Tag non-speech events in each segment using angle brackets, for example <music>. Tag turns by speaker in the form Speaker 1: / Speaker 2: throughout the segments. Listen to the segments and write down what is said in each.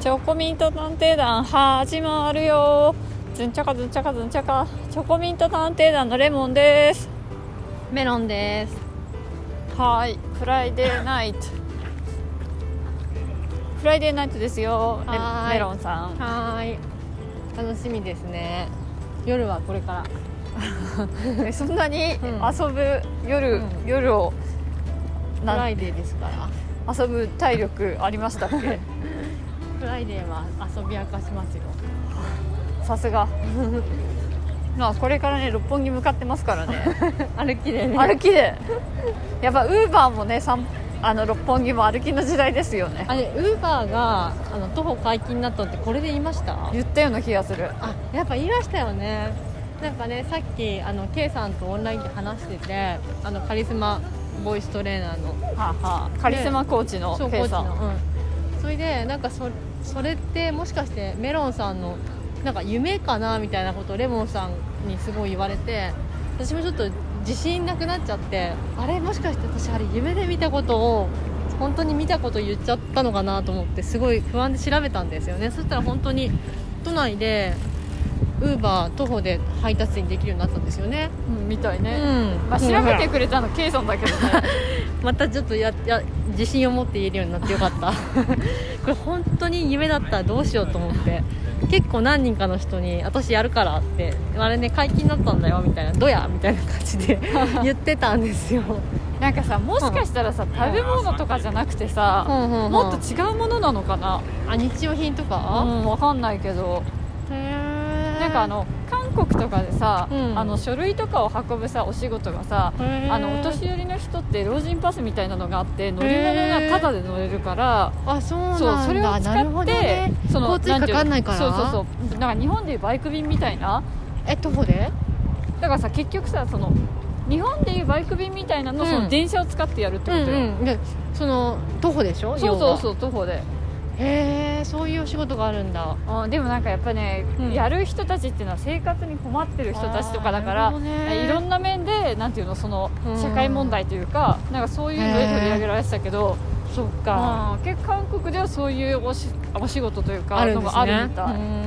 Speaker 1: チョコミント探偵団始まるよずんちゃかずんちゃかずんちゃかチョコミント探偵団のレモンです
Speaker 2: メロンです。
Speaker 1: はいフライデーナイトフライデーナイトですよレ
Speaker 2: はーい
Speaker 1: メロンさん
Speaker 2: はーい。楽しみですね。夜はこれから。
Speaker 1: <laughs> えそんなに遊
Speaker 2: ん
Speaker 1: ぶ夜、
Speaker 2: うん
Speaker 1: 夜を
Speaker 2: フ
Speaker 1: な
Speaker 2: ラ
Speaker 1: ん
Speaker 2: イデーですから。
Speaker 1: 遊ぶ体力ありましたっけ
Speaker 2: フライデーは遊び明かしますよ。
Speaker 1: さすがまあこれからね六本木向かってますからね
Speaker 2: <laughs> 歩きで
Speaker 1: <laughs>
Speaker 2: ね。
Speaker 1: 歩きでやっぱウーバーもね散あの六本木も歩きの時代ですよね
Speaker 2: あれ、ウーバーがあの徒歩解禁になったってこれで言いました
Speaker 1: 言ったような気がする
Speaker 2: あ、やっぱ言いましたよね。なんかね、さっきあの K さんとオンラインで話してて、あのカリスマボイストレーナーの
Speaker 1: はあはあカリスマコーチの
Speaker 2: そうコー
Speaker 1: K
Speaker 2: チ
Speaker 1: さ
Speaker 2: の、
Speaker 1: ん
Speaker 2: うん、それでなんかそそれってもしかしてメロンさんのなんか夢かなみたいなことをレモンさんにすごい言われて私もちょっと自信なくなっちゃってあれもしかして私あれ夢で見たことを本当に見たこと言っちゃったのかなと思ってすごい不安で調べたんですよねそしたら本当に都内でウーバー徒歩で配達員できるようになったんですよね、
Speaker 1: うんみたいうね、
Speaker 2: ん
Speaker 1: まあ、調べてくれたの K さんだけどね
Speaker 2: またちょっとやや自信を持って言えるようになってよかった
Speaker 1: <laughs>
Speaker 2: これ本当に夢だったらどうしようと思って結構何人かの人に「私やるから」って「あれね解禁になったんだよ」みたいな「どや?」みたいな感
Speaker 1: <laughs>
Speaker 2: じで言ってたんですよ
Speaker 1: なんかさもしかしたらさ食べ物とかじゃなくてさ、も
Speaker 2: も
Speaker 1: っと
Speaker 2: っと
Speaker 1: 違うものなのかな
Speaker 2: あ日用品と
Speaker 1: う
Speaker 2: か、
Speaker 1: んわかんないけど
Speaker 2: へー
Speaker 1: なんかあの韓国とかでさ、
Speaker 2: うん
Speaker 1: あの書類とかを運ぶさお仕事がさ
Speaker 2: へー
Speaker 1: あのお年寄りの人って老人パスみたいなのがあって乗り物がタダで乗れるから
Speaker 2: あそうなんだ
Speaker 1: そうそれを使って
Speaker 2: なるほどね
Speaker 1: その
Speaker 2: 交通費かかんないから
Speaker 1: んてうのそうそうそうなんか日本でいうバイク便みたいな
Speaker 2: え徒歩で
Speaker 1: だからさ結局さその日本でいうバイク便みたいなの,、
Speaker 2: うん
Speaker 1: その電車を使ってやるってことよ、
Speaker 2: んでその徒歩でしょ
Speaker 1: そうそう
Speaker 2: う
Speaker 1: そう徒歩で、
Speaker 2: へえそういうお仕事があるんだ
Speaker 1: うん、でもなんかやっぱね、
Speaker 2: うん
Speaker 1: やる人たちっていうのは生活に困ってる人たちとかだから
Speaker 2: あーなるほどね
Speaker 1: いろんな面でなんていうのその
Speaker 2: うん
Speaker 1: 社会問題というかなんかそういうので取り上げられてたけど、
Speaker 2: そっ
Speaker 1: うん、結構韓国ではそういうおしお仕事というか
Speaker 2: あるん
Speaker 1: の
Speaker 2: です
Speaker 1: が
Speaker 2: ね
Speaker 1: あるみたい、
Speaker 2: うーん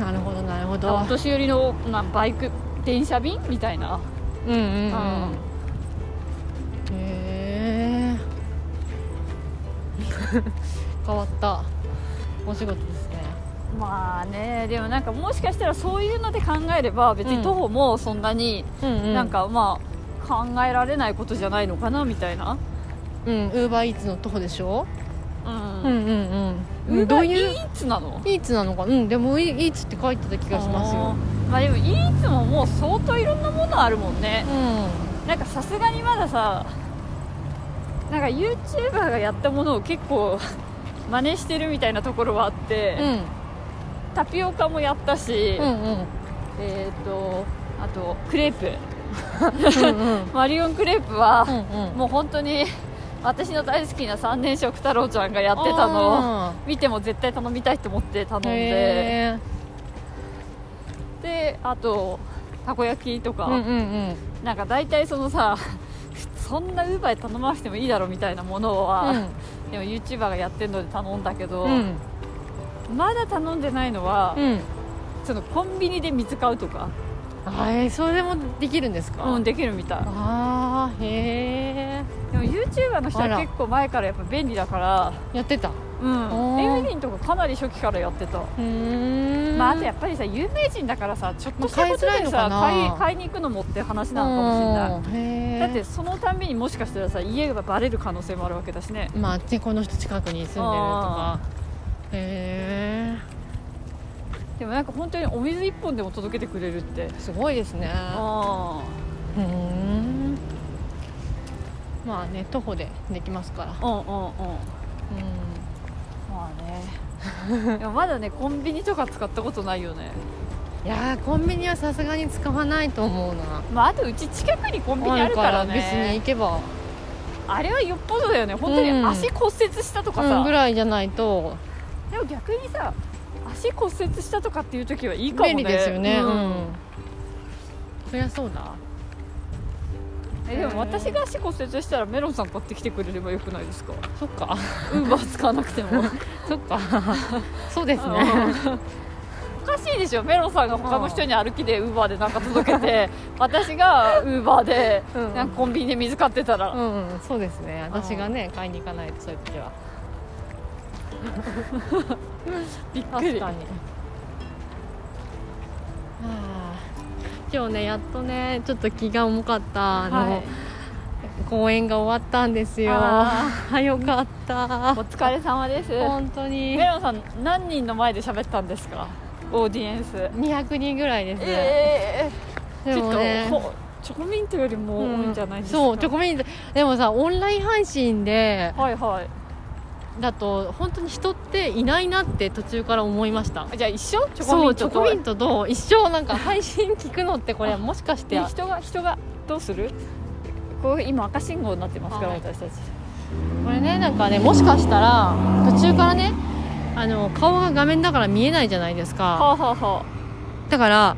Speaker 2: なるほどなるほど
Speaker 1: お年寄りのなバイク電車便みたいな、
Speaker 2: うんうんうん
Speaker 1: うん
Speaker 2: へえ <laughs> 変わったお仕事ですね
Speaker 1: まあねでもなんかもしかしたらそういうので考えれば別
Speaker 2: う
Speaker 1: に
Speaker 2: ん
Speaker 1: 徒歩もそんなに
Speaker 2: うん、
Speaker 1: なんかまあ考えられないことじゃないのかなみたいな、
Speaker 2: うんウーバーイーツの徒歩でしょ
Speaker 1: うん
Speaker 2: んうん
Speaker 1: うど
Speaker 2: どう
Speaker 1: うい
Speaker 2: いう
Speaker 1: イーツなの
Speaker 2: イーツなのかうんでもイーツって書いてた気がします
Speaker 1: あ
Speaker 2: よ
Speaker 1: ーまあでもイーツももう相当いろんなものあるもんね
Speaker 2: う
Speaker 1: なんかさすがにまださなんか YouTuber がやったものを結構真似してるみたいなところはあって、
Speaker 2: んうん
Speaker 1: タピオカもやったし、
Speaker 2: うんうん
Speaker 1: えっ、とあとクレープ
Speaker 2: <laughs> うんうん
Speaker 1: マリオンクレープは、
Speaker 2: うん <laughs> うん
Speaker 1: もう本当に私の大好きな三年食太郎ちゃんがやってたのを
Speaker 2: あ
Speaker 1: 見ても絶対頼みたいと思って頼ん
Speaker 2: ー
Speaker 1: で
Speaker 2: へ
Speaker 1: であとたこ焼きとか、
Speaker 2: ーうんうんうん
Speaker 1: なんか大体そのさそんなウーバーで頼まなくてもいいだろうみたいなものは、
Speaker 2: うん
Speaker 1: でも YouTuber がやってるので頼んだけど、
Speaker 2: うん
Speaker 1: まだ頼んでないのは、
Speaker 2: うん
Speaker 1: そのコンビニで水買うとか、
Speaker 2: あえーそれもできるんですか、
Speaker 1: うん、できるみたい
Speaker 2: ああへえ
Speaker 1: でも YouTuber の人
Speaker 2: あ
Speaker 1: は
Speaker 2: ら
Speaker 1: 結構前からやっぱ便利だから
Speaker 2: やってた
Speaker 1: うん
Speaker 2: おー
Speaker 1: エブリンとかかなり初期からやってた
Speaker 2: うーん
Speaker 1: まあ、あとやっぱりさ有名人だからさちょっとしたこと
Speaker 2: まあ買いづらい
Speaker 1: で
Speaker 2: の
Speaker 1: さ
Speaker 2: かな
Speaker 1: 買い買いに行くのもって話なのかもしれない
Speaker 2: しれない
Speaker 1: だってそのたんびにもしかしたらさ家がバレる可能性もあるわけだしね
Speaker 2: まあねこの人近くに住んでるとかへ
Speaker 1: でもなんか本当にお水一本でも届けてくれるって
Speaker 2: えすごいですね
Speaker 1: あ
Speaker 2: うーんまあね徒歩でできますから
Speaker 1: あうんうんうん
Speaker 2: うん
Speaker 1: まあ <laughs> ねでもまだねコンビニとか使ったことないよね
Speaker 2: いやーコンビニはさすがに使わないと思うな
Speaker 1: まああとうち近くにコンビニあるからね
Speaker 2: ある別に行けば、
Speaker 1: あれはよっぽどだよね本当に
Speaker 2: うん
Speaker 1: 足骨折したとかさ、
Speaker 2: うん、ぐらいじゃないと
Speaker 1: でも逆にさ足骨折したとかっていう時はいいかもね
Speaker 2: 便利ですよね
Speaker 1: う
Speaker 2: うんん、そりゃそうだ
Speaker 1: えでも私が足骨折したらメロンさん買ってきてくれればよくないですか
Speaker 2: そっか
Speaker 1: ウーバー使わなくて
Speaker 2: <laughs>
Speaker 1: も
Speaker 2: そっかそうですね
Speaker 1: うんおかしいでしょメロンさんが他の人に歩きでウーバーでなんか届けて私がウーバーで
Speaker 2: うん
Speaker 1: なんかコンビニで水買ってたら、
Speaker 2: うん、うん、そうですね私がね買いに行かないとそういう時は
Speaker 1: びっく
Speaker 2: 確
Speaker 1: り
Speaker 2: かにあー今日ねやっとねちょっと気が重かったあの、
Speaker 1: はい
Speaker 2: 公演が終わったんですよ
Speaker 1: あ
Speaker 2: あよかった
Speaker 1: お疲れ様です
Speaker 2: 本当に
Speaker 1: メロンさん何人の前で喋ったんですかオーディエンス
Speaker 2: 200人ぐらいです、
Speaker 1: ええ
Speaker 2: でもね
Speaker 1: ちょっとほチョコミントよりも多いんじゃないですか、
Speaker 2: そうチョコミントでもさオンライン配信で
Speaker 1: はいはい
Speaker 2: だと本当に人っていないなって途中から思いました
Speaker 1: あじゃあ一緒チョコ
Speaker 2: そ
Speaker 1: ミ
Speaker 2: う
Speaker 1: ン
Speaker 2: チ
Speaker 1: ト
Speaker 2: ョ
Speaker 1: と
Speaker 2: コミントと一生なんか配信聞くのってこれもしかして
Speaker 1: で人が人がどうするこう今赤信号になってますから、
Speaker 2: はい
Speaker 1: 私たち
Speaker 2: これねなんかねもしかしたら途中からねあの顔が画面だから見えないじゃないですか
Speaker 1: はあ、はあは
Speaker 2: だから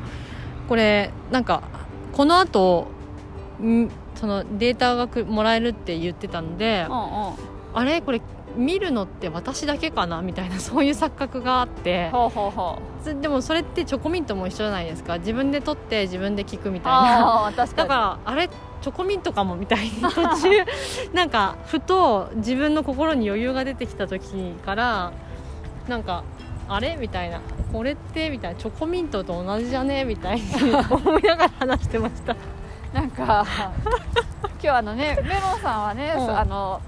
Speaker 2: これなんかこの後んそのデータがくもらえるって言ってたので
Speaker 1: あ、うんうん
Speaker 2: あれこれ見るのって私だけかなみたいなそういう錯覚があって
Speaker 1: はあ、はあは
Speaker 2: つでもそれってチョコミントも一緒じゃないですか自分で撮って自分で聞くみたいな
Speaker 1: ああー確か
Speaker 2: だ
Speaker 1: に
Speaker 2: からあれチョコミントかもみたいに途中なんかふと自分の心に余裕が出てきた時からなんかあれみたいなこれってみたいなチョコミントと同じじゃねみたいに思いながら話してました
Speaker 1: なんか今日あの
Speaker 2: <laughs>
Speaker 1: ねメロンさんはね、
Speaker 2: うん
Speaker 1: あの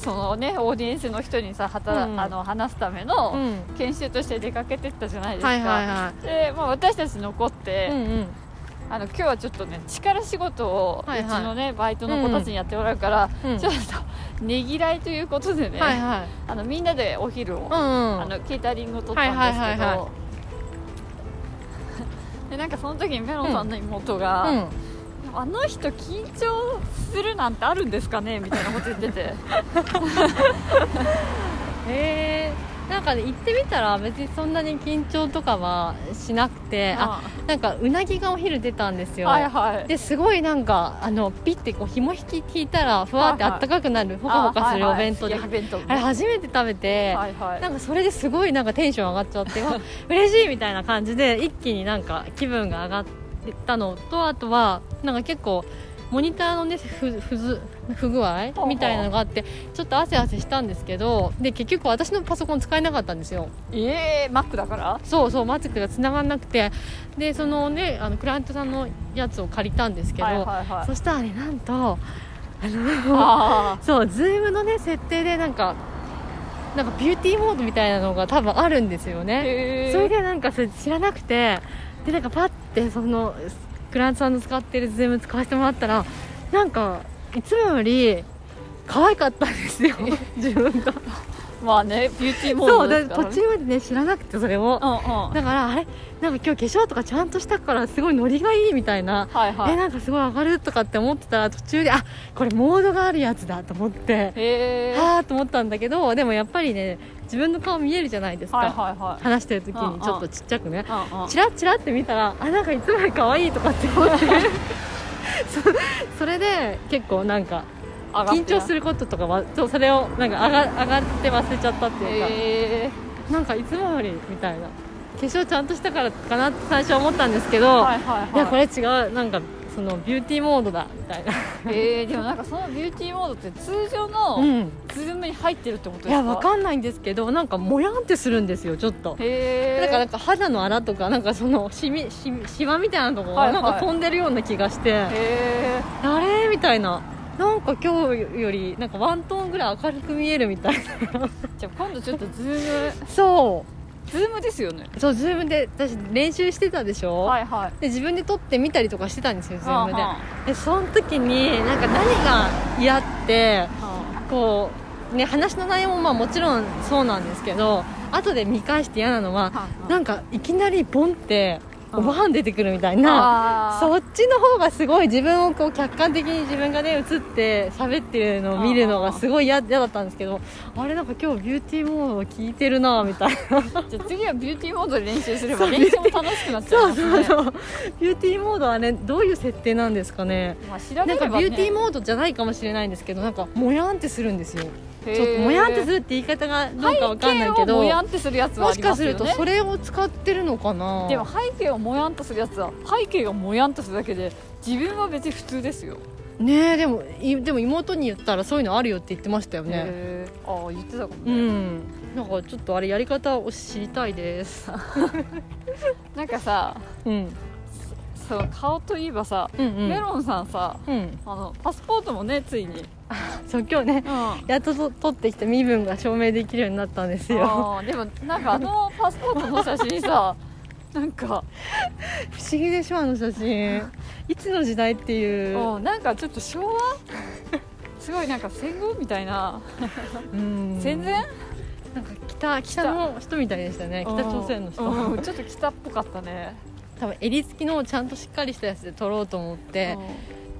Speaker 1: そのねオーディエンスの人にさ働、
Speaker 2: うん
Speaker 1: あの話すため
Speaker 2: う
Speaker 1: の
Speaker 2: ん
Speaker 1: 研修として出かけてったじゃないですか、
Speaker 2: はいはいは
Speaker 1: で、まあ、私たち残って
Speaker 2: い、うんうん
Speaker 1: あの今日はちょっとね力仕事をう
Speaker 2: はい
Speaker 1: ち
Speaker 2: はい
Speaker 1: のね、バイトの子たちにやってもらうから、
Speaker 2: うん
Speaker 1: ちょっとねぎらいということでね、
Speaker 2: はいはい
Speaker 1: あのみんなでお昼を、
Speaker 2: うんうん
Speaker 1: あのケータリングを取ったんですけど、
Speaker 2: はいはいはいは
Speaker 1: <laughs> でなんかその時にメロンさんの妹が、
Speaker 2: うん
Speaker 1: あの人緊張するなんてあるんですかねみたいなこと言って
Speaker 2: <laughs>
Speaker 1: て
Speaker 2: へーなんかね行ってみたら別にそんなに緊張とかはしなくて
Speaker 1: あ
Speaker 2: あなんかうなぎがお昼出たんですよ
Speaker 1: はいはい
Speaker 2: ですごいなんかあのピッてこう紐引き引いたらふわって
Speaker 1: はいはい
Speaker 2: あったかくなるほか
Speaker 1: あ
Speaker 2: ほかする
Speaker 1: は
Speaker 2: お
Speaker 1: いはい
Speaker 2: 弁当であ
Speaker 1: 焼き弁当
Speaker 2: れ初めて食べて、
Speaker 1: はいはい
Speaker 2: なんかそれですごいなんかテンション上がっちゃってわ嬉しいみたいな感じで一気になんか気分が上がったのとあとはなんか結構モニターのねふふず不具合
Speaker 1: ほう
Speaker 2: みたいなのがあってちょっと汗汗したんですけどで結局私のパソコン使えなかったんですよ
Speaker 1: ええマックだから
Speaker 2: そうそうマスクが繋がんなくてでそのねあのクライアントさんのやつを借りたんですけど、
Speaker 1: はいはいはい
Speaker 2: そしたらねなんと
Speaker 1: あ
Speaker 2: そうズームのね設定でなんかなんかビューティーモードみたいなのが多分あるんですよ
Speaker 1: ー
Speaker 2: ね
Speaker 1: へー
Speaker 2: それでなんかそれ知らなくてでなんかパッてそのクライアントさんの使ってるズーム使わせてもらったらなんかいつもより可愛かったんですよ自分が
Speaker 1: まあねビューティーモー
Speaker 2: そ
Speaker 1: ド
Speaker 2: う
Speaker 1: で
Speaker 2: です
Speaker 1: から、
Speaker 2: 途
Speaker 1: ね、
Speaker 2: 中までね知らなくてそれを
Speaker 1: うんうん
Speaker 2: だからあれなんか今日化粧とかちゃんとしたからすごいノリがいいみたいな
Speaker 1: はいは
Speaker 2: え
Speaker 1: い
Speaker 2: なんかすごい上がるとかって思ってたら途中であこれモードがあるやつだと思って
Speaker 1: へえ
Speaker 2: ああと思ったんだけどでもやっぱりね自分の顔見えるじゃないですか、
Speaker 1: はいはいはい
Speaker 2: 話してる時
Speaker 1: うんうん
Speaker 2: にちょっとちっちゃくね
Speaker 1: うんうん
Speaker 2: チラッチラって見たらあなんかいつもより可愛いとかって思って
Speaker 1: <laughs>
Speaker 2: そそれで結構なんか
Speaker 1: 上がって
Speaker 2: 緊張す
Speaker 1: る
Speaker 2: ることとかはそうそれをなんか上が上がって忘れちゃったっていうか、
Speaker 1: へえ
Speaker 2: なんかいつもよりみたいな化粧ちゃんとしたからかなって最初は思ったんですけど、
Speaker 1: はい
Speaker 2: い
Speaker 1: はいはい
Speaker 2: やこれ違うなんかそのビューティーモードだみたいな
Speaker 1: えー、でもなんかそのビューティーモードって通常
Speaker 2: う
Speaker 1: の
Speaker 2: ん
Speaker 1: ズームに入ってるってことです
Speaker 2: い
Speaker 1: か
Speaker 2: やわかんないんですけどなんかもやんってするんですよちょっと
Speaker 1: へえ
Speaker 2: だからなんか肌の荒とかなんかそのシミシミシワみたいなとこ
Speaker 1: はい
Speaker 2: が
Speaker 1: は
Speaker 2: ないんか飛んでるような気がして、
Speaker 1: へ
Speaker 2: あれみたいななんか今日よりなんかワントーンぐらい明るく見えるみた
Speaker 1: <laughs>
Speaker 2: いな
Speaker 1: えじゃあ今度ちょっとズーム
Speaker 2: そ
Speaker 1: ズームですよね
Speaker 2: うそうズームで私練習してたでしょ、
Speaker 1: はいはい
Speaker 2: で自分で撮ってみたりとかしてたんですよズームで
Speaker 1: はあは
Speaker 2: でその時になんか何が嫌って
Speaker 1: は
Speaker 2: こうね話の内容もまあもちろんそうなんですけど後で見返して嫌なのは
Speaker 1: あはあ
Speaker 2: なんかいきなりボンって
Speaker 1: うん
Speaker 2: おばあん出てくるみたいな
Speaker 1: あ
Speaker 2: そ
Speaker 1: ー
Speaker 2: っちの方がすごい自分をこう客観的に自分がね映って喋ってるのを見るのがすごい嫌嫌だったんですけどあれなんか今日ビューティーモード聞いてるなみたいな
Speaker 1: じゃあ次はビューティーモードで練習すれば練習も楽しくなっちゃい
Speaker 2: そう
Speaker 1: ます
Speaker 2: そう
Speaker 1: ね
Speaker 2: そうビューティーモードはねどういう設定なんですかね
Speaker 1: まあ調べ
Speaker 2: なんか
Speaker 1: れば、ね、
Speaker 2: ビューティーモードじゃないかもしれないんですけどなんかもやんってするんですよ
Speaker 1: へー
Speaker 2: ちょっともやんってするって言い方がどうかわかんない
Speaker 1: 背
Speaker 2: け
Speaker 1: 景を
Speaker 2: ど
Speaker 1: もやんってするやつは
Speaker 2: も
Speaker 1: あ
Speaker 2: し
Speaker 1: りま
Speaker 2: か
Speaker 1: す
Speaker 2: す
Speaker 1: よね
Speaker 2: るとそれを使ってるのかな
Speaker 1: でも背景をもやんとするやつは背景がもやんとするだけで自分は別に普通ですよ、
Speaker 2: ねえでもいでも妹に言ったらそういうのあるよって言ってましたよね
Speaker 1: へーああ言ってたかも
Speaker 2: う
Speaker 1: ね、
Speaker 2: んなんかちょっとあれやり方を知りたいです、
Speaker 1: なんかさ
Speaker 2: うん、
Speaker 1: そう顔といえばさ、
Speaker 2: うんうん
Speaker 1: メロンさんさ
Speaker 2: うん
Speaker 1: あのパスポートもねついに、
Speaker 2: そう今日ねやっとと取ってきた身分が証明できるようになったんですよ
Speaker 1: あーでもなんかあの <laughs> パスポートの写真さなんか
Speaker 2: 不思議でしょあの写 <laughs> 真いつの時代っていう
Speaker 1: うんなんかちょっと昭和すごいなんか戦後みたいな
Speaker 2: うん
Speaker 1: 戦前
Speaker 2: なんか北北の人みたいでしたね北朝鮮の人
Speaker 1: うんちょっと北っぽかったね
Speaker 2: 多分襟付きのちゃんとしっかりしたやつで撮ろうと思って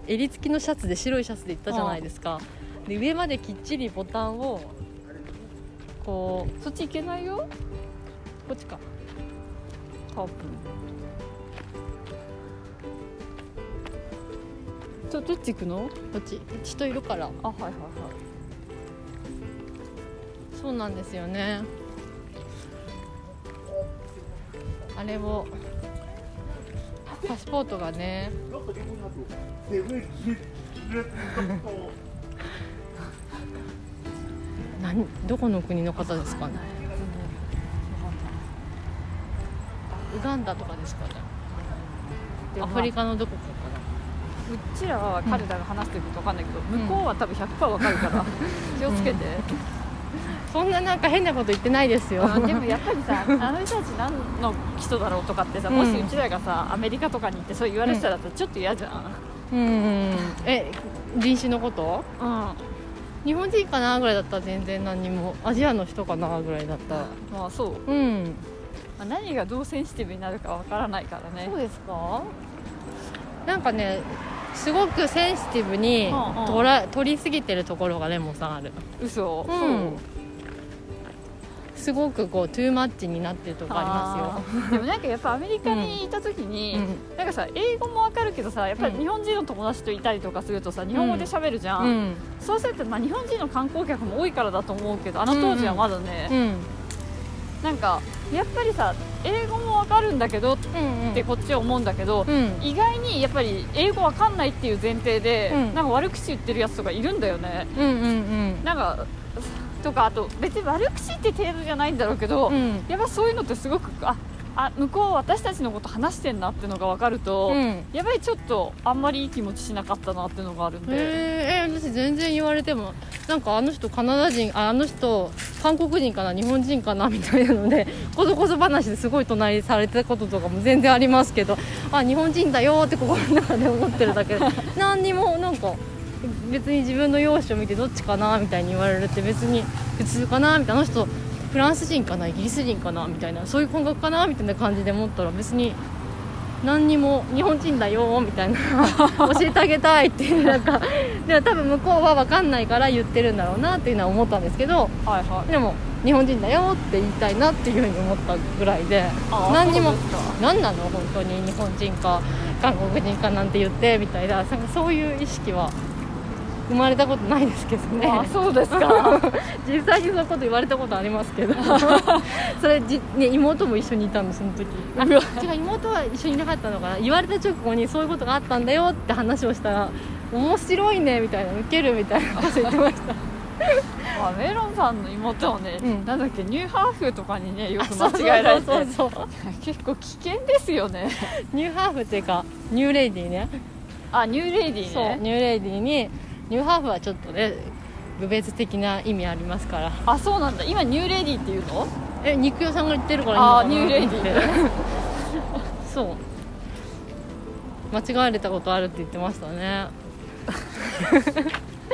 Speaker 1: う
Speaker 2: 襟付きのシャツで白いシャツで行ったじゃないですかで上まできっちりボタンをこ
Speaker 1: んそっち行けないよ
Speaker 2: うこっちか
Speaker 1: 多分どどっち行くの
Speaker 2: こっち人いるから
Speaker 1: あはいはいはい
Speaker 2: そうなんですよねあれをパスポートがね <laughs> 何どこの国の方ですかねウガンダとかですかね
Speaker 1: で
Speaker 2: ア
Speaker 1: も
Speaker 2: フリ
Speaker 1: ま
Speaker 2: カのどこかかな
Speaker 1: あうちらは彼らが話してることわかんないけど、向こうは多分100%わかるから <laughs> 気をつけて、
Speaker 2: そんななんか変なこと言ってないですよ。
Speaker 1: あでもやっぱりさあの人たち何の人だろうとかってさ、もし
Speaker 2: う
Speaker 1: うんちらがさアメリカとかに行ってそう言われてたらさちょっと嫌じゃん、
Speaker 2: うんうん。え、人種のこと？
Speaker 1: う
Speaker 2: 日本人かなぐらいだったら全然何にも。アジアの人かなぐらいだった。
Speaker 1: んまあそう、
Speaker 2: うん。
Speaker 1: まあ、何がどうセンシティブになるかわからないからね
Speaker 2: そうですか？なんかね、すごくセンシティブに
Speaker 1: うんうん
Speaker 2: とら取りすぎてるところがレモンさんある。
Speaker 1: 嘘、
Speaker 2: う
Speaker 1: そ
Speaker 2: ん。すごくこうトゥーマッチになってるとこありますよ。
Speaker 1: すよでもなんかやっぱアメリカにいた時に、なんかさ英語もわかるけどさやっぱり日本人の友達といたりとかするとさ、日本語で喋るじゃ、
Speaker 2: うんん。
Speaker 1: そうするとまあ日本人の観光客も多いからだと思うけどあの当時はまだね、
Speaker 2: うん。
Speaker 1: なんかやっぱりさ英語もわかるんだけどっ
Speaker 2: うん。
Speaker 1: てこっちは思うんだけど、
Speaker 2: うん。
Speaker 1: 意外にやっぱり英語わかんないっていう前提で、
Speaker 2: うん
Speaker 1: なんか悪口言ってるやつとかいるんだよね
Speaker 2: うんうん
Speaker 1: なんかとかあと別に悪口って程度じゃないんだろうけど、
Speaker 2: うん。うん。
Speaker 1: やっぱそういうのってすごくああ向こう私たちのこと話してんなってのが分かると、
Speaker 2: うん
Speaker 1: やばいちょっとあんまりいい気持ちしなかったなってのがあるんで、
Speaker 2: えー、えー私全然言われてもなんかあの人カナダ人ああの人韓国人かな日本人かなみたいな
Speaker 1: <laughs>
Speaker 2: のでこそこそ話ですごい隣されてたこととかも全然ありますけどあ日本人だよーって心の中で思ってるだけで
Speaker 1: <laughs>
Speaker 2: 何にもなんか別に自分の容姿を見てどっちかなみたいに言われるって別に普通かなみたいなあの人フランス人かなイギリス人かなみたいなそういう感覚かなみたいな感じで思ったら別に何にも日本人だよーみたいな <laughs> 教えてあげたいっていうなん
Speaker 1: <laughs>
Speaker 2: かでも多分向こうは分かんないから言ってるんだろうなっていうのは思ったんですけど
Speaker 1: はいはい
Speaker 2: でも日本人だよって言いたいなっていうふうに思ったぐらいで
Speaker 1: あー
Speaker 2: 何にも
Speaker 1: そうですか
Speaker 2: 何なの本当に日本人か韓国人かなんて言ってみたいななんかそういう意識は生まれたことないですけどね
Speaker 1: あそうですか <laughs>
Speaker 2: 実際にそんなこと言われたことあります <laughs> けどそれじ、ね、妹も一緒にいたのその時あ
Speaker 1: うわ
Speaker 2: 違う妹は一緒にいなかったのかな言われた直後にそういうことがあったんだよって話をしたら面白いねみたいなウケるみたいなこと言ってました
Speaker 1: あメロンさんの妹をね、
Speaker 2: うん
Speaker 1: なんだっけニューハーフとかにねよく
Speaker 2: <laughs>
Speaker 1: 間違えられて
Speaker 2: そうそうそうそう
Speaker 1: 結構危険ですよね
Speaker 2: ニューハーフっていうかニューレイディーね
Speaker 1: あニューレイディー
Speaker 2: そう
Speaker 1: ね
Speaker 2: ニューレイディーにニューハーフはちょっとね部別的な意味ありますから
Speaker 1: あそうなんだ今ニューレイディーっていうの
Speaker 2: え肉屋さんが言ってるからいいのかな
Speaker 1: あニューレイディーね
Speaker 2: <laughs> そう間違われたことあるって言ってましたね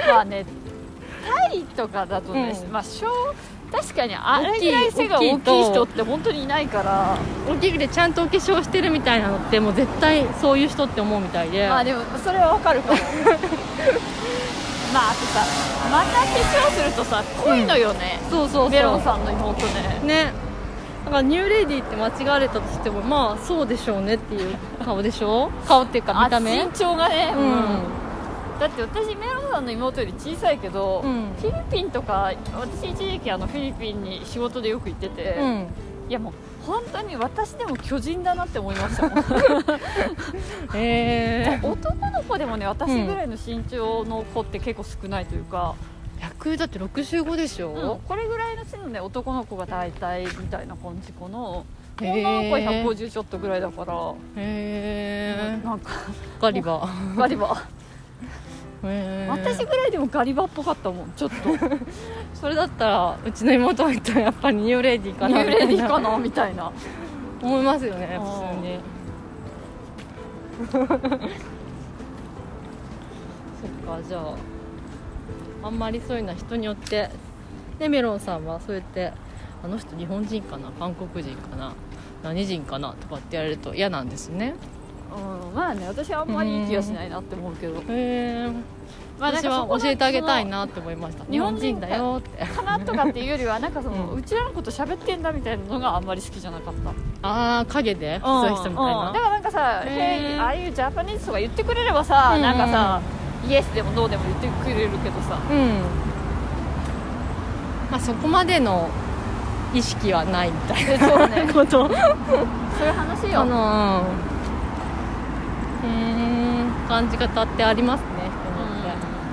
Speaker 1: まあねタイとかだとね、
Speaker 2: うん
Speaker 1: まあ、小確かにあれぐらい背が
Speaker 2: 大きい
Speaker 1: 大きい
Speaker 2: 大きい
Speaker 1: 人
Speaker 2: と
Speaker 1: って本当にいないから
Speaker 2: 大きくてちゃんとお化粧してるみたいなのってもう絶対そういう人って思うみたいで
Speaker 1: まあでもそれはわかるかも <laughs> まああとさまた化粧するとさ濃いのよね、
Speaker 2: そうそうそう
Speaker 1: メロンさんの妹ね
Speaker 2: ねだからニューレディーって間違われたとしてもまあそうでしょうねっていう顔でしょ <laughs> 顔っていうか見た目
Speaker 1: あ身長がね、
Speaker 2: う
Speaker 1: うん
Speaker 2: ん
Speaker 1: だって私メロンさんの妹より小さいけど、
Speaker 2: うん
Speaker 1: フィリピンとか私一時期あのフィリピンに仕事でよく行ってて、
Speaker 2: うん
Speaker 1: いやもう本当に私でも巨人だなって思いました <laughs> もん
Speaker 2: えー
Speaker 1: 男の子でもね私ぐらいの身長の子って結構少ないというか、
Speaker 2: 100だって65でし
Speaker 1: うん
Speaker 2: ょ、
Speaker 1: これぐらいの背のね男の子が大体みたいな感じこの
Speaker 2: へー
Speaker 1: 女の子は150ちょっとぐらいだから、
Speaker 2: へえ
Speaker 1: なんか
Speaker 2: ガリバ
Speaker 1: ガリバ、
Speaker 2: へー
Speaker 1: 私ぐらいでもガリバっぽかったもんちょっとニュ
Speaker 2: それだったらうちの妹が言ったらやっぱりニューレディーかな
Speaker 1: ーレディ
Speaker 2: みたい
Speaker 1: か
Speaker 2: な
Speaker 1: なみたいな
Speaker 2: 思いますよね
Speaker 1: あー
Speaker 2: 普通に <laughs> そっかじゃああんまりそういうのは人によってでメロンさんはそうやってあの人日本人かな韓国人かな何人かなとかって言われると嫌なんですね
Speaker 1: うん、まあね私はあんまりいい気がしないなって思うけど、
Speaker 2: へえ
Speaker 1: まあなん
Speaker 2: 私
Speaker 1: かそ
Speaker 2: は
Speaker 1: この
Speaker 2: 教えてあげたいなって思いました日本人だよって
Speaker 1: かなとかっていうよりはなんかその、う
Speaker 2: うん
Speaker 1: ちらのこと喋ってんだみたいなのがあんまり好きじゃなかった、
Speaker 2: ああ影でそういう
Speaker 1: う
Speaker 2: 人みたい
Speaker 1: んだ
Speaker 2: な
Speaker 1: からなんかさ「
Speaker 2: へー
Speaker 1: へいああいうジャパニーズとか言ってくれればさ、
Speaker 2: うん
Speaker 1: なんかさイエスでもノーでも言ってくれるけど <laughs> さ
Speaker 2: うん、まあ、そこまでの意識はないみたい
Speaker 1: でそうね
Speaker 2: なこと
Speaker 1: そういう話よ
Speaker 2: あのうんうーん感じ方ってありますね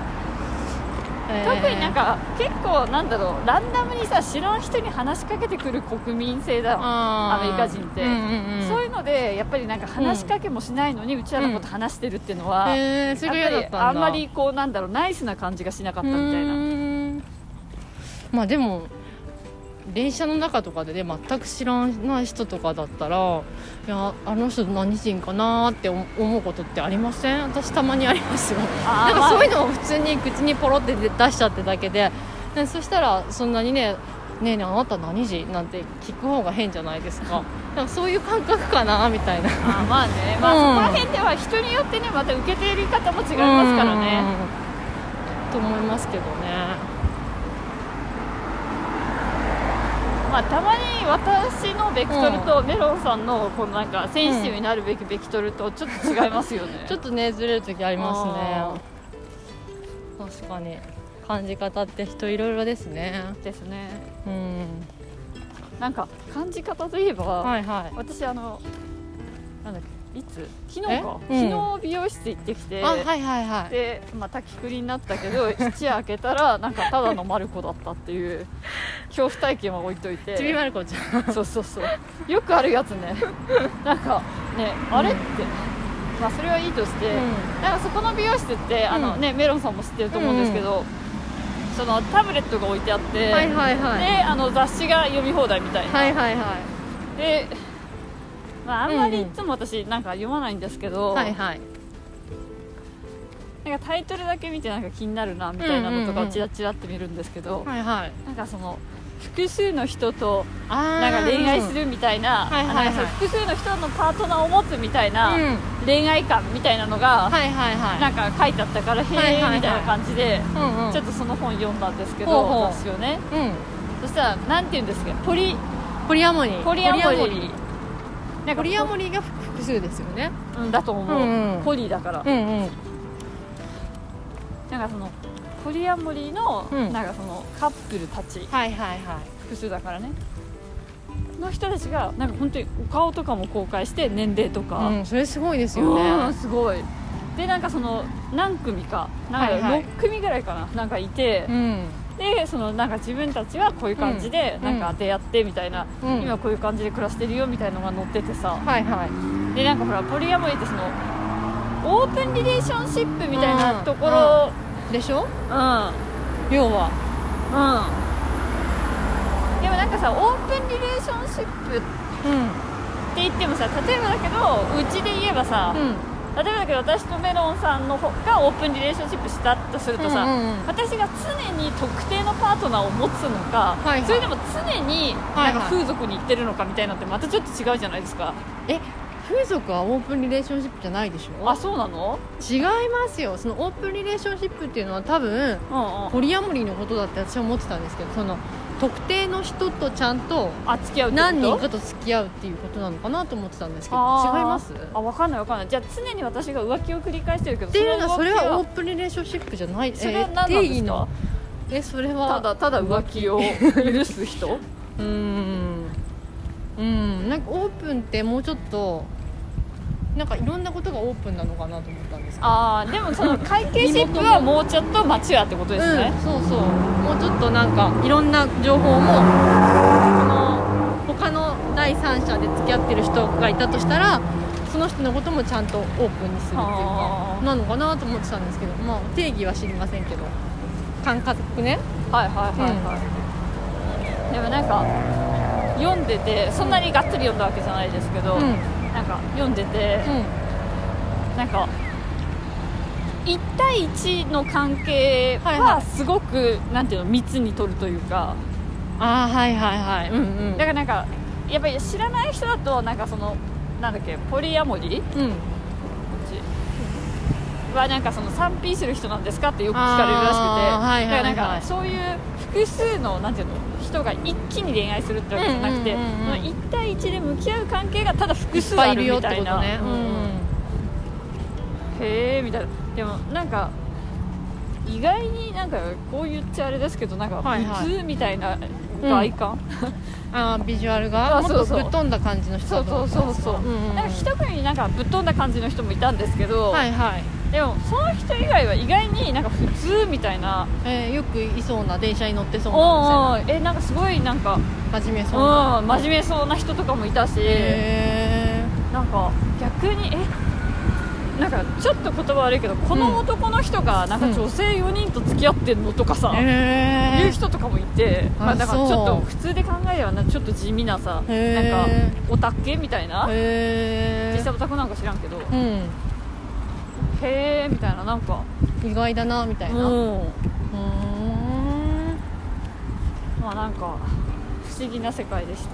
Speaker 2: 人によって、
Speaker 1: 特になん
Speaker 2: か
Speaker 1: か結構なんだろうランダムにさ知らん人に話しかけてくる国民性だわ
Speaker 2: ア
Speaker 1: アメリカ人ってそういうのでやっぱりなんか話しかけもしないのにうちらのこと話してるっていうのは、
Speaker 2: へえそれが嫌だったんだ
Speaker 1: やっぱりあんまりこうなんだろうナイスな感じがしなかったみたいな
Speaker 2: うーんまあでも電車の中とかでね全く知らない人とかだったらいやあの人何人かなーって思思うことってありません私たまにありますよ
Speaker 1: あー
Speaker 2: なんか
Speaker 1: まあ
Speaker 2: そういうのを普通に口にポロって出しちゃってだけででそしたらそんなにね「ねえねえあなた何時?」なんて聞く方が変じゃないです
Speaker 1: <laughs>
Speaker 2: かなんかそういう感覚かなみたいな
Speaker 1: あーまあね、まあ、
Speaker 2: うん
Speaker 1: そこら辺では人によってねまた受け取り方も違いますからね
Speaker 2: うんと思いますけどね
Speaker 1: まあ、たまに私のベクトルとメロンさんのこのなんかセンシティブになるべきベクトルとちょっと違いますよね
Speaker 2: ちょっとねずれる時ありますね確かに感じ方って人いろいろですね
Speaker 1: ですね
Speaker 2: うん
Speaker 1: なんか感じ方といえば、
Speaker 2: はいはい
Speaker 1: 私あのなんだっけいつ昨日
Speaker 2: え
Speaker 1: か、
Speaker 2: うん
Speaker 1: 昨日美容室行ってきて、
Speaker 2: あはいはいはい
Speaker 1: で、まあ、滝くりになったけど <laughs> 一夜明けたらなんかただのマルコだったっていう恐怖体験は置いといて
Speaker 2: ちびまる子ちゃん
Speaker 1: そうそうそうよくあるやつねなんかねあれって、まあそれはいいとして、
Speaker 2: ん
Speaker 1: なんかそこの美容室ってあの、
Speaker 2: うん
Speaker 1: ねメロンさんも知ってると思うんですけど、そのタブレットが置いてあって、
Speaker 2: はいはいはい
Speaker 1: であの雑誌が読み放題みたいな、
Speaker 2: はいはいは
Speaker 1: で、まあ、あんまり
Speaker 2: う
Speaker 1: い
Speaker 2: んうん
Speaker 1: つも私なんか読まないんですけど、
Speaker 2: いはいはい
Speaker 1: なんかタイトルだけ見てなんか気になるなみたいなのとかをチラチラって見るんですけど、
Speaker 2: はいはい
Speaker 1: なんかその複数の人と
Speaker 2: あ
Speaker 1: なんか恋愛す
Speaker 2: る
Speaker 1: るみたいな,、
Speaker 2: はいはいはい
Speaker 1: なんかそう複数の人のパートナーを持つみたいな
Speaker 2: うん
Speaker 1: 恋愛観みたいなのが
Speaker 2: はいはいはい
Speaker 1: なんか書いてあったから、
Speaker 2: はい
Speaker 1: へ
Speaker 2: はいは
Speaker 1: え
Speaker 2: い
Speaker 1: みたいな感じで、
Speaker 2: うんうん
Speaker 1: ちょっとその本読んだんですけど、
Speaker 2: ほうほう
Speaker 1: 私をね
Speaker 2: うん
Speaker 1: そしたらなんて言うんですかポリ
Speaker 2: ポリアモニー
Speaker 1: ポリアモリ
Speaker 2: リ
Speaker 1: ーなんか
Speaker 2: ポリアモリーが複数ですよね
Speaker 1: うんだと思う、
Speaker 2: うんうん
Speaker 1: ポリだから、
Speaker 2: んうん
Speaker 1: なんかそのポリアモリーの、
Speaker 2: うん
Speaker 1: なんかそのカップルたち
Speaker 2: はいはいは
Speaker 1: 複数だからねの人たちがなんか本当にお顔とかも公開して年齢とか、
Speaker 2: いうんそれすごいです
Speaker 1: う
Speaker 2: よ
Speaker 1: わー
Speaker 2: ね
Speaker 1: すごいでなんかその何組かなんか
Speaker 2: はいはい
Speaker 1: 6組ぐらいかななんかいて、
Speaker 2: ん
Speaker 1: でそのなんか自分たちはこういう感じで
Speaker 2: うん
Speaker 1: なんか出会ってみたいな、
Speaker 2: うん
Speaker 1: 今こういう感じで暮らしてるよみたいのが載っててさ
Speaker 2: はいはい
Speaker 1: でなんかほらポリアモリーってそのオープンリレーションシップみたいなところ
Speaker 2: でしょ
Speaker 1: うん、
Speaker 2: 要は
Speaker 1: でもなんかさオープンリレーションシップって
Speaker 2: うん
Speaker 1: 言ってもさ例えばだけどうちで言えばさ、
Speaker 2: う
Speaker 1: 例えばだけど私とメロンさんのほがオープンリレーションシップしたとするとさ、
Speaker 2: うんうんうん
Speaker 1: 私が常に特定のパートナーを持つのか、
Speaker 2: いはい
Speaker 1: それでも常に
Speaker 2: は
Speaker 1: ないん
Speaker 2: はい
Speaker 1: か風俗に行ってるのかみたいなのってまたちょっと違うじゃないですか、
Speaker 2: え風俗はオープンリレーションシップじゃないでしょ
Speaker 1: あそうなの
Speaker 2: 違いますよそのオープンリレーションシップっていうのは多分
Speaker 1: うんうん
Speaker 2: ポリアモリーのことだって私は思ってたんですけどその特定の人とちゃんと
Speaker 1: あ付き合うってこと
Speaker 2: 何人かと付き合うっていうことなのかなと思ってたんですけど違い
Speaker 1: あー
Speaker 2: ますっ
Speaker 1: あ分かんない分かんないじゃあ常に私が浮気を繰り返してるけど
Speaker 2: ていうのはそれはオー
Speaker 1: プ
Speaker 2: プンリレーションシップじゃない
Speaker 1: それは
Speaker 2: え
Speaker 1: 何なん
Speaker 2: 定
Speaker 1: で
Speaker 2: 義
Speaker 1: すか
Speaker 2: のえそれ
Speaker 1: た
Speaker 2: は
Speaker 1: だただ浮気を許す人
Speaker 2: うーんうんなんかオープンってもうちょっとなんかいろんなことがオープンなのかなと思ったんですけ
Speaker 1: <laughs>
Speaker 2: ど
Speaker 1: ああでもその会計シップはもうちょっとマチュアってことですね、
Speaker 2: うん、そうそうもうちょっとなんかいろんな情報もその他の第三者で付き合ってる人がいたとしたらその人のこともちゃんとオープンにするっていう
Speaker 1: あ
Speaker 2: か
Speaker 1: ー
Speaker 2: なのかなと思ってたんですけど、まあ、定義は知りませんけど感覚ね
Speaker 1: はいはいはいはい、でもなんか読んでてそんなにがっつり読んだわけじゃないですけど、
Speaker 2: うんうん
Speaker 1: なんか読んでて、なんか1対1の関係
Speaker 2: はいは
Speaker 1: はすごく、なんていうの密に取るというか
Speaker 2: ああはいはいはいうんうん
Speaker 1: だからなんかやっぱり知らない人だとなんかそのなんだっけポリアモリ
Speaker 2: うん
Speaker 1: はなんかその賛否する人なんですかってよく聞かれるらしくて、
Speaker 2: あーはいはいはいは
Speaker 1: だ
Speaker 2: い
Speaker 1: からなんかそういう複数のなんていうの人が一気に恋愛するってわけじゃなくて、
Speaker 2: うんうんうんうん
Speaker 1: その1対1で向き合う関係がただ複
Speaker 2: いっ
Speaker 1: 数
Speaker 2: ぱい
Speaker 1: あ
Speaker 2: いる
Speaker 1: る
Speaker 2: よ
Speaker 1: み
Speaker 2: って
Speaker 1: た
Speaker 2: こ
Speaker 1: いな
Speaker 2: とね、うん
Speaker 1: へえみたいなでもなんか意外になんかこう言っちゃあれですけどなんか
Speaker 2: はいはい
Speaker 1: 普通みたいな外観、
Speaker 2: ああビジュアルが
Speaker 1: あ
Speaker 2: もっ
Speaker 1: そ
Speaker 2: と
Speaker 1: うそう
Speaker 2: ぶっ飛んだ感じの人
Speaker 1: そうそうそうそう、
Speaker 2: んうん
Speaker 1: なんか一組になんかぶっ飛んだ感じの人もいたんですけど、
Speaker 2: はいはい
Speaker 1: でもその人以外は意外になんか普通みたいな
Speaker 2: えーよくいそうな電車に乗ってそう
Speaker 1: お
Speaker 2: な
Speaker 1: うおうえなんかすごいなんか、
Speaker 2: 真面目
Speaker 1: うん、
Speaker 2: そうな
Speaker 1: 真面目そうな人とかもいたし、
Speaker 2: へ
Speaker 1: なんか逆にえなんかちょっと言葉悪いけどこの男の人がなんか女性4人と付き合ってんのとかさ、
Speaker 2: ーへー
Speaker 1: いう人とかもいて、
Speaker 2: あ
Speaker 1: まあ、だからちょっ
Speaker 2: そう
Speaker 1: と普通で考えればなちょっと地味なさ
Speaker 2: へー
Speaker 1: なんかオタッケみたいな
Speaker 2: へー
Speaker 1: 実際オタクなんか知らんけどへ
Speaker 2: う
Speaker 1: えみたいななんか
Speaker 2: ん意外だなみたいなう
Speaker 1: うん
Speaker 2: ーん
Speaker 1: まあなんか不思議な世界でした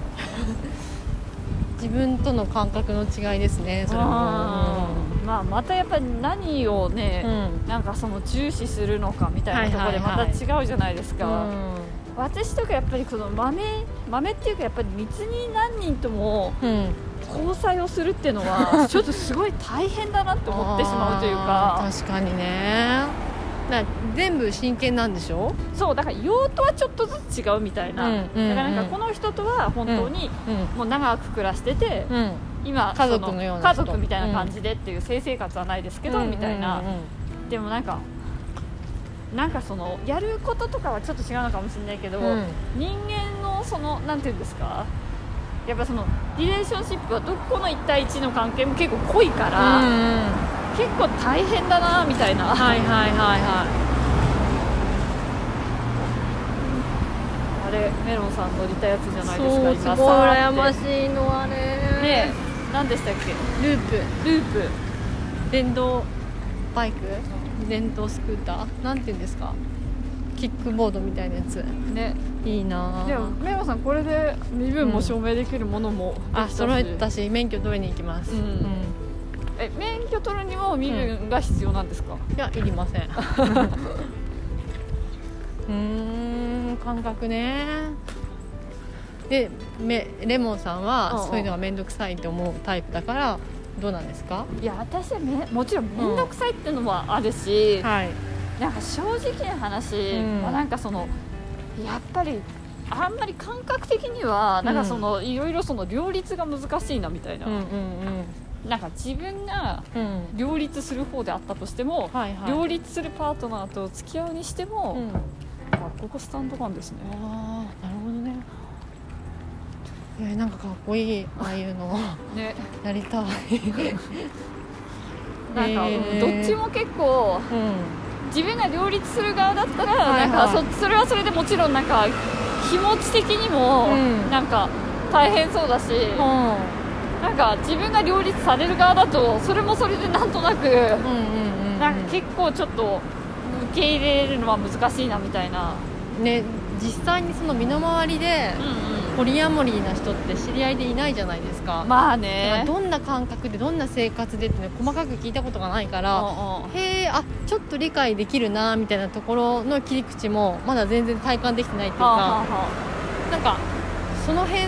Speaker 2: 自分との感覚の違いですねそれは
Speaker 1: うんまあまたやっぱり何をね、
Speaker 2: うん
Speaker 1: なんかその重視するのかみたいなところで
Speaker 2: はい
Speaker 1: ま
Speaker 2: はい
Speaker 1: た
Speaker 2: はい
Speaker 1: 違うじゃないですか、
Speaker 2: うん
Speaker 1: 私とかやっぱりその豆豆っていうかやっぱり密に何人とも
Speaker 2: うん
Speaker 1: 交際をするっていうの
Speaker 2: <laughs>
Speaker 1: はちょっとすごい大変だなって思ってしまうという
Speaker 2: あ
Speaker 1: か
Speaker 2: ー確かにねな全部真剣なんでしょ
Speaker 1: そうだから用途はちょっとずつ違うみたいな、
Speaker 2: うんうんうん
Speaker 1: だからなんかこの人とは本当に
Speaker 2: う
Speaker 1: もう長く暮らしてて、
Speaker 2: んうん
Speaker 1: 今
Speaker 2: 家族のような
Speaker 1: そ
Speaker 2: 人
Speaker 1: 家族みたいな感じでっていう性生活はないですけど、みたいな、
Speaker 2: うんうん
Speaker 1: でもなんかなんかそのやることとかはちょっと違うのかもしれないけど、
Speaker 2: うん
Speaker 1: 人間のそのなんていうんですかやっぱそのリレーションシップはどこの1対1の関係も結構濃いか
Speaker 2: うん
Speaker 1: ら、
Speaker 2: うん
Speaker 1: 結構大変だなみたいな、
Speaker 2: はいはいはいは
Speaker 1: あれメロンさん乗りたやつじゃない
Speaker 2: い
Speaker 1: ですか
Speaker 2: そうすご
Speaker 1: 今
Speaker 2: い
Speaker 1: さ
Speaker 2: 羨ま
Speaker 1: い
Speaker 2: しいのあれ
Speaker 1: ねえ何でしたっけ
Speaker 2: ループ
Speaker 1: ループ
Speaker 2: 電動バイク電動スクーターなんていうんですかキックボードみたいなやつ
Speaker 1: ね
Speaker 2: いいな
Speaker 1: でも
Speaker 2: ぁ
Speaker 1: メロンさんこれで身分も証明できるものもできたし
Speaker 2: あ揃えたし免許取りに行きます、
Speaker 1: うんえ免許取るにも身分が必要なんですか、
Speaker 2: いやいり
Speaker 1: <laughs>
Speaker 2: ませんうーん感覚ねでめレモンさん
Speaker 1: うんう
Speaker 2: は
Speaker 1: ん
Speaker 2: そういうのが面倒くさいと思うタイプだからどうなんですか
Speaker 1: いや私はめもちろん面倒くさいってのもあるし、
Speaker 2: はい
Speaker 1: なんか正直な話、
Speaker 2: うん
Speaker 1: まあ、なんかそのやっぱりあんまり感覚的にはなんかその、いろいろその両立が難しいなみたいな、
Speaker 2: うんうん
Speaker 1: なんか自分が
Speaker 2: うんうん
Speaker 1: 両立する方であったとしても、
Speaker 2: はいはい
Speaker 1: 両立するパートナーと付き合うにしても、
Speaker 2: うん、
Speaker 1: なんかここスタンド感ですね
Speaker 2: ああなるほどねえーなんかかっこいいああいうの <laughs>
Speaker 1: ね
Speaker 2: やりたい
Speaker 1: なんか、
Speaker 2: へー
Speaker 1: どっちも結構
Speaker 2: うん
Speaker 1: 自分が両立する側だったら、
Speaker 2: はいはい
Speaker 1: なんかそそれはそれでもちろんなんか気持ち的にも
Speaker 2: うん
Speaker 1: なんか大変そうだし、
Speaker 2: うん
Speaker 1: なんか自分が両立される側だとそれもそれでなんとなく
Speaker 2: うんうんうん
Speaker 1: なんか結構ちょっと受け入れるのは難しいなみたいな
Speaker 2: ね実際にその身の回りで
Speaker 1: うん
Speaker 2: ポリアモリーな人って知り合いでいないじゃないですか、
Speaker 1: まあ
Speaker 2: だから
Speaker 1: ね
Speaker 2: どんな感覚でどんな生活でってね細かく聞いたことがないから、
Speaker 1: うんうん
Speaker 2: へえあちょっと理解できるなみたいなところの切り口もまだ全然体感できてないっていうか、
Speaker 1: はあはあは
Speaker 2: なんかその辺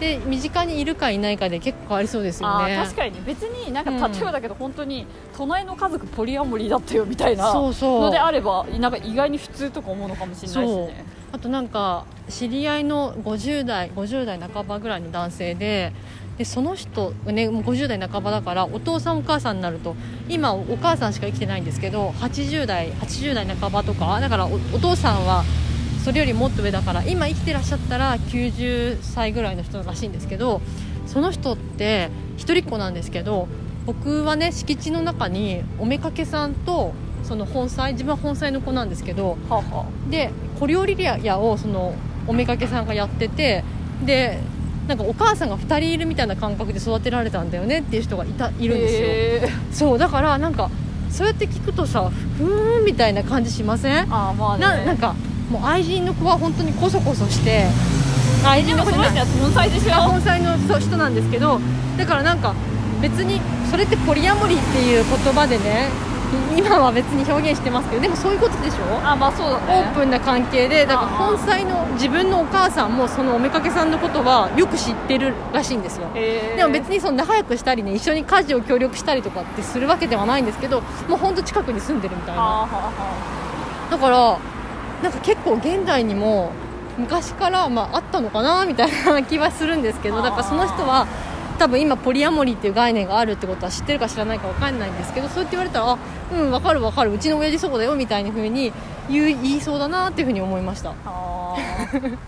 Speaker 2: で身近にいるかいないかで結構変わりそうですよ
Speaker 1: ああ
Speaker 2: ね
Speaker 1: ー確かにね別になんか
Speaker 2: うん
Speaker 1: 例えばだけど本当に隣の家族ポリアモリーだったよみたいな
Speaker 2: そう
Speaker 1: の
Speaker 2: そう
Speaker 1: であればなんか意外に普通とか思うのかもしれないしね
Speaker 2: あとなんか知り合いの50代50代半ばぐらいの男性ででその人、ね、もう50代半ばだからお父さんお母さんになると今お母さんしか生きてないんですけど80代80代半ばとかだからおお父さんはそれよりもっと上だから今生きてらっしゃったら90歳ぐらいの人らしいんですけどその人って一人っ子なんですけど僕はね敷地の中におめかけさんとその本妻自分は本妻の子なんですけど
Speaker 1: はあは
Speaker 2: で小料理屋をそのおめかけさんがやっててでなんかお母さんが2人いるみたいな感覚で育てられたんだよねっていう人がいたい
Speaker 1: い
Speaker 2: るんですよ、
Speaker 1: へー
Speaker 2: そうだからなんかそうやって聞くとさふーんみたいな感じしません
Speaker 1: ああまあね
Speaker 2: ななんかもう愛人の子は本当にこそこそして愛
Speaker 1: で
Speaker 2: 人の
Speaker 1: も
Speaker 2: 子
Speaker 1: そ
Speaker 2: じゃ
Speaker 1: の
Speaker 2: な
Speaker 1: 人は存在
Speaker 2: い
Speaker 1: でし
Speaker 2: が
Speaker 1: ょ
Speaker 2: 本妻のそう人なんですけどだからなんか別にそれってポリアモリーっていう言葉でねい今は別に表現してますけどでもそういうことでしょ
Speaker 1: あまあそうだ
Speaker 2: オー
Speaker 1: ね
Speaker 2: プンな関係でだか
Speaker 1: あ
Speaker 2: ら
Speaker 1: あ
Speaker 2: 本妻の自分のお母さんもそのおめかけさんのことはよく知ってるらしいんですよ
Speaker 1: へー
Speaker 2: でも別にその仲良くしたりね一緒に家事を協力したりとかってするわけではないんですけどもうほんと近くに住んでるみたい
Speaker 1: は
Speaker 2: な
Speaker 1: あはあは
Speaker 2: だからなんか結構現代にも昔からまああったのかなみたいな気はするんですけどだからその人は多分今ポリアモリーっていう概念があるってことは知ってるか知らないかわかんないんですけどそうやって言われたらあうんわかるわかるうちの親父そうだよみたいな風に言う言いそうだなっていう風に思いました
Speaker 1: ああー <laughs> なるほどね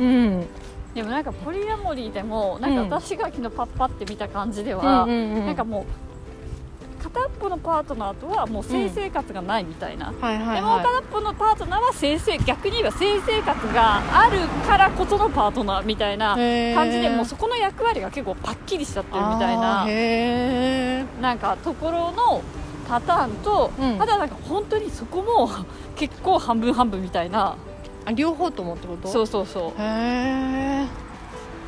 Speaker 2: うん
Speaker 1: でもなんかポリアモリーでもな
Speaker 2: うん
Speaker 1: んか私が昨日パッパって見た感じでは、な
Speaker 2: なん
Speaker 1: かもう片っぽのパートナーとはもう性生活がないみたいな、
Speaker 2: はいはい
Speaker 1: でもう
Speaker 2: は
Speaker 1: 片っぽのパートナーは性生逆に言えば性生活があるからこそのパートナーみたいない
Speaker 2: へー
Speaker 1: 感じでもうそこの役割が結構パッキリしちゃってるみたい
Speaker 2: あ
Speaker 1: な
Speaker 2: ーへえ
Speaker 1: なんかところのパターンと、
Speaker 2: うん
Speaker 1: ただなんか本当にそこも <laughs> 結構半分半分みたいな
Speaker 2: 両方ともってこと
Speaker 1: そうそうそう
Speaker 2: へえ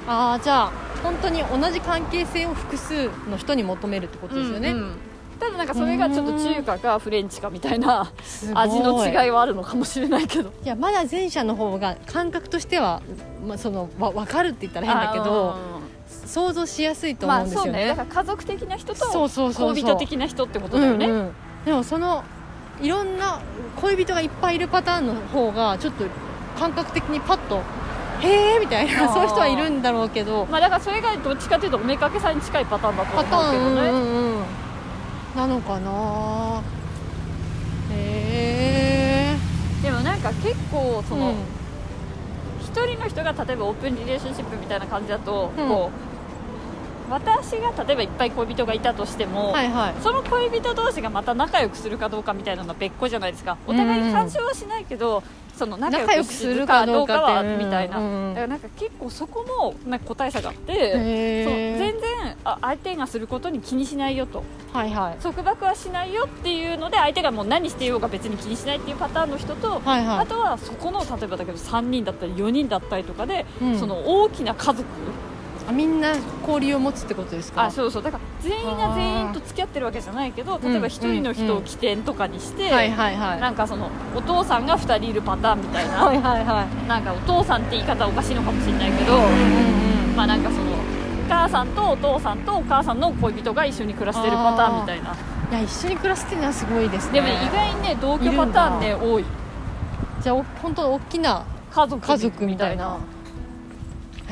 Speaker 2: ああじゃあ本当に同じ関係性を複数の人に求めるってことですよね、
Speaker 1: うんうんただなんかそれがちょっと中華かフレンチかみたいな
Speaker 2: すごい
Speaker 1: 味の違いはあるのかもしれないけど
Speaker 2: いやまだ前者の方が感覚としては、まあ、そのわ分かるって言ったら変だけ
Speaker 1: あ
Speaker 2: ど
Speaker 1: の
Speaker 2: 想像しやすいと
Speaker 1: まあ
Speaker 2: 思うんです
Speaker 1: そう
Speaker 2: よ
Speaker 1: ねだ
Speaker 2: ね,、
Speaker 1: から家族的な人
Speaker 2: そ
Speaker 1: と
Speaker 2: うそうそうそう
Speaker 1: 恋人的な人ってことだよね
Speaker 2: うんうんでもそのいろんな恋人がいっぱいいるパターンの方がちょっと感覚的にパッとへえみたい
Speaker 1: あ
Speaker 2: な
Speaker 1: ー
Speaker 2: そういう人はいるんだろうけど
Speaker 1: まあだからそれがどっちかというとおめかけさんに近いパターンだと
Speaker 2: パタ
Speaker 1: 思うけ
Speaker 2: ーン、
Speaker 1: どね、
Speaker 2: うんうんなのかなへえ
Speaker 1: でもなんか結構その
Speaker 2: うん
Speaker 1: 一、人の人が例えばオープンリレーションシップみたいな感じだと、
Speaker 2: うん
Speaker 1: こう私が例えばいっぱい恋人がいたとしても、
Speaker 2: はいはい
Speaker 1: その恋人同士がまた仲良くするかどうかみたいなのは別個じゃないですかお互いに干渉はしないけど、その仲良くするかどうかは
Speaker 2: 仲良くするかどうかって
Speaker 1: みたいな、
Speaker 2: うんう
Speaker 1: だ
Speaker 2: ん
Speaker 1: からなんか結構そこもなんか個体差があって、
Speaker 2: へ
Speaker 1: そう全
Speaker 2: え
Speaker 1: 然あ相手がすることに気にしないよと
Speaker 2: はいはい
Speaker 1: 束縛はしないよっていうので相手がもう何していようが別に気にしないっていうパターンの人と、
Speaker 2: はいはい
Speaker 1: あとはそこの例えばだけど3人だったり4人だったりとかで、
Speaker 2: うん
Speaker 1: その大きな家族
Speaker 2: あみんな交流を持つってことですか
Speaker 1: あそうそうだから全員が全員と付き合ってるわけじゃないけど例えば1人の人を起点とかにして、
Speaker 2: はいはいはい
Speaker 1: なんかそのお父さんが2人いるパターンみたいな、
Speaker 2: はいはいはい
Speaker 1: なんかお父さんって言い方おかしいのかもしれないけど、
Speaker 2: うん
Speaker 1: まあなんかそのお母さんとお父さんとお母さんの恋人が一緒に暮らしてるパターンみたいない
Speaker 2: や一緒に暮らすっていうのはすごいですね
Speaker 1: でもね意外にね同居パターンね多い
Speaker 2: じゃあお本当大きな
Speaker 1: 家族
Speaker 2: 家族みたいな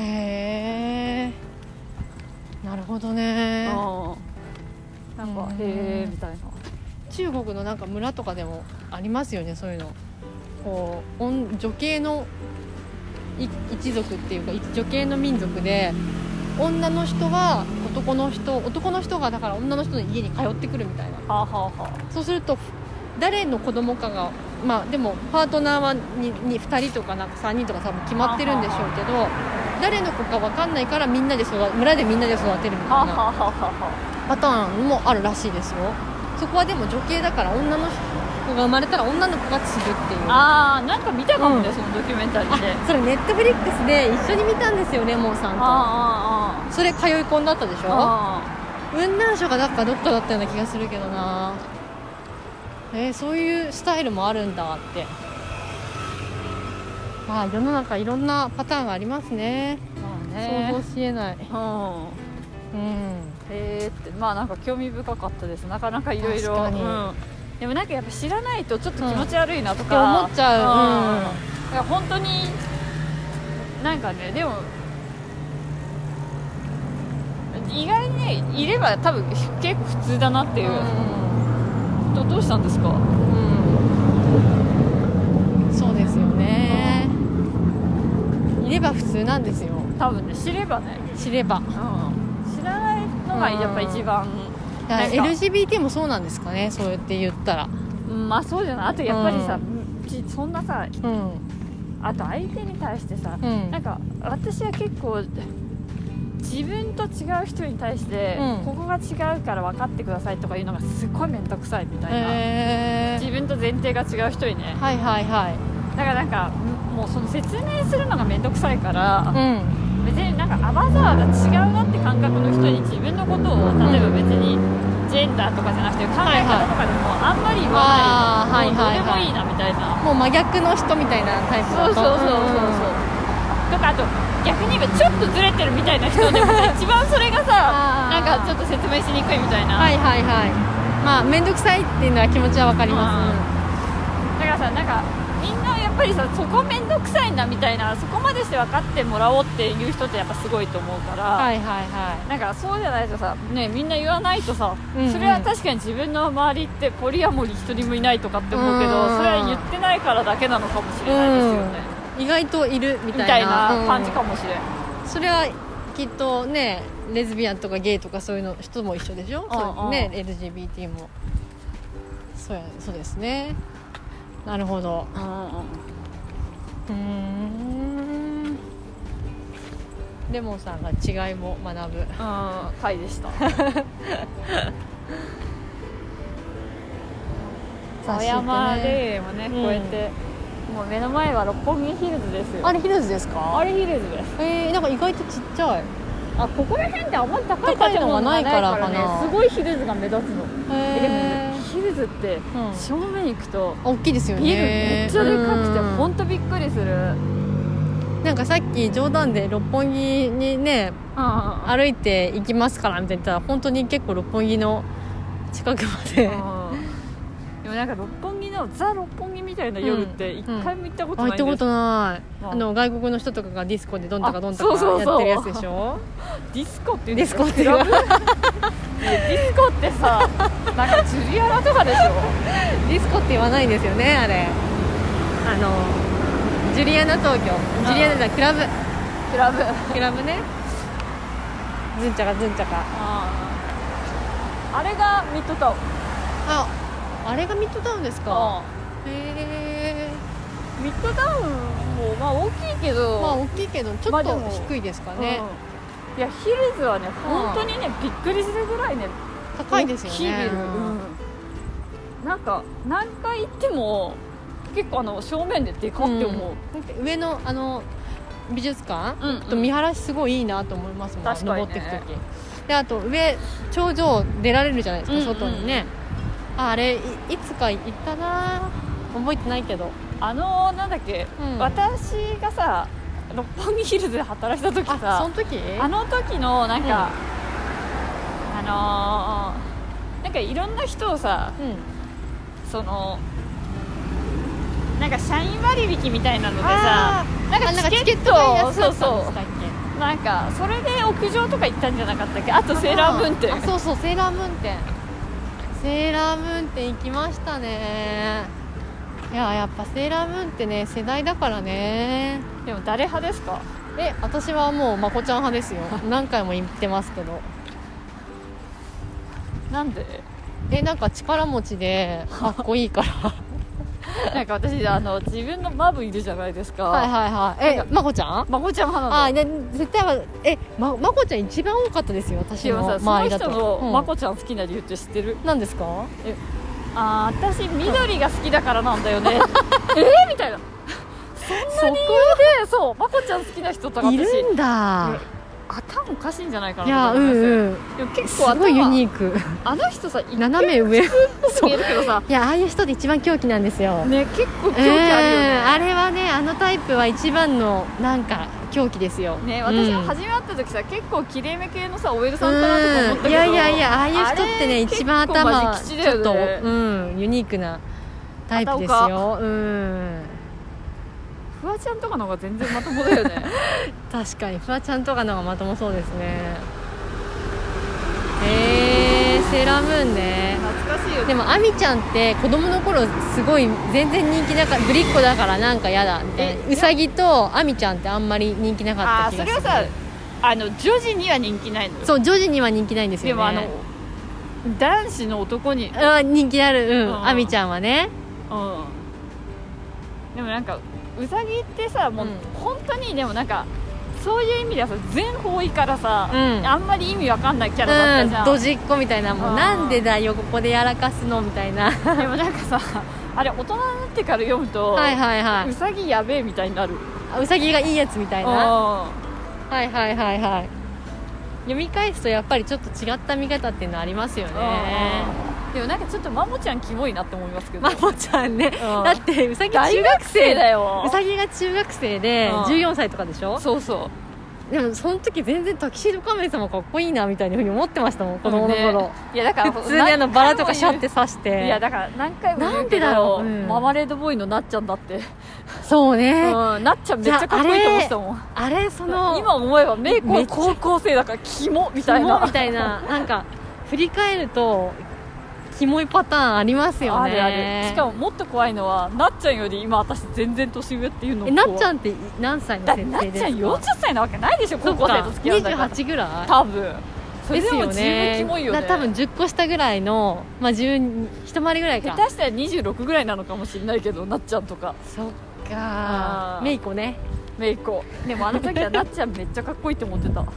Speaker 2: へえなるほど
Speaker 1: みたい
Speaker 2: ね
Speaker 1: なうんなんか
Speaker 2: う
Speaker 1: へ
Speaker 2: ん
Speaker 1: えみたいな
Speaker 2: 中国のなんか村とかでもありますよねそういうのこう女女系のい一族っていうか一女系の民族で女の人は男の人男の人がだから女の人の家に通ってくるみたいな
Speaker 1: はあ、はあは
Speaker 2: そうすると誰の子供かがまあでもパートナーは 2, 人とかなんか3人とか多分決まってるんでしょうけど誰の子か分かんないからみんなで育村でみんなで育てるみ
Speaker 1: は
Speaker 2: た
Speaker 1: あ
Speaker 2: い
Speaker 1: は
Speaker 2: な
Speaker 1: あはあは
Speaker 2: パターンもあるらしいですよそこはでも女系だから女の子が生まれたら女の子が継ぐっていう
Speaker 1: ああーなんか見たかもね、
Speaker 2: うん
Speaker 1: そのドキュメンタリ
Speaker 2: <laughs>
Speaker 1: ーで
Speaker 2: それネットフリックスで一緒に見たんですよレモンさん
Speaker 1: あ
Speaker 2: とそれ通い込んだったでし
Speaker 1: あああ
Speaker 2: ょ
Speaker 1: あ
Speaker 2: 雲南省がどっかどっかだったような気がするけどなえーそういうスタイルもあるんだってまあ世の中いろんなパターンがありますね
Speaker 1: あまあ
Speaker 2: 想
Speaker 1: ね
Speaker 2: 像しえない
Speaker 1: うん
Speaker 2: うん
Speaker 1: へえってまあなんか興味深かったですなかなかいろいろ
Speaker 2: 確かに
Speaker 1: うん、でもなんかやっぱ知らないとちょっと気持ち悪いなと
Speaker 2: って
Speaker 1: か、
Speaker 2: 思っちゃううん
Speaker 1: いや本当になんかねでも意外にねいれば多分結構普通だなっていう、どどうしたんですか
Speaker 2: うんそうですよねいれば普通なんですよ
Speaker 1: 多分ね知ればね、
Speaker 2: 知れば
Speaker 1: うん、知らないのがやっぱ一番、
Speaker 2: だから
Speaker 1: なんか
Speaker 2: LGBT もそうなんですかねそうやって言ったら
Speaker 1: うんまあそうじゃないあとやっぱりさ、
Speaker 2: う
Speaker 1: きそんなさ
Speaker 2: うん
Speaker 1: あと相手に対してさ、
Speaker 2: うん
Speaker 1: なんか私は結構自分と違う人に対して、
Speaker 2: うん
Speaker 1: ここが違うから分かってくださいとかいうのがすごい面倒くさいみたいな、
Speaker 2: へ
Speaker 1: 自分と前提が違う人にね
Speaker 2: はいはいはい
Speaker 1: だからなんかんもうその説明するのが面倒くさいから、
Speaker 2: う
Speaker 1: 別になんかアバザーが違うなって感覚の人に自分のことを例えば別にジェンダーとかじゃなくて考え方とかでもあんまり言わない、
Speaker 2: あ
Speaker 1: もう
Speaker 2: ーはいは
Speaker 1: ど
Speaker 2: い
Speaker 1: う
Speaker 2: はい
Speaker 1: でもいいなみたいな。
Speaker 2: んもう真逆の人みたいなタイプ
Speaker 1: そうそ
Speaker 2: だ
Speaker 1: うそう
Speaker 2: と
Speaker 1: そうそう、と
Speaker 2: ん
Speaker 1: かあと逆に言えばちょっとずれてるみたいな人でもさ一番それがさ
Speaker 2: <laughs> あ
Speaker 1: な
Speaker 2: ー
Speaker 1: んかちょっと説明しにくいみたいな、
Speaker 2: はいはいはいまあ面倒くさいっていうのは気持ちはわかりま
Speaker 1: だからさなんかみんなやっぱりさそこ面倒くさいなみたいなそこまでして分かってもらおうっていう人ってやっぱすごいと思うから、
Speaker 2: すはいはいは
Speaker 1: なんかそうじゃないとさ、ね、みんな言わないとさ、
Speaker 2: うんうん
Speaker 1: それは確かに自分の周りってポリアモリ一人もいないとかって思うけど、
Speaker 2: うん
Speaker 1: それは言ってないからだけなのかもしれないですよね、
Speaker 2: い意外といるみ
Speaker 1: みた
Speaker 2: た
Speaker 1: い
Speaker 2: いな
Speaker 1: な感じか
Speaker 2: も
Speaker 1: もしれん、
Speaker 2: それはきっとねレズビアンとかゲイとかそういうの人も一緒でしょ
Speaker 1: うんうん
Speaker 2: そうね LGBT もそうやそうですねなるほど
Speaker 1: うんうん
Speaker 2: うーんレモンさんが違いも学ぶ
Speaker 1: うん回で <laughs> した
Speaker 2: 雑誌ってね
Speaker 1: 青山霊園もね、
Speaker 2: うん
Speaker 1: こうやってもう目の前は六本木ヒルズですよ
Speaker 2: あれヒルズですか
Speaker 1: あれヒルズです
Speaker 2: えー、なんか意外とちっちゃい
Speaker 1: あここら辺ってあんまり高い
Speaker 2: 高い
Speaker 1: 建
Speaker 2: の
Speaker 1: 物が
Speaker 2: がな
Speaker 1: ないい
Speaker 2: か
Speaker 1: からら
Speaker 2: かな
Speaker 1: ねすごいヒルズが目立つのえでも
Speaker 2: へ
Speaker 1: ねヒルズって
Speaker 2: うん
Speaker 1: 正面行くと
Speaker 2: ー大きいですよね
Speaker 1: ビルめっちゃでかくて
Speaker 2: うん
Speaker 1: ほんとびっくりするうん
Speaker 2: なんかさっき冗談で六本木にね
Speaker 1: あ
Speaker 2: 歩いて行きますからみたいな言ったら本当に結構六本木の近くまで
Speaker 1: でもなんか六本木のザ・六本木みたいな夜って一回も行ったこと
Speaker 2: あ
Speaker 1: ない
Speaker 2: 行
Speaker 1: ん
Speaker 2: っ
Speaker 1: です
Speaker 2: た
Speaker 1: よ
Speaker 2: ことない
Speaker 1: うん
Speaker 2: あの外国の人とかがディスコでどんたかどんた
Speaker 1: あそうそう
Speaker 2: か
Speaker 1: そ
Speaker 2: やっ
Speaker 1: う
Speaker 2: てるやつ
Speaker 1: <laughs>
Speaker 2: でしょ
Speaker 1: ディスコっていうん
Speaker 2: デ
Speaker 1: で
Speaker 2: ィ
Speaker 1: す
Speaker 2: ス
Speaker 1: か
Speaker 2: コっていう
Speaker 1: クラブいやディスコって
Speaker 2: <laughs>
Speaker 1: さなんかジュリアナとかでしょ
Speaker 2: ディスコって言わないんですよねあれあのジュリアナ東京ジュリアナじゃないクラブ
Speaker 1: クラブ
Speaker 2: クラブねずんちゃかずんちゃか
Speaker 1: あれがミッドタウン
Speaker 2: ああれがミッドタウンですかへえ
Speaker 1: ミッドタウンもまあ大きいけど、
Speaker 2: まあ大きいけどちょ
Speaker 1: ま
Speaker 2: っ
Speaker 1: あで
Speaker 2: と
Speaker 1: も
Speaker 2: 低いですかね、
Speaker 1: うんいやヒルズはね本当にね、びっくりするぐらいね
Speaker 2: 高いですよね
Speaker 1: 大きいビル、う
Speaker 2: うん
Speaker 1: んなんか何回行っても結構あの正面ででかって思う、
Speaker 2: なんか上のあの美術館、
Speaker 1: うんうん
Speaker 2: と見晴らしすごいいいなと思いますもん、
Speaker 1: 確かにね
Speaker 2: 登っていく時であと上頂上出られるじゃないですか、
Speaker 1: うんうん
Speaker 2: 外にねああれいいつか行ったな覚えてないけど
Speaker 1: あのなんだっけ、
Speaker 2: うん
Speaker 1: 私がさ六本木ヒルズで働いた時
Speaker 2: あ
Speaker 1: さ
Speaker 2: その時
Speaker 1: あの時のなんか、あのーなんかいろんな人をさ
Speaker 2: うん、
Speaker 1: そのなんか社員割引みたいなのでさ
Speaker 2: あ
Speaker 1: な
Speaker 2: ー
Speaker 1: ん
Speaker 2: あ
Speaker 1: かチケット
Speaker 2: が安かったんでしたっ
Speaker 1: そうそうなんかそれで屋上とか行ったんじゃなかったっけあと
Speaker 2: け
Speaker 1: セーラームーン店
Speaker 2: あそうそうセーラームーン店セーラームーン店行きましたねいややっぱセーラームーンってね世代だからね
Speaker 1: でも誰派ですか
Speaker 2: え私はもうまこちゃん派ですよ何回も言ってますけど
Speaker 1: なんで
Speaker 2: <laughs>
Speaker 1: <laughs>
Speaker 2: えなんか力持ちでかっこいいから
Speaker 1: なんか私あの自分のマブいるじゃないですか、
Speaker 2: はいはいはいえ
Speaker 1: なん
Speaker 2: まこちゃん
Speaker 1: 孫ちゃん派
Speaker 2: あ
Speaker 1: な
Speaker 2: あ
Speaker 1: の
Speaker 2: ね絶対はえままこちゃん一番多かったですよ私
Speaker 1: しま
Speaker 2: の
Speaker 1: さんそ
Speaker 2: 周
Speaker 1: の
Speaker 2: りだ
Speaker 1: 人
Speaker 2: と
Speaker 1: のま
Speaker 2: うん
Speaker 1: こちゃん好きな理由って知ってる、
Speaker 2: 何ですか
Speaker 1: ああ私緑が好きだからなんだよね <laughs> えー、みたいな
Speaker 2: <laughs> そこ
Speaker 1: でそうまこちゃん好きな人とか
Speaker 2: い
Speaker 1: 私
Speaker 2: るんだ
Speaker 1: ね頭おかしいんじゃないか
Speaker 2: いや
Speaker 1: なと
Speaker 2: う
Speaker 1: 思
Speaker 2: ん
Speaker 1: います、
Speaker 2: うん
Speaker 1: でも結
Speaker 2: す
Speaker 1: 構
Speaker 2: ごいユ
Speaker 1: 頭
Speaker 2: ニーク
Speaker 1: あの人さ一見
Speaker 2: 斜 <laughs> め上そう
Speaker 1: 見えるけどさ
Speaker 2: いやああいう人で一番狂気なんですよ、
Speaker 1: ね結構狂気あるよね、
Speaker 2: えーあれはねあのタイプは一番のなんか狂気ですよ
Speaker 1: ね、私も
Speaker 2: うん
Speaker 1: 初め会った時さ、結構きれいめ系のさ OL さんかなとか思ったけど、
Speaker 2: いやいやいやああいう人って
Speaker 1: あ
Speaker 2: ね
Speaker 1: れ
Speaker 2: 一番
Speaker 1: 結構
Speaker 2: 頭
Speaker 1: マジ
Speaker 2: ち
Speaker 1: 吉だよ
Speaker 2: ょっ
Speaker 1: ね
Speaker 2: と、うん、ユニークなタイプです
Speaker 1: 片
Speaker 2: ようん
Speaker 1: フワちゃんとかの方が全然まともだよ
Speaker 2: <laughs>
Speaker 1: ね
Speaker 2: 確かにフワちゃんとかの方がまともそうですねへえー、セーラームーンね
Speaker 1: 懐かしいよね
Speaker 2: でもアミちゃんって子供の頃すごい全然人気なかったぶりっ子だからなんか嫌だみたいな
Speaker 1: え
Speaker 2: うさぎとアミちゃんってあんまり人気なか
Speaker 1: あ
Speaker 2: っ
Speaker 1: ー
Speaker 2: た気
Speaker 1: そ
Speaker 2: がす
Speaker 1: れ
Speaker 2: る
Speaker 1: はさあの女児には人気ないのよ
Speaker 2: そうジョジには人気ないんですよね
Speaker 1: でもあの男子の男にうん
Speaker 2: あ人気あるう
Speaker 1: うん
Speaker 2: んアミちゃんはね
Speaker 1: でもなんかうさぎってさもう
Speaker 2: うん
Speaker 1: 本当にでもなんかそういう意味ではさ全方位からさ、
Speaker 2: うん
Speaker 1: あんまり意味わかんないキャラだっ
Speaker 2: う
Speaker 1: た
Speaker 2: ん
Speaker 1: じゃん、
Speaker 2: ドジっ子みたいなも
Speaker 1: うん
Speaker 2: うなんでだよここでやらかすのみたい
Speaker 1: <laughs>
Speaker 2: なは
Speaker 1: でもなんかさあれ大人になってから読むと、
Speaker 2: いはいは
Speaker 1: う
Speaker 2: い
Speaker 1: さぎやべえみたいになる
Speaker 2: あうさぎがいいやつみたいな
Speaker 1: うん
Speaker 2: はいはいはいはい読み返すとやっぱりちょっと違った見方っていうのありますよね
Speaker 1: でもなんかちょっとマモちゃんキモいなって思いますけど、
Speaker 2: まもちゃんね
Speaker 1: うん
Speaker 2: だってうさぎ
Speaker 1: 大
Speaker 2: 中
Speaker 1: 学
Speaker 2: 学
Speaker 1: 生
Speaker 2: 生
Speaker 1: だ
Speaker 2: だよ
Speaker 1: よ
Speaker 2: うさぎが中学生で
Speaker 1: うん
Speaker 2: 14歳とかでしょ
Speaker 1: そうそ
Speaker 2: でもその時全然タキシード仮面様かっこいいなみたいなふうに思ってましたもん
Speaker 1: う
Speaker 2: 子供の頃、
Speaker 1: ねいやだから
Speaker 2: 普通にあのバラとかシャってて刺して
Speaker 1: いやだから何回も言うけど
Speaker 2: なんでだろううん
Speaker 1: ママレードボーイのなっちゃんだって、
Speaker 2: そう
Speaker 1: う
Speaker 2: ね、
Speaker 1: ん、なっちゃんめっちゃかっこいいと思ってたもん
Speaker 2: あれその
Speaker 1: 今思えばメイ
Speaker 2: め
Speaker 1: ク
Speaker 2: っちゃ
Speaker 1: 高校生だからキモみ
Speaker 2: キ
Speaker 1: たいな
Speaker 2: モみたいななんか振り返るとキモいパターンありますよ
Speaker 1: あ
Speaker 2: ね
Speaker 1: るあるしかももっと怖いのはなっちゃんより今私全然年上っていうのも
Speaker 2: えなっちゃ
Speaker 1: ん
Speaker 2: んって何歳の
Speaker 1: だっ
Speaker 2: 設
Speaker 1: て
Speaker 2: 定
Speaker 1: なっ
Speaker 2: で
Speaker 1: ちゃ
Speaker 2: すか
Speaker 1: ん40歳なわけないでしょ
Speaker 2: そ
Speaker 1: 高校
Speaker 2: っか
Speaker 1: 生と付き合うんだから
Speaker 2: 28ぐらい
Speaker 1: 多分それ
Speaker 2: で
Speaker 1: ですも十
Speaker 2: よ
Speaker 1: 分
Speaker 2: ね
Speaker 1: キモいよね
Speaker 2: な多分10個下ぐらいのまあ10一回りぐらい
Speaker 1: 下
Speaker 2: か
Speaker 1: 手したら26ぐらいなのかもしれないけどなっちゃんとか
Speaker 2: そっ
Speaker 1: あ
Speaker 2: か
Speaker 1: ー
Speaker 2: メイコね
Speaker 1: メイコでもあの時はなっちゃんめっちゃかっこいいと思ってた覚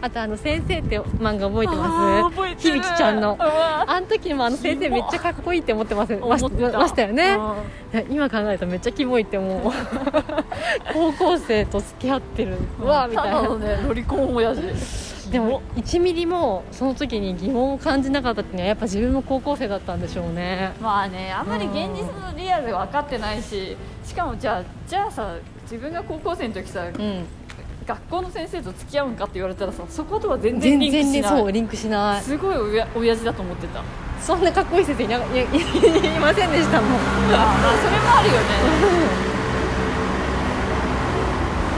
Speaker 2: あとあの先生って漫画覚えてます
Speaker 1: 覚えてる
Speaker 2: 響ちゃんの
Speaker 1: うわ
Speaker 2: あの時もあの先生めっちゃかっこいいって思ってますまし
Speaker 1: 思って
Speaker 2: ましたよね、
Speaker 1: うん
Speaker 2: 今考えるとめっちゃキモいって思う高校生と付き合ってるうわみたい
Speaker 1: ただの
Speaker 2: な
Speaker 1: ねロリコン親父
Speaker 2: でも1ミリもその時に疑問を感じなかったっていうのはやっぱ自分も高校生だったんでしょうね
Speaker 1: まあねあんまり現実のリアル分かってないししかもじゃあじゃあさ自分が高校生の時さ
Speaker 2: うん
Speaker 1: 学校の先生と付き合うんかって言われたらさそことは全然
Speaker 2: 全
Speaker 1: リンク
Speaker 2: 然
Speaker 1: し
Speaker 2: ね
Speaker 1: な
Speaker 2: そ
Speaker 1: いう
Speaker 2: リンクしない
Speaker 1: すごいおや親父だと思って
Speaker 2: <laughs>
Speaker 1: たあ
Speaker 2: そんなかっこいい先生いないいいいませんでしたもん
Speaker 1: あまあそれもあるよね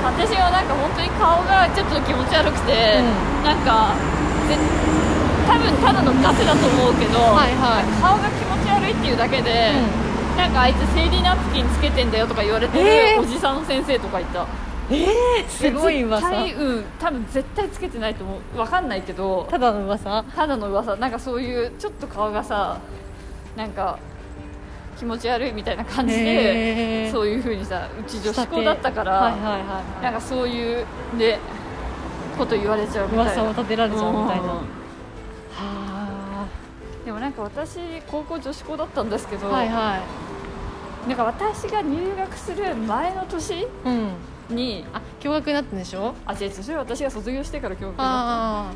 Speaker 1: 私はなんか本当に顔がちょっと気持ち悪くて、
Speaker 2: う
Speaker 1: なんかぜ多分ただのガセだと思うけど、
Speaker 2: はいはい
Speaker 1: 顔が気持ち悪いっていうだけで、なんかあいつ生理ナプキンつけてんだよとか言われて
Speaker 2: え
Speaker 1: る
Speaker 2: ー
Speaker 1: おじさんの先生とかいた
Speaker 2: ええすごい噂
Speaker 1: 絶対うん多分絶対つけてないと思うわかんないけど
Speaker 2: ただの噂
Speaker 1: ただの噂なんかそういうちょっと顔がさなんか気持ち悪いみたいな感じで、
Speaker 2: へえ
Speaker 1: そういう風にさうち女子校だったから、
Speaker 2: はいはいはいはい
Speaker 1: なんかそういうねこと言われちゃうみたいな
Speaker 2: 噂を立てられちゃうみたいな
Speaker 1: うん
Speaker 2: は
Speaker 1: でもなんか私高校女子校だったんですけ
Speaker 2: あ
Speaker 1: ど、
Speaker 2: はいは
Speaker 1: なんか私が入学する前の年
Speaker 2: いうん
Speaker 1: に
Speaker 2: あ驚愕になったんでしょ
Speaker 1: あ違う違うそれは私が卒業してから教育になっ
Speaker 2: あ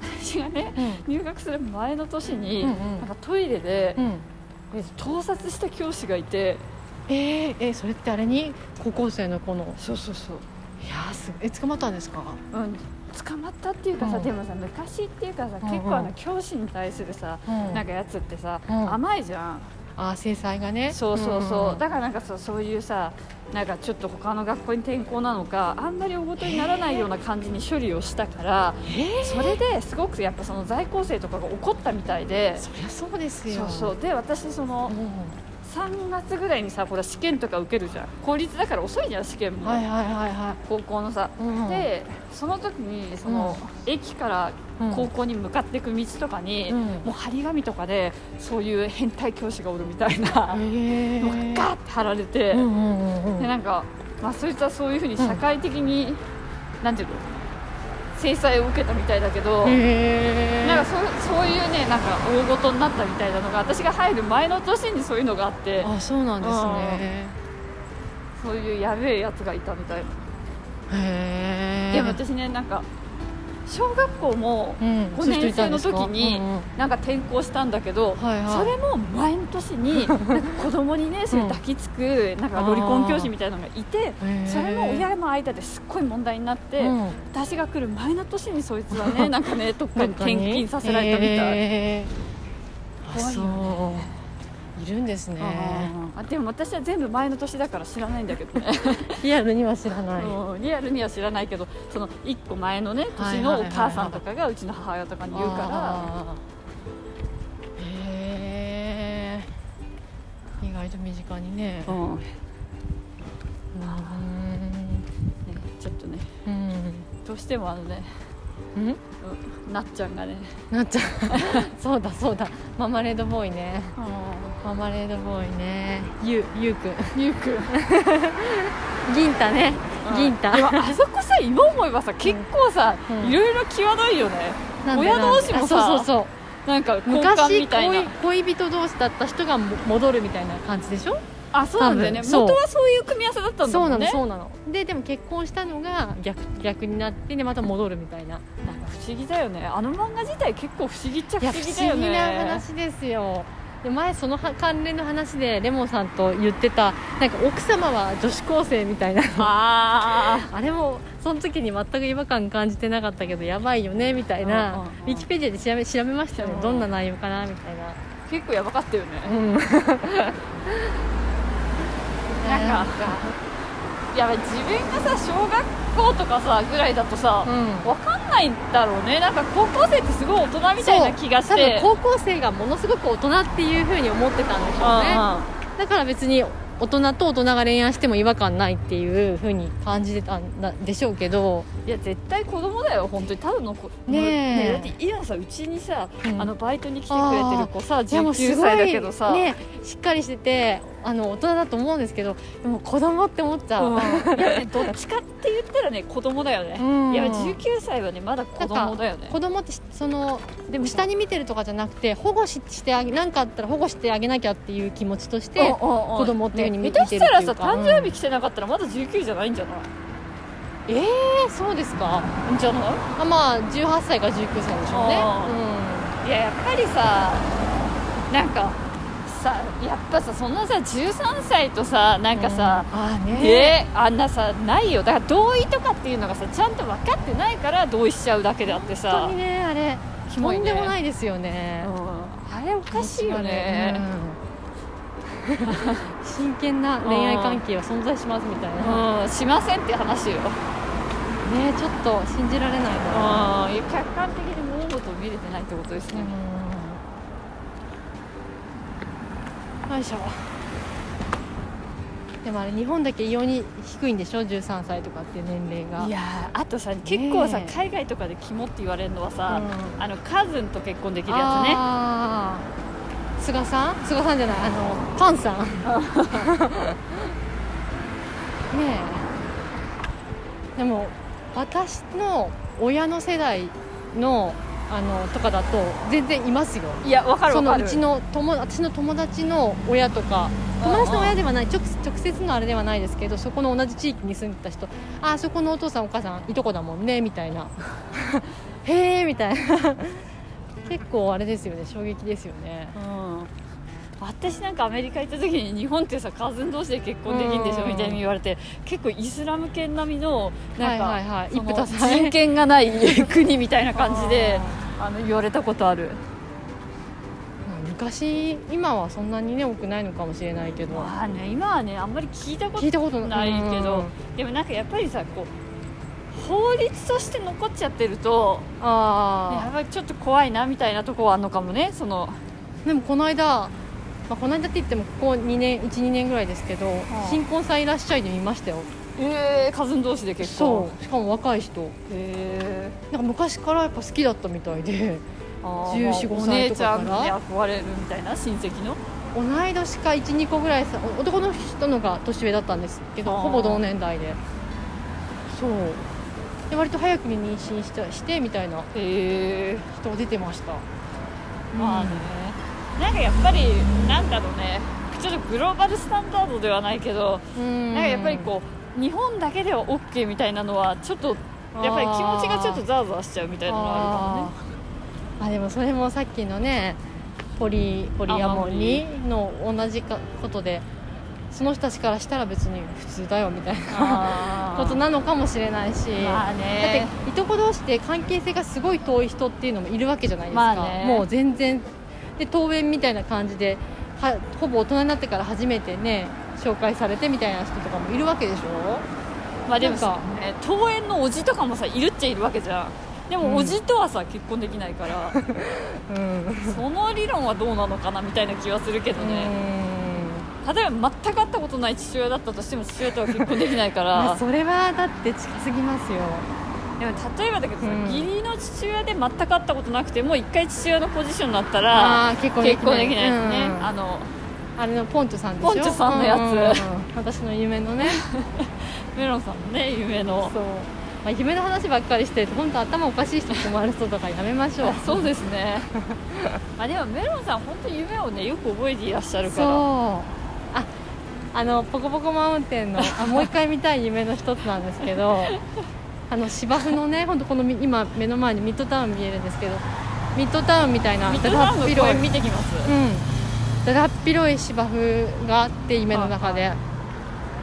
Speaker 1: た私がね
Speaker 2: あうん
Speaker 1: 入学する前の年に、
Speaker 2: うんうん
Speaker 1: なんかトイレで、
Speaker 2: うん
Speaker 1: え盗撮した教師がいて
Speaker 2: えー、えそれってあれに高校生の子の
Speaker 1: そうそうそう
Speaker 2: いやーすごいえ捕まったんですか
Speaker 1: うん、捕まったっていうかさ、
Speaker 2: うん
Speaker 1: でもさ昔っていうかさ、
Speaker 2: うん
Speaker 1: 結構あの教師に対するさ、
Speaker 2: うん
Speaker 1: なんかやつってさ、
Speaker 2: うん
Speaker 1: 甘いじゃん
Speaker 2: あー制裁がね
Speaker 1: そうそうそう、
Speaker 2: んんん
Speaker 1: だからなんかそうそういうさなんかちょっと他の学校に転校なのかあんまり大ごとにならないような感じに処理をしたから、
Speaker 2: え
Speaker 1: それですごくやっぱその在校生とかが怒ったみたいで
Speaker 2: ー、そりゃそうです
Speaker 1: そ
Speaker 2: よ
Speaker 1: うそうで私その
Speaker 2: うん
Speaker 1: 3月ぐらいにさほら試験とか受けるじゃん公立だから遅いじゃん試験も、
Speaker 2: はいはいはいは
Speaker 1: 高校のさ
Speaker 2: いうん
Speaker 1: でその時にその、駅から
Speaker 2: うん
Speaker 1: 高校に向かっていく道とかに、
Speaker 2: うん
Speaker 1: もう張り紙とかでそういう変態教師がおるみたいな、
Speaker 2: へ
Speaker 1: もうガーって貼られて、
Speaker 2: うんうんうんうん
Speaker 1: でなんか、まあ、そういったそういうふうに社会的に、なんていうの制裁を受けたみたいだけど、
Speaker 2: へー
Speaker 1: なんかそうそういうねなんか大事になったみたいなのが私が入る前の年にそういうのがあって
Speaker 2: あそうなんですね
Speaker 1: そういうやべえやつがいたみたいな、
Speaker 2: へえ
Speaker 1: でも私ねなんか小学校も
Speaker 2: うん
Speaker 1: 5年生の時に
Speaker 2: うんうん
Speaker 1: なんか転校したんだけど、
Speaker 2: はいはい
Speaker 1: それも前の年になんか子供にねそういう抱きつくなんかロリコン教師みたいなのがいて
Speaker 2: ー
Speaker 1: それも親の間ですっごい問題になって、
Speaker 2: うん
Speaker 1: 私が来る前の年にそいつはねなんかねどっか
Speaker 2: な
Speaker 1: に
Speaker 2: んか
Speaker 1: 転
Speaker 2: ね
Speaker 1: 勤させられたみたい。
Speaker 2: へーあ
Speaker 1: 怖いよね
Speaker 2: そういるんですね
Speaker 1: あでも私は全部前の年だから知らないんだけどね、
Speaker 2: リアルには知らない
Speaker 1: うんリアルには知らないけどその1個前のね年のお母さんとかがうちの母親とかに言うから
Speaker 2: あーへえ意外と身近にね、う
Speaker 1: うんね
Speaker 2: ーん
Speaker 1: ちょっとね
Speaker 2: うん
Speaker 1: どうしてもあのね、
Speaker 2: うん
Speaker 1: うんなっちゃんがね、
Speaker 2: なっちゃう <laughs> そうだそうだママレードボーイね
Speaker 1: う
Speaker 2: ママレードボーイねゆゆうくん
Speaker 1: ん、ゆうくん
Speaker 2: <laughs> 銀太ね銀太
Speaker 1: でもあそこさ今思えばさ結構さ、
Speaker 2: うん
Speaker 1: いろいろ際どいよね
Speaker 2: なんで
Speaker 1: 親同士もさ
Speaker 2: あそうそうそう
Speaker 1: なんか交換
Speaker 2: 昔
Speaker 1: みたい
Speaker 2: 恋
Speaker 1: な
Speaker 2: 恋人同士だった人がも戻るみたいな感じでしょ
Speaker 1: あそうなんだよね
Speaker 2: 多分そう
Speaker 1: 元はそういう組み合わせだったんだ
Speaker 2: そ
Speaker 1: も
Speaker 2: うんな
Speaker 1: ね
Speaker 2: のそうなのででも結婚したのが逆逆になってでまた戻るみたい
Speaker 1: な
Speaker 2: な
Speaker 1: んか不思議だよねあの漫画自体結構不思議っちゃ
Speaker 2: い
Speaker 1: 不
Speaker 2: や
Speaker 1: 思
Speaker 2: 不
Speaker 1: 議だよ
Speaker 2: 思議
Speaker 1: ね
Speaker 2: な話ですよで前そのは関連の話でレモンさんと言ってたなんか奥様は女子高生みたいな <laughs>
Speaker 1: あ
Speaker 2: あれもその時に全く違和感感じてなかったけどやばいよねみたい
Speaker 1: うんうん
Speaker 2: な
Speaker 1: うん
Speaker 2: ウィキペディアで調べ調べましたよね
Speaker 1: うん
Speaker 2: どんな内容かなみたいな
Speaker 1: ー結構やばかったよね、
Speaker 2: うん <laughs> なんか
Speaker 1: なんかやばい自分がさ小学校とかさぐらいだとさ、
Speaker 2: うん
Speaker 1: わかんないんだろうねなんか高校生ってすごい大人みたいな気がし
Speaker 2: そう
Speaker 1: て
Speaker 2: 多分高校生がものすごく大人っていうふうに思ってたんでしょうねだから別に大人と大人が恋愛しても違和感ないっていう風に感じてたんだでしょうけど
Speaker 1: うんいや絶対子供だよ本当にただの子
Speaker 2: ねえ
Speaker 1: えだって今さうちにさ、
Speaker 2: うん
Speaker 1: あのバイトに来てくれてる子さ
Speaker 2: いやもうす
Speaker 1: 19
Speaker 2: ごい
Speaker 1: 歳だけどさ、
Speaker 2: ね、しっかりしててあの大人だと思うんですけどでも子供って思っちゃう、
Speaker 1: うんいやねどっちかって言ったらね子供だよね、
Speaker 2: うん
Speaker 1: いや19歳はねまだ子供だよね
Speaker 2: 子供ってしそのでも下に見てるとかじゃなくて保護ししてあげなんかあったら保護してあげなきゃっていう気持ちとして
Speaker 1: 子
Speaker 2: 子供っていう風に見
Speaker 1: 下手したらさ
Speaker 2: 見てるっていうか
Speaker 1: 誕生日来てなかったらまだ19じゃないんじゃない
Speaker 2: えー、そうですか
Speaker 1: んじゃな
Speaker 2: あまあ18歳から19歳でしょうね
Speaker 1: あいいややっぱりさなんかさやっぱさそんなさ13歳とさな
Speaker 2: なん
Speaker 1: かさ、
Speaker 2: あー
Speaker 1: え
Speaker 2: ね
Speaker 1: あんなさないよだから同意とかっていうのがさちゃんと分かってないから同意しちゃうだけであって
Speaker 2: 本当
Speaker 1: さ
Speaker 2: にねあれ
Speaker 1: キモい
Speaker 2: とん
Speaker 1: ね
Speaker 2: でもないですよね、
Speaker 1: うんあれおかしいよね、
Speaker 2: うん真剣な恋愛関係は存在しますみたいな、ね
Speaker 1: うん、しませんって話よ、うん、
Speaker 2: ちょっと信じられないな、
Speaker 1: 客観的に物事を見れてないってことですね、
Speaker 2: うんよいしょでもあれ日本だけ異様に低いんでしょ13歳とかっていう年齢が
Speaker 1: いやーあとさ結構さ、
Speaker 2: ねえ
Speaker 1: 海外とかでキモって言われるのはさ、
Speaker 2: うん
Speaker 1: あのカズンと結婚できるやつね
Speaker 2: あー菅さん菅さんじゃないあのパンさ
Speaker 1: <laughs>
Speaker 2: んねえでも私の親の世代のあのとかだと全然いますよ
Speaker 1: いやわかる
Speaker 2: そ
Speaker 1: わか
Speaker 2: のう
Speaker 1: る
Speaker 2: ちの友私の友達の親とか友達の親ではない直直接のあれではないですけどそこの同じ地域に住んでた人ああそこのお父さんお母さんいとこだもんねみた
Speaker 1: <laughs>
Speaker 2: いなへえみたいな <laughs> 結構あれですよね衝撃ですよね
Speaker 1: うん私なんかアメリカ行った時に日本ってさカズン同士で結婚できるんでしょ
Speaker 2: うん
Speaker 1: みたいに言われて結構イスラム圏並みのなんか、
Speaker 2: はいはいはい
Speaker 1: その
Speaker 2: 一夫多妻
Speaker 1: 人権がない <laughs> 国みたいな感じであの言われたことある
Speaker 2: まあ <laughs> 昔今はそんなにね多くないのかもしれないけど
Speaker 1: まあね今はねあんまり聞いたこと
Speaker 2: 聞いたこと
Speaker 1: ないけど、でもなんかやっぱりさこう法律として残っちゃってるとねや
Speaker 2: あ
Speaker 1: っぱりちょっと怖いなみたいなとこはあるのかもねその
Speaker 2: あでもこの間まあ、この間って言ってもここ2年12年ぐらいですけど、
Speaker 1: あ
Speaker 2: 新婚さんいらっしゃいで見ましたよ
Speaker 1: えー、カズン同士で結構
Speaker 2: そうしかも若い人
Speaker 1: へ
Speaker 2: なんか昔からやっぱ好きだったみたいで <laughs>
Speaker 1: ーあー
Speaker 2: 14 15
Speaker 1: お姉ちゃん
Speaker 2: 歳
Speaker 1: に
Speaker 2: とかかな
Speaker 1: 憧れるみたいな親戚の
Speaker 2: 同い年か12個ぐらいさお男の人のが年上だったんですけど
Speaker 1: あー
Speaker 2: ほぼ同年代でそうで割と早くに妊娠してしてみたいな
Speaker 1: へえ
Speaker 2: 人が出てました
Speaker 1: まあね、なんかやっぱりなんだろうねちょっとグローバルスタンダードではないけど、
Speaker 2: うん
Speaker 1: なんかやっぱりこう日本だけでは OK みたいなのはちょっとやっぱり気持ちがちょっとザワザワしちゃうみたいなのはあるかもね
Speaker 2: あーあでもそれもさっきのねポリポリアモニーの同じかことでその人たちからしたら別に普通だよみたいな
Speaker 1: <laughs> あー
Speaker 2: ことなのかもしれないし、
Speaker 1: まあね
Speaker 2: だっていとこ同士で関係性がすごい遠い人っていうのもいるわけじゃないですか、
Speaker 1: まあね
Speaker 2: もう全然で遠縁みたいな感じではほぼ大人になってから初めてね紹介されてみたいな人とかもいるわけでしょ
Speaker 1: まあでも
Speaker 2: な
Speaker 1: さ
Speaker 2: ん、
Speaker 1: ね、桃園のおじとかもさいるっちゃいるわけじゃんで
Speaker 2: うん
Speaker 1: もおじとはさ結婚できないから
Speaker 2: うん
Speaker 1: その理論はどうなのかなみたいな気はするけどね例えば全く会ったことない父親だったとしても父親とは結婚できないか
Speaker 2: ま
Speaker 1: ら
Speaker 2: あ、それはだって近すぎますよ
Speaker 1: でも例えばだけどさ、
Speaker 2: うん
Speaker 1: 義理の父親で全く会ったことなくても一回父親のポジションになった
Speaker 2: あ
Speaker 1: ら
Speaker 2: ー結婚できない
Speaker 1: 結婚できないですね、
Speaker 2: うん
Speaker 1: あの
Speaker 2: あれのポンチョさんでしょ
Speaker 1: ポンチョさんのやつ
Speaker 2: うんうんうん私の夢
Speaker 1: <laughs>
Speaker 2: のね
Speaker 1: メロンさんのね夢
Speaker 2: そう
Speaker 1: の、
Speaker 2: まあ、夢の話ばっかりしてると本当頭おかしい人困る人とかやめましょう
Speaker 1: そうです
Speaker 2: <laughs>
Speaker 1: ねまあでもメロンさん本当夢をねよく覚えていらっしゃる
Speaker 2: そ
Speaker 1: か
Speaker 2: う
Speaker 1: ら
Speaker 2: ああの「ぽこぽこマウンテンの」あもう一回見たい夢の一つなんですけ
Speaker 1: <laughs>
Speaker 2: どあの芝生のね本当このみ今目の前にミッドタウン見えるんですけどミッドタウンみたいな
Speaker 1: ミッドタウンの公
Speaker 2: だら
Speaker 1: 園
Speaker 2: っ広い
Speaker 1: 見てきます、
Speaker 2: うんだらっ広い芝生があって夢の中で、
Speaker 1: はい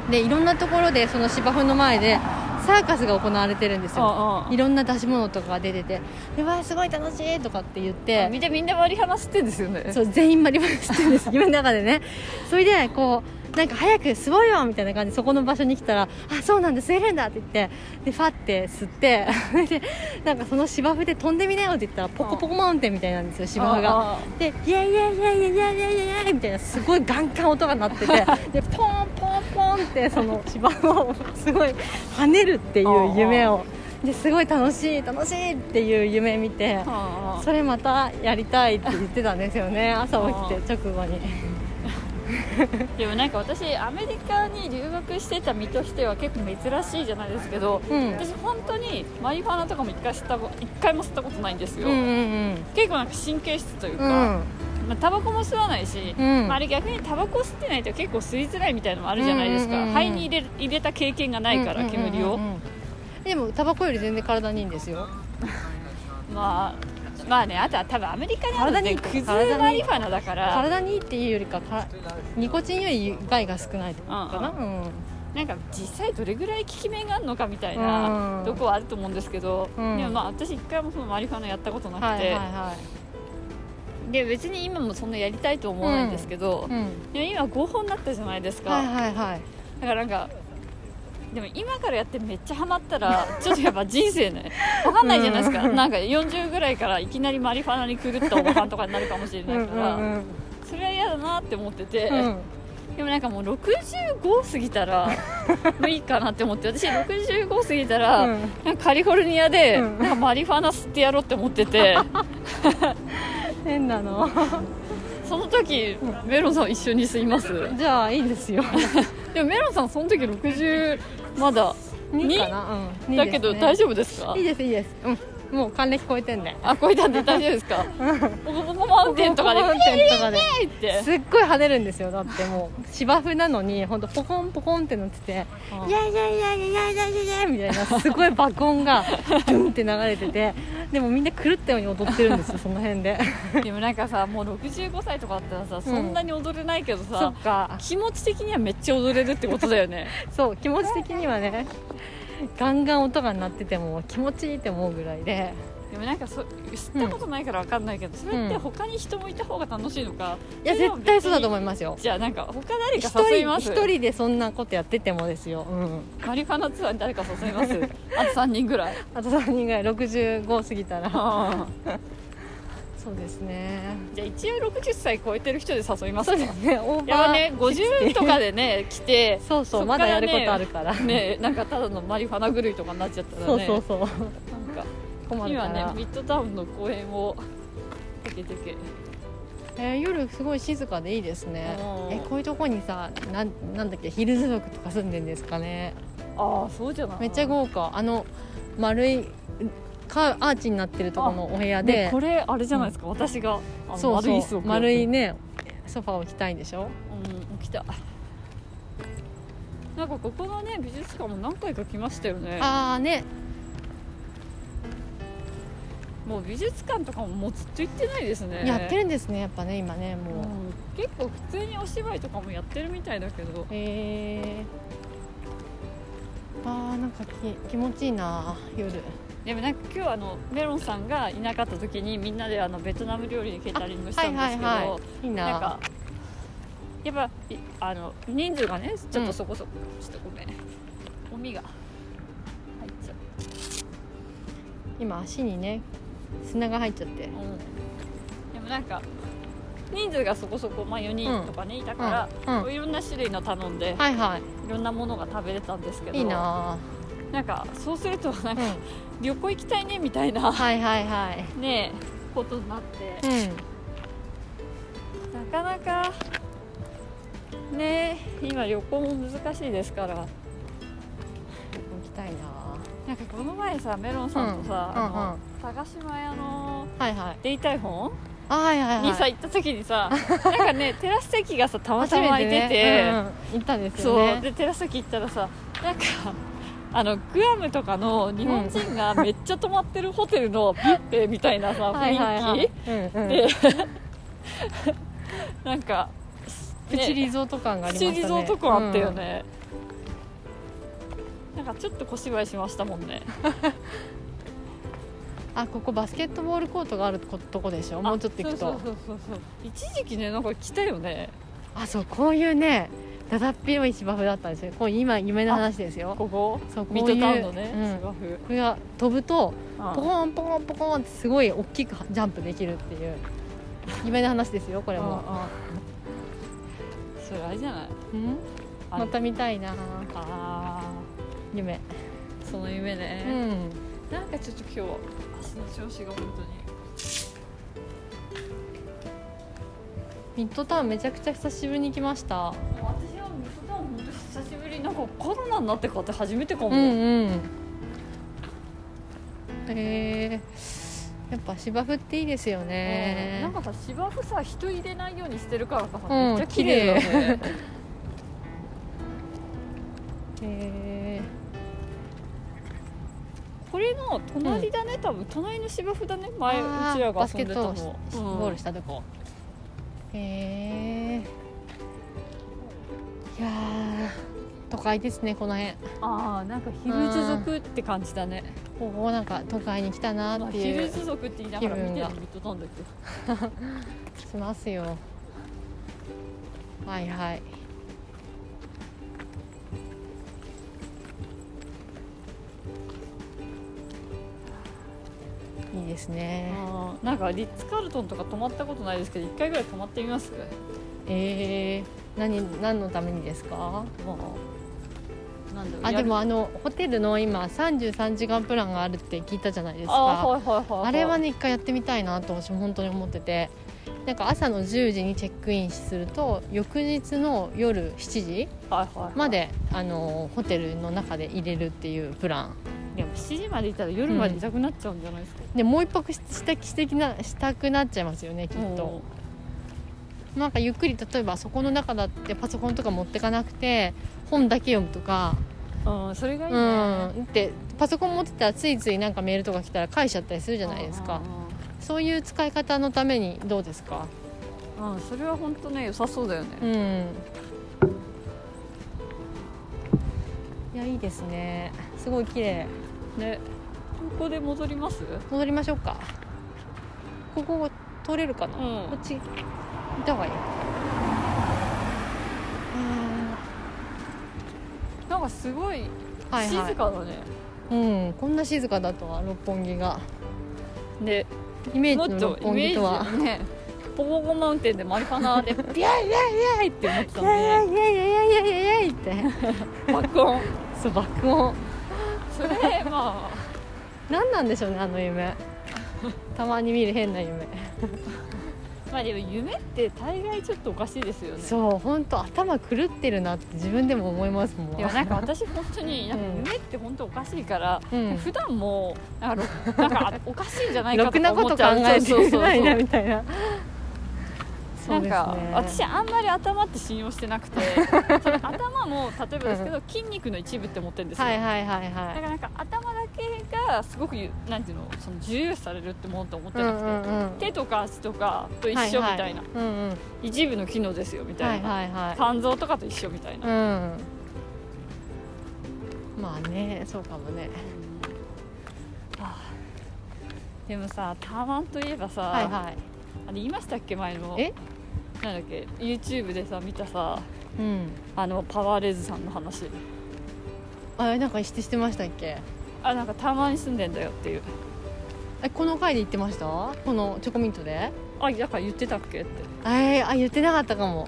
Speaker 2: でいろんなところでその芝生の前でサーカスが行われてるんですよ
Speaker 1: うんうん
Speaker 2: いろんな出し物とかが出てて「うわすごい楽しい!」とかって言って
Speaker 1: みんなみんな割り話してんですよね
Speaker 2: そう全員マリマリしてるんです夢の中でねそれでこうなんか早く吸おうよみたいな感じでそこの場所に来たら「あそうなんだ吸えるんだ」って言ってでファって吸ってでなんかその芝生で飛んでみなよって言ったらポコポコマウンテンみたいなんですよ芝生が。
Speaker 1: あ
Speaker 2: でイエイイエイイエイイエイイエイイエイイエイみたいなすごいガンガン音が鳴っててでポンポンポンってその芝生をすごい跳ねるっていう夢をですごい楽しい楽しいっていう夢見て
Speaker 1: あああ
Speaker 2: それまたやりたいって言ってたんですよね朝起きて直後に
Speaker 1: でもなんか私アメリカに留学してた身としては結構珍しいじゃないですけど、
Speaker 2: うん
Speaker 1: 私本当にマリファナとかも一回吸ったこ一回も吸ったことないんですよ、
Speaker 2: ん
Speaker 1: 結構なんか神経質という
Speaker 2: う
Speaker 1: か、
Speaker 2: ん
Speaker 1: まあ、タバコも吸わないし、
Speaker 2: うん
Speaker 1: まあ、あれ逆にタバコ吸ってないと結構吸いづらいみたいなのもあるじゃないですか、
Speaker 2: うんうんうん
Speaker 1: 肺に入れ入れた経験がないから煙を、
Speaker 2: うんうんうんうんでもタバコより全然体にいいんですよ
Speaker 1: まあまあねあとは多分アメリカにあるの
Speaker 2: 体にい
Speaker 1: でク
Speaker 2: い
Speaker 1: ズマリファナだから
Speaker 2: 体にいいっていうよりかかニコチンより害が少ないってことかな、うん
Speaker 1: なんか実際どれぐらい効き目があるのかみたいな
Speaker 2: うん
Speaker 1: とこはあると思うんですけど、
Speaker 2: うん
Speaker 1: でもまあ私一回もそのマリファナやったことなくて、
Speaker 2: はいはいはい
Speaker 1: で別に今もそんなやりたいと思わないんですけど、
Speaker 2: うん
Speaker 1: でも今合法になったじゃないですか、
Speaker 2: はいはいはい
Speaker 1: だからなんかでも今からやってめっちゃハマったらちょっとやっぱ人生ねわかんないじゃないですか、なんか40ぐらいからいきなりマリファナに狂ったおばさんとかになるかもしれないから
Speaker 2: うんうんうん
Speaker 1: それは嫌だなって思ってて、
Speaker 2: うん
Speaker 1: でもなんかもう65過ぎたらもういいかなって思って私65過ぎたら、
Speaker 2: うん
Speaker 1: なんかカリフォルニアで、
Speaker 2: うん
Speaker 1: なんかマリファナ吸ってやろうって思ってて
Speaker 2: 変なの
Speaker 1: その時メロンさんは一緒に吸います
Speaker 2: じゃあいいで
Speaker 1: <laughs>
Speaker 2: すよ
Speaker 1: でもメロンさんその時60まだ
Speaker 2: 2かな、うん、
Speaker 1: だけど大
Speaker 2: 丈
Speaker 1: 丈夫ですか
Speaker 2: いいですいいです、うん、もう還暦超えてんで
Speaker 1: あ超えたんで大丈夫ですかポコポコマウンテンとかで
Speaker 2: ポコポコマウンテンとかで
Speaker 1: ピーって
Speaker 2: すっごい跳ねるんですよだってもう芝生なのに本当ポコンポコンってなってて「イエイイエイイエイイエイイエイイエイ」みたいなすごい爆音がドゥンって流れててでもみんな狂ったように踊ってるんですよその辺で
Speaker 1: でもなんかさもう65歳とかあったらさそんなに踊れないけど
Speaker 2: そ
Speaker 1: さ
Speaker 2: っ、か
Speaker 1: 気持ち的にはめっちゃ踊れるってことだよね
Speaker 2: そう気持ち的にはねガンガン音が鳴ってても気持ちいいって思うぐらいで
Speaker 1: <laughs> でもなんかそ知ったことないから分かんないけど、それって他に人もいた方が楽しいのか
Speaker 2: いや絶対そうだと思
Speaker 1: い
Speaker 2: いますよ
Speaker 1: じゃあなんか他誰
Speaker 2: 一
Speaker 1: か誘い
Speaker 2: 人
Speaker 1: ます
Speaker 2: 一人でそんなことやっててもですよ、うん、
Speaker 1: マリファナツアーに誰か誘います <laughs> あと3人ぐらい
Speaker 2: あと3人ぐらい65過ぎたら
Speaker 1: あ
Speaker 2: そうですね
Speaker 1: じゃあ一応60歳超えてる人で誘います
Speaker 2: そう
Speaker 1: か
Speaker 2: ですねオー
Speaker 1: やっぱ
Speaker 2: バー
Speaker 1: ね50とかでね来て
Speaker 2: <laughs> そうそう
Speaker 1: そっ
Speaker 2: ま
Speaker 1: からね
Speaker 2: だやることあるから、
Speaker 1: ねなんかただのマリファナ狂いとかになっちゃったらね
Speaker 2: そうそうそう
Speaker 1: なんか
Speaker 2: 困るか
Speaker 1: 今ね
Speaker 2: ら、
Speaker 1: ミッドタウンの公園をてけてけ
Speaker 2: えー夜すごい静かでいいですね
Speaker 1: うん
Speaker 2: えこういうとこにさなんなんだっけヒルズ族とか住んでんですかね
Speaker 1: ああそうじゃない
Speaker 2: めっちゃ豪華あの丸いかアーチになってるとこのお部屋で、
Speaker 1: ねこれあれじゃないですか、私があの
Speaker 2: そうそ
Speaker 1: 丸
Speaker 2: う
Speaker 1: い椅子を
Speaker 2: 丸いねソファー置きたいんでしょ
Speaker 1: うん来たなんかここのね美術館も何回か来ましたよね
Speaker 2: ああね
Speaker 1: もう美術館とかももうずっと行ってないですね
Speaker 2: やってるんですねやっぱね今ね
Speaker 1: う
Speaker 2: も
Speaker 1: ん結構普通にお芝居とかもやってるみたいだけど
Speaker 2: うへえあーなんかき気持ちいいな夜
Speaker 1: でもなんか今日あのメロンさんがいなかった時にみんなであのベトナム料理にケータリングしたんですけど、
Speaker 2: いいな
Speaker 1: なんかやっぱいあの人数がねちょっとそこそこ、ちょっとごめんゴミが入っちゃう
Speaker 2: 今足にね砂が入っちゃって
Speaker 1: でもなんか人数がそこそこ、まあ、4人とかね、いたから、
Speaker 2: うんうん
Speaker 1: こういろんな種類の頼んで、い、
Speaker 2: はいは
Speaker 1: ろんなものが食べれたんですけど
Speaker 2: いいいな、
Speaker 1: なんかそうするとなん
Speaker 2: う
Speaker 1: か、
Speaker 2: ん、
Speaker 1: 旅行行きたいねみたいな
Speaker 2: はいはいはい
Speaker 1: ねことになって
Speaker 2: うん
Speaker 1: なかなかね今旅行も難しいですから
Speaker 2: 行きたいな
Speaker 1: なんかこの前さメロンさんとさ、
Speaker 2: うん
Speaker 1: あの
Speaker 2: うん
Speaker 1: 高島屋の
Speaker 2: はいはい
Speaker 1: デイタイホン
Speaker 2: あはいはいはい
Speaker 1: にさ行った時に
Speaker 2: <laughs>
Speaker 1: さ、なんかねテラス席がさたまたま空いてて、
Speaker 2: ねうんうん行ったんですよ
Speaker 1: そう
Speaker 2: ね
Speaker 1: でテラス席行ったらさなんかあのグアムとかの日本人がめっちゃ泊まってるホテルのビュッフェみたいなさ
Speaker 2: はいはいは
Speaker 1: 雰囲
Speaker 2: い
Speaker 1: 気
Speaker 2: うんうん
Speaker 1: でなんか
Speaker 2: プチ
Speaker 1: ね
Speaker 2: リゾート感があり
Speaker 1: プ
Speaker 2: まし
Speaker 1: チ
Speaker 2: たね
Speaker 1: リゾート感あったよ、ね、なんかちょっと小芝居しましたもんね
Speaker 2: うんあここバスケットボールコートがあることこでしょもうちょっと行くと
Speaker 1: あそうそうそうそう一時期ねなんか来たよね
Speaker 2: あそうこういうねだだっ広い芝生だったんですよこう今夢の話ですよ
Speaker 1: ここ
Speaker 2: そうこうい
Speaker 1: ミ
Speaker 2: う
Speaker 1: ッドタウンのね
Speaker 2: うん
Speaker 1: 芝生
Speaker 2: これが飛ぶと
Speaker 1: あ
Speaker 2: ポコンポコンポコンってすごい大きくジャンプできるっていう夢の話ですよこれ
Speaker 1: あ
Speaker 2: も、
Speaker 1: あそれあれじゃない
Speaker 2: うん、
Speaker 1: あ
Speaker 2: また見たいな
Speaker 1: あ
Speaker 2: 夢
Speaker 1: ーその夢
Speaker 2: う
Speaker 1: ね、
Speaker 2: ん
Speaker 1: なんかちょっと今日足の調子が本当に
Speaker 2: ミッドタウンめちゃくちゃ久しぶりに来ました
Speaker 1: もう私はミスタウン本当久しぶりなんかコロナになってからって初めてかも、
Speaker 2: うんうんえー、やっぱ芝生っていいですよね、
Speaker 1: なんかさ芝生さ人入れないようにしてるからかさ、
Speaker 2: うん
Speaker 1: めっちゃ綺麗だね
Speaker 2: え
Speaker 1: これの隣だね、多分隣の芝生だね
Speaker 2: ー
Speaker 1: 前う
Speaker 2: あー
Speaker 1: ちらが
Speaker 2: バスケ
Speaker 1: 遊ん
Speaker 2: ッ
Speaker 1: でた
Speaker 2: ト
Speaker 1: の
Speaker 2: ボールしたとこ、えー、いやー都会ですねこの辺
Speaker 1: ああなんかヒルズ族って感じだね、
Speaker 2: ここなんか都会に来たな
Speaker 1: まあ、
Speaker 2: って
Speaker 1: ヒ
Speaker 2: い
Speaker 1: ル
Speaker 2: う
Speaker 1: ズ族って言いながら見てる
Speaker 2: 気
Speaker 1: の見とったんだけど
Speaker 2: しますよはいはいいいですね
Speaker 1: あーなんかリッツ・カールトンとか泊まったことないですけど一回ぐらい泊まってみます
Speaker 2: えー、何何のためにですか
Speaker 1: もうなんだろう
Speaker 2: あ
Speaker 1: や
Speaker 2: で
Speaker 1: る
Speaker 2: もあのホテルの今33時間プランがあるって聞いたじゃないです
Speaker 1: あー
Speaker 2: か
Speaker 1: はいはいはい
Speaker 2: あ
Speaker 1: い
Speaker 2: れはね一回やってみたいなと私も本当に思っててなんか朝の10時にチェックインすると翌日の夜7時
Speaker 1: はいはいはい
Speaker 2: まであのホテルの中で入れるっていうプラン
Speaker 1: でも7時までいたら夜までいたくなっちゃうんじゃないですか、
Speaker 2: でもう一泊ししたしたきなしたくなっちゃいますよねきっとなんかゆっくり例えばそこの中だってパソコンとか持ってかなくて本だけ読むとか
Speaker 1: うん、うん、それがいいね、
Speaker 2: うんってパソコン持ってたらついついなんかメールとか来たら返しちゃったりするじゃないですかそういう使い方のためにどうですか
Speaker 1: うんうんうん、うんそれは本当ね良さそうだよね、
Speaker 2: うんいやいいですねすごい綺麗
Speaker 1: ねここで戻ります
Speaker 2: 戻りましょうかここ通れるかな、
Speaker 1: うん
Speaker 2: こっち行った方がいい
Speaker 1: なんかすごい
Speaker 2: はい
Speaker 1: 静
Speaker 2: は
Speaker 1: かだね、
Speaker 2: い、うん、こんな静かだとは六本木が
Speaker 1: で
Speaker 2: イメ
Speaker 1: も
Speaker 2: ー
Speaker 1: っ
Speaker 2: ジの
Speaker 1: と
Speaker 2: 六
Speaker 1: イ
Speaker 2: 本
Speaker 1: メ
Speaker 2: 木と
Speaker 1: ー
Speaker 2: は
Speaker 1: ジねポポポマウンテンでマリファナ
Speaker 2: <laughs>
Speaker 1: でビャイビャイビャイって思ってた
Speaker 2: イ
Speaker 1: ので
Speaker 2: エイイエイイエイイエイイエイイエイって
Speaker 1: 爆音
Speaker 2: そう爆音
Speaker 1: それまあ
Speaker 2: 何なんでしょうねあの夢たまに見る変な夢
Speaker 1: まあでも夢って大概ちょっとおかしいですよね
Speaker 2: そう本当頭狂ってるなって自分でも思いますもん
Speaker 1: いやなんか私本当になんか
Speaker 2: うん
Speaker 1: 夢って本当おかしいから、
Speaker 2: うん
Speaker 1: 普段もなんかろなんかおかしいんじゃないか
Speaker 2: ろ
Speaker 1: と
Speaker 2: くな
Speaker 1: か
Speaker 2: こ
Speaker 1: 思
Speaker 2: と
Speaker 1: っち
Speaker 2: 考
Speaker 1: ゃう
Speaker 2: えてないな
Speaker 1: そうそう
Speaker 2: みたいな
Speaker 1: そうなんか、
Speaker 2: そうです
Speaker 1: 私
Speaker 2: ね
Speaker 1: あんまり頭って信用してなくてその頭も例えばですけど筋肉の一部って思ってるんですよ、
Speaker 2: はいはいはい
Speaker 1: だか
Speaker 2: は
Speaker 1: らなんか頭だけがすごくなんていうのその自由視されるってもんと思っ
Speaker 2: い
Speaker 1: てなくて、
Speaker 2: うん
Speaker 1: 手とか足とかと一緒みたいな、
Speaker 2: はいはうんうん
Speaker 1: 一部の機能ですよみ
Speaker 2: は
Speaker 1: た
Speaker 2: い
Speaker 1: いな、
Speaker 2: はいはい
Speaker 1: 肝臓とかと一緒みたいな、
Speaker 2: うんまあねそうかもね
Speaker 1: はあでもさタワンといえばさ、
Speaker 2: はいはい
Speaker 1: あれ言いましたっけ前の
Speaker 2: え
Speaker 1: なんだっけ YouTube でさ見たさ
Speaker 2: うん
Speaker 1: あのパワーレーズさんの話
Speaker 2: あれなんか指摘してましたっけ
Speaker 1: あなんかタワーに住んでんだよっていう
Speaker 2: えこの回で言ってましたこのチョコミントで
Speaker 1: あだから言ってたっけって
Speaker 2: えー、あ言ってなかったかも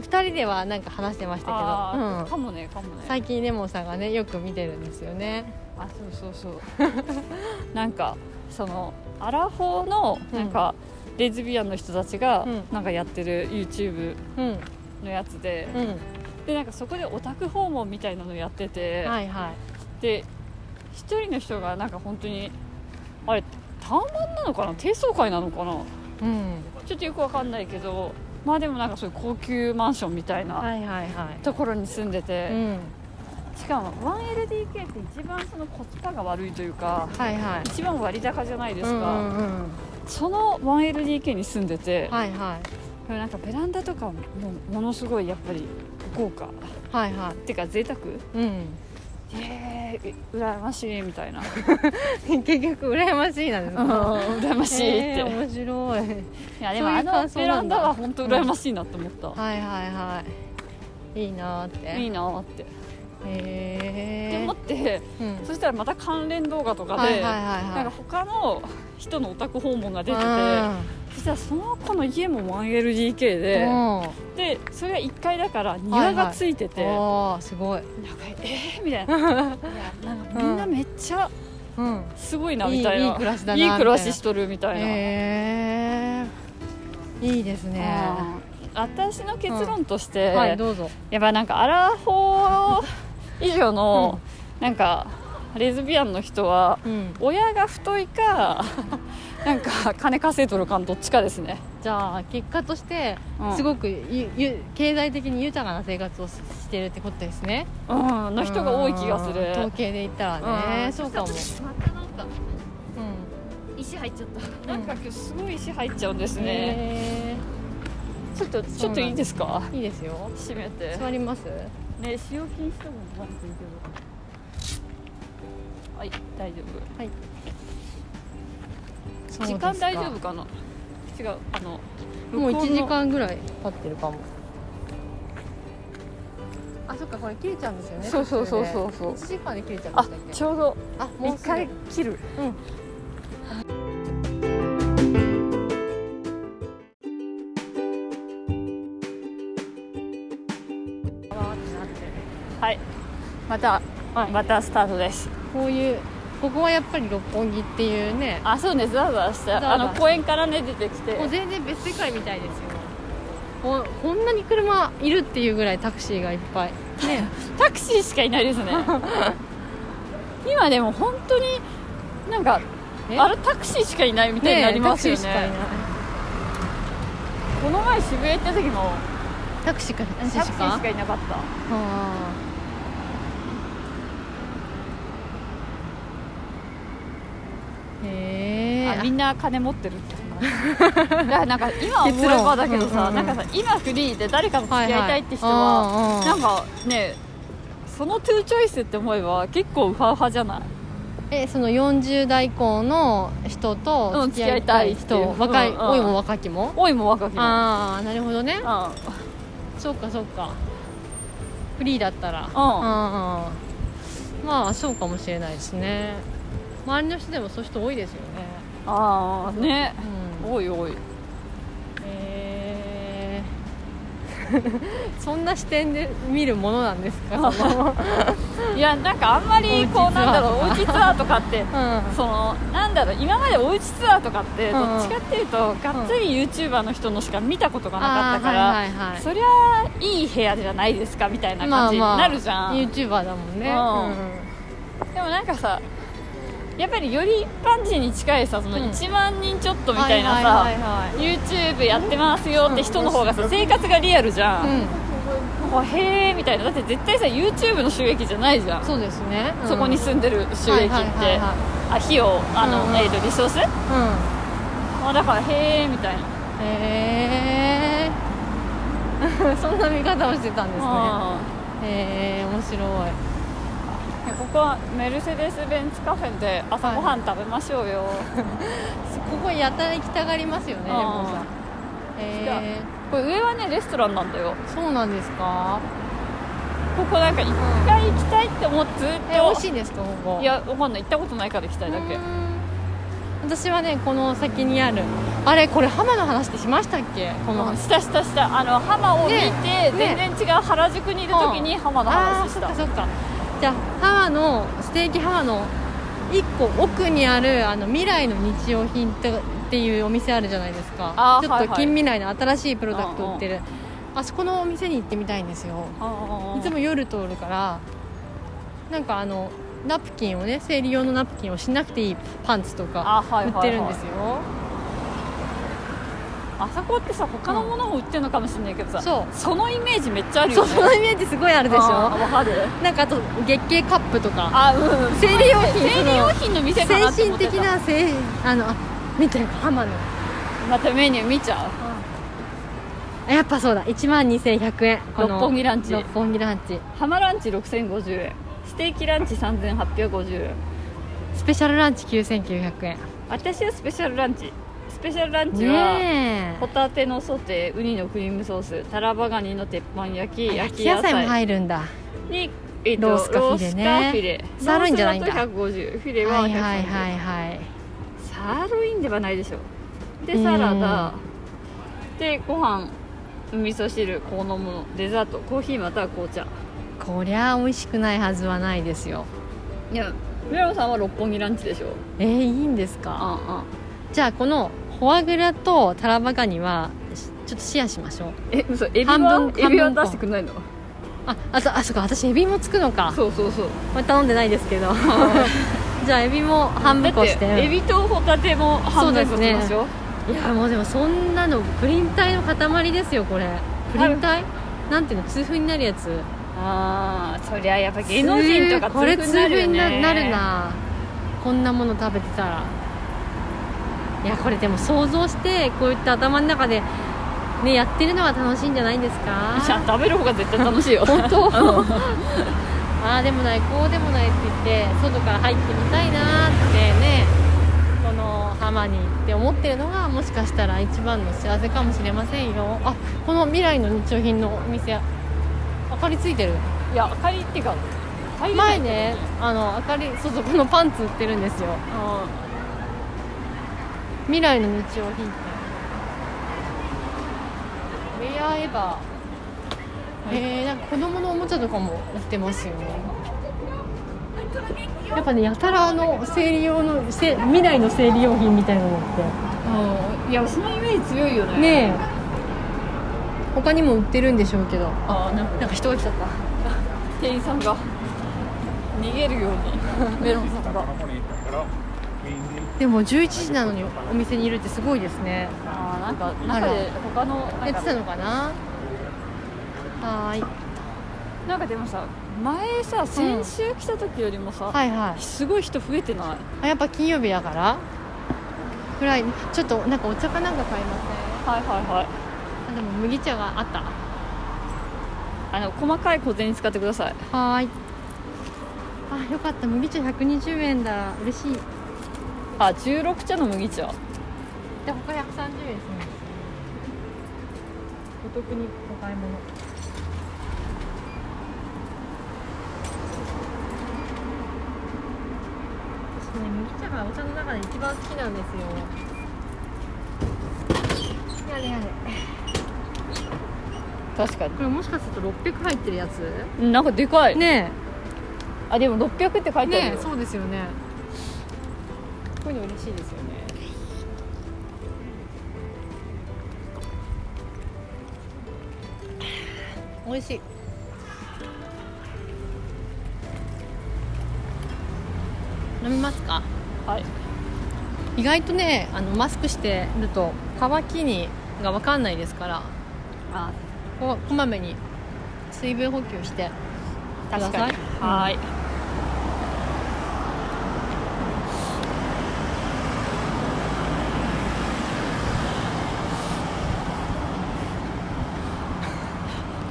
Speaker 2: 2人ではなんか話してましたけ
Speaker 1: あー、
Speaker 2: ど、
Speaker 1: かもねかも
Speaker 2: うん、
Speaker 1: ね
Speaker 2: 最近レモンさんがねよく見てるんですよね
Speaker 1: あそうそう <laughs> そうなんかそのアラフォーのなんか、レズビアンの人たちが
Speaker 2: うん
Speaker 1: なんかやってる YouTube
Speaker 2: うん
Speaker 1: のやつで、
Speaker 2: うん
Speaker 1: でなんかそこでオタク訪問みたいなのやってて、
Speaker 2: はいはい
Speaker 1: で一人の人がなんか本当にあれタワマンなのかな低層階なのかな
Speaker 2: うん
Speaker 1: ちょっとよくわかんないけどまあでもなんかそういう高級マンションみたいな
Speaker 2: はいはいは
Speaker 1: ところに住んで
Speaker 2: い
Speaker 1: て、
Speaker 2: うん
Speaker 1: しかも 1LDK って一番そのコスパが悪いというか
Speaker 2: はいはい
Speaker 1: 一番割高じゃないです
Speaker 2: う
Speaker 1: か、
Speaker 2: んうんうん
Speaker 1: その 1LDK に住んでて、
Speaker 2: はいはい
Speaker 1: これなんかベランダとかもものすごいやっぱり豪華
Speaker 2: はいはい
Speaker 1: てか贅沢
Speaker 2: うん
Speaker 1: えー、羨ましいみたい
Speaker 2: <laughs>
Speaker 1: な
Speaker 2: 結局羨ましいなんです
Speaker 1: うん
Speaker 2: か
Speaker 1: 羨ましいって、
Speaker 2: えー面白い
Speaker 1: いやでもあの
Speaker 2: そうい
Speaker 1: ベ
Speaker 2: う感想な
Speaker 1: ラ
Speaker 2: ん
Speaker 1: ン
Speaker 2: だ
Speaker 1: ダは本当羨ましいなと思った、
Speaker 2: はいはいはいいいなーって
Speaker 1: いい
Speaker 2: へ
Speaker 1: なーって、
Speaker 2: え
Speaker 1: で思って
Speaker 2: うん
Speaker 1: そしたらまた関連動画とかで、
Speaker 2: はいはいはいは
Speaker 1: ないんか他の人のお宅訪問が出てて
Speaker 2: う
Speaker 1: そしたらその子の家も 1LDK で、
Speaker 2: んうん
Speaker 1: でそれが1階だから
Speaker 2: はいは
Speaker 1: 庭
Speaker 2: い
Speaker 1: がついてて、
Speaker 2: おーすごい
Speaker 1: なんかえー、み
Speaker 2: <laughs>
Speaker 1: たいないやなんかみんなめっちゃ
Speaker 2: うん
Speaker 1: すごいな
Speaker 2: うん
Speaker 1: みたいな、
Speaker 2: いいいい暮らしだない
Speaker 1: い暮らししとるみたいな、
Speaker 2: へえいいですね
Speaker 1: うん私の結論として、
Speaker 2: はいどうぞ
Speaker 1: やっぱなんかアラフォー以上の、なんかレズビアンの人は
Speaker 2: うん
Speaker 1: 親が太いか <laughs> なんか金稼いとるかんどっちかですね、
Speaker 2: じゃあ結果として
Speaker 1: うん、
Speaker 2: すごくゆゆ経済的に豊かな生活をししてるってことですね
Speaker 1: うんの人が多い気がす
Speaker 2: うん
Speaker 1: る
Speaker 2: 統計で言ったらねそうかも
Speaker 1: またなんか
Speaker 2: うん
Speaker 1: 石入っちゃったなんか今日すごい石入っちゃうんですね、
Speaker 2: ね
Speaker 1: ちょっとちょっといいですか
Speaker 2: いいですよ
Speaker 1: 閉めて
Speaker 2: 座ります
Speaker 1: ね使用禁止ともなってるけどはい大丈夫時間大丈夫かな違うあの
Speaker 2: も
Speaker 1: 向
Speaker 2: う
Speaker 1: こ
Speaker 2: 1
Speaker 1: の
Speaker 2: 時間ぐらい経ってるかもあそっかこれ切れちゃうんですよね
Speaker 1: そうそうそうそうそう
Speaker 2: 1時間で切れちゃうんで
Speaker 1: あ
Speaker 2: したっけ
Speaker 1: ちょうど
Speaker 2: あもう
Speaker 1: 一
Speaker 2: すぐ
Speaker 1: 回切る
Speaker 2: うん
Speaker 1: はいまた、またスタートです
Speaker 2: こういうここはやっぱり六本木っていうね
Speaker 1: あそうねざわざわして
Speaker 2: ざわざわ
Speaker 1: あの公園からね出てきて
Speaker 2: もう全然別世界みたいですよここんなに車いるっていうぐらいタクシーがいっぱいね
Speaker 1: タクシーしかいないです <laughs> ね今でも本当になんか
Speaker 2: え
Speaker 1: あれタクシーしかいないみたいにな
Speaker 2: ね
Speaker 1: り
Speaker 2: タ
Speaker 1: ま
Speaker 2: ク
Speaker 1: す
Speaker 2: シ
Speaker 1: よね
Speaker 2: ーしかいない
Speaker 1: この前渋谷行った時も
Speaker 2: タクシーか
Speaker 1: タクシーしかいなかった
Speaker 2: あーへ
Speaker 1: あみ
Speaker 2: え
Speaker 1: んな金持ってるって話
Speaker 2: <laughs>
Speaker 1: だからなんか今思えばだけどさ、
Speaker 2: 結論うんうん
Speaker 1: なんかさ今フリーで誰かと付き合いたいって人は、
Speaker 2: はいはい
Speaker 1: なんかねそのトゥーチョイスって思えば結構ウハウハじゃない
Speaker 2: えその40代以降の人
Speaker 1: う
Speaker 2: と
Speaker 1: ん
Speaker 2: 付き合いたい
Speaker 1: 付き合いたいってい
Speaker 2: 人
Speaker 1: う
Speaker 2: 若い
Speaker 1: うんうん
Speaker 2: 老いも若きも
Speaker 1: 多いも若きも
Speaker 2: ああなるほどね
Speaker 1: うん
Speaker 2: そうかそうかフリーだったらうんうん
Speaker 1: う
Speaker 2: まあそうかもしれないですね周りの人でもそういう人多いですよね
Speaker 1: ああね
Speaker 2: うん
Speaker 1: 多い多い
Speaker 2: えーそんな視点で見るものなんですかその
Speaker 1: いやなんかあんまりこうなんだろうおうちツアーとかって
Speaker 2: うん
Speaker 1: そのなんだろう今までおうちツアーとかって
Speaker 2: う
Speaker 1: ど
Speaker 2: ん
Speaker 1: っちかっていうと、がっつり YouTuber の人のしか見たことがなかったから、
Speaker 2: あーはいはいはい
Speaker 1: そりゃいい部屋じゃないですかみたいな
Speaker 2: ま
Speaker 1: 感
Speaker 2: あ
Speaker 1: じに
Speaker 2: まあ
Speaker 1: なるじゃん、
Speaker 2: YouTuber だもんね、
Speaker 1: うでもなんかさやっぱりより一般人に近いさその
Speaker 2: うん
Speaker 1: 1万人ちょっと
Speaker 2: うん
Speaker 1: みたいなさ、
Speaker 2: はいはいはいはい
Speaker 1: YouTube やってますよって人の方がさ生活がリアルじゃん、
Speaker 2: う
Speaker 1: もうへえみたいなだって絶対さ YouTube の収益じゃないじゃん
Speaker 2: ん、
Speaker 1: そ
Speaker 2: そうですね、うん
Speaker 1: こに住んでる収益って、
Speaker 2: はいはいはいはい
Speaker 1: あ費用あの、
Speaker 2: うんうん
Speaker 1: えーとリソース
Speaker 2: うん
Speaker 1: あだからへえみたいな
Speaker 2: へえ <laughs> そんな見方をしてたんですね
Speaker 1: う
Speaker 2: へえ面白い
Speaker 1: んここはメルセデス・ベンツカフェで朝ごはん食べましょうよ、
Speaker 2: ここやたら行きたがりますよね
Speaker 1: うん
Speaker 2: レモンさんへえ
Speaker 1: これ上はねレストランなんだよ
Speaker 2: そうなんですか
Speaker 1: ここなんか一回行きたいって思ってずっ
Speaker 2: え美味
Speaker 1: と
Speaker 2: しいんですかここ
Speaker 1: いやわかんない行ったことないから行きたいだけ
Speaker 2: うーん私はねこの先にあるあれこれ浜の話ってしましたっけこの
Speaker 1: うんしたしたしたあの浜を見て、
Speaker 2: ねね
Speaker 1: 全然違う原宿にいる時に浜の
Speaker 2: ああー
Speaker 1: 話
Speaker 2: そ
Speaker 1: し、
Speaker 2: ったかそっかじゃあ浜のステーキ浜の一個奥にあるあの未来の日用品ってっていうお店あるじゃないですか
Speaker 1: あー
Speaker 2: ちょ
Speaker 1: は
Speaker 2: っ
Speaker 1: いは
Speaker 2: と
Speaker 1: い
Speaker 2: 近未来の新しいプロダクト売ってる、あそこのお店に行ってみたいんですよ
Speaker 1: あー
Speaker 2: いつも夜通るからなんかあのナプキンをね生理用のナプキンをしなくていいパンツと
Speaker 1: あ
Speaker 2: か
Speaker 1: はいはい
Speaker 2: 売
Speaker 1: はい
Speaker 2: ってるんですよ、
Speaker 1: あそこってさ他のものも売ってるのかもしれないけどさ
Speaker 2: そう
Speaker 1: のイメージめっちゃある
Speaker 2: そ
Speaker 1: よ
Speaker 2: う
Speaker 1: ね
Speaker 2: そのイメージすごいあるでしょ
Speaker 1: あーわかる
Speaker 2: なんかあと月経カップとか
Speaker 1: あうん
Speaker 2: 生理用品
Speaker 1: 生理用品の店かなって
Speaker 2: 精
Speaker 1: 思
Speaker 2: 神
Speaker 1: って
Speaker 2: 的
Speaker 1: た
Speaker 2: なせいあのあ見て浜の
Speaker 1: またメニュー見ちゃう
Speaker 2: あやっぱそうだ1万2100円この
Speaker 1: 六本木ランチ
Speaker 2: 六本木ランチ
Speaker 1: ハマランチ6050円ステーキランチ3850円
Speaker 2: スペシャルランチ9900円
Speaker 1: 私はスペシャルランチスペシャルランチは、
Speaker 2: ね
Speaker 1: ホタテのソテーウニのクリームソースタラバガニの鉄板焼き焼
Speaker 2: え焼
Speaker 1: き
Speaker 2: き
Speaker 1: 野
Speaker 2: 野
Speaker 1: 菜
Speaker 2: 菜も入るんだ
Speaker 1: に、えっと
Speaker 2: ロースかフィレね
Speaker 1: ロースかフィレ
Speaker 2: サーロインじゃないんだ
Speaker 1: ロースだと150フィ
Speaker 2: は
Speaker 1: レ
Speaker 2: い
Speaker 1: は130、
Speaker 2: はいはいはい
Speaker 1: サーロインではないでしょで
Speaker 2: うん
Speaker 1: サラダでご飯味噌汁このものデザートコーヒーまたは紅茶
Speaker 2: こりゃ美味しくないはずはないですよ
Speaker 1: いやメロンさんは六本木ランチでしょ
Speaker 2: えー、いいんですか
Speaker 1: あ
Speaker 2: じゃあこのフォアグラとタラバガニはしちょっとシェアしましょう
Speaker 1: うんえ嘘エビは
Speaker 2: 半分
Speaker 1: エビは
Speaker 2: 半分か
Speaker 1: 出してくんないの
Speaker 2: ああとあそっか私エビもつくのか
Speaker 1: そうそうそう
Speaker 2: これ頼んでないですけ
Speaker 1: <laughs>
Speaker 2: どじゃあエビも半分こして
Speaker 1: だってエビとホタテも半分こしましょう
Speaker 2: いやもうでもそんなのプリン体の塊ですよこれプリン体なんていうの痛風になるやつ
Speaker 1: ああそりゃやっぱ芸能人とか
Speaker 2: 痛これ
Speaker 1: 痛
Speaker 2: 痛
Speaker 1: 風
Speaker 2: 風
Speaker 1: に
Speaker 2: に
Speaker 1: な
Speaker 2: な
Speaker 1: るよね
Speaker 2: なるなこんなもの食べてたらいやこれでも想像してこういった頭の中でねやってるのは楽しいんじゃないんですか
Speaker 1: じゃあ食べる方が絶対楽しいよ <laughs>
Speaker 2: 本当 <laughs> ああでもないこうでもないって言って外から入ってみたいなーってねこの浜にって思ってるのがもしかしたら一番の幸せかもしれませんよあこの未来の日用品のお店明かりついてる
Speaker 1: いや明かりっていうか入れな
Speaker 2: 前
Speaker 1: いと
Speaker 2: ねあの明かりそうそうこのパンツ売ってるんですよ
Speaker 1: う
Speaker 2: 未来の日用品店 Wherever えー、なんか子供のおもちゃとかも売ってますよねやっぱねやたらあの生理用のせ未来の生理用品みたいなのっ
Speaker 1: んうんいやそのイメージ強いよ
Speaker 2: て
Speaker 1: ね
Speaker 2: ねえ他にも売ってるんでしょうけど
Speaker 1: ああなんか
Speaker 2: なんか人が来ちゃった
Speaker 1: 店員さんが逃げるよう
Speaker 2: <laughs>
Speaker 1: にメロンさんが
Speaker 2: でも11時なのにお店にいるってすごいですね
Speaker 1: ああなんか中で他のなん
Speaker 2: やってた
Speaker 1: か
Speaker 2: のかなはーい
Speaker 1: なんかでもさ前さ先週来た時よりもさ、
Speaker 2: はいはい
Speaker 1: すごい人増えてない
Speaker 2: あやっぱ金曜日だからぐらいちょっとなんかお茶かなんか買いま
Speaker 1: はいはいはい
Speaker 2: せんあでも麦茶があった
Speaker 1: あの細かい小銭使ってください
Speaker 2: はーいあよかった麦茶120円だ嬉しい
Speaker 1: あ16茶の麦茶
Speaker 2: で他130円しますお得にお買い物私ね麦茶がお茶の中で一番好きなんですよやれやれ
Speaker 1: 確か
Speaker 2: これもしかすると600入ってるやつ
Speaker 1: になんかでかい、
Speaker 2: ね
Speaker 1: あでも600って書
Speaker 2: え
Speaker 1: いてある
Speaker 2: ね
Speaker 1: よ
Speaker 2: えそうですよねこういうの嬉しいですよね美味しい飲みますか
Speaker 1: はい
Speaker 2: 意外とねあのマスクしてると乾きにが分かんないですから
Speaker 1: あ
Speaker 2: ここまめに水分補給して
Speaker 1: 確かに
Speaker 2: ください
Speaker 1: はーい <laughs>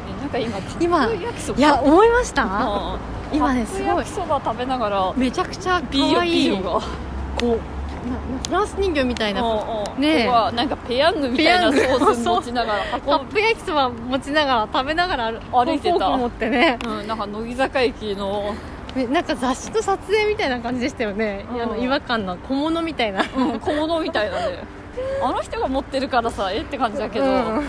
Speaker 1: えなんか今カ
Speaker 2: 今
Speaker 1: ップ焼きそば
Speaker 2: いや思いました
Speaker 1: あー
Speaker 2: 今ね
Speaker 1: カップ
Speaker 2: すごい
Speaker 1: 焼きそば食べながら
Speaker 2: めちゃくちゃ
Speaker 1: 美
Speaker 2: 可
Speaker 1: 女
Speaker 2: 愛
Speaker 1: 美
Speaker 2: い
Speaker 1: 女が
Speaker 2: こうななフランス人形みたいな
Speaker 1: うんうん
Speaker 2: ねえ
Speaker 1: ここはなんかペヤングみたいな
Speaker 2: ペヤング
Speaker 1: ソース持ちながら
Speaker 2: カ
Speaker 1: 運
Speaker 2: ップ焼きそば持ちながら食べながら歩
Speaker 1: 歩いてた
Speaker 2: フォーク持ってね
Speaker 1: ぶ、うん、なんか乃木坂駅の、
Speaker 2: ねなんか雑誌の撮影みたいな感じでしたよね
Speaker 1: うん
Speaker 2: あの違和感の小物みたいな
Speaker 1: うん、小物みたいなねあの人が持ってるからさえって感じだけど、
Speaker 2: うん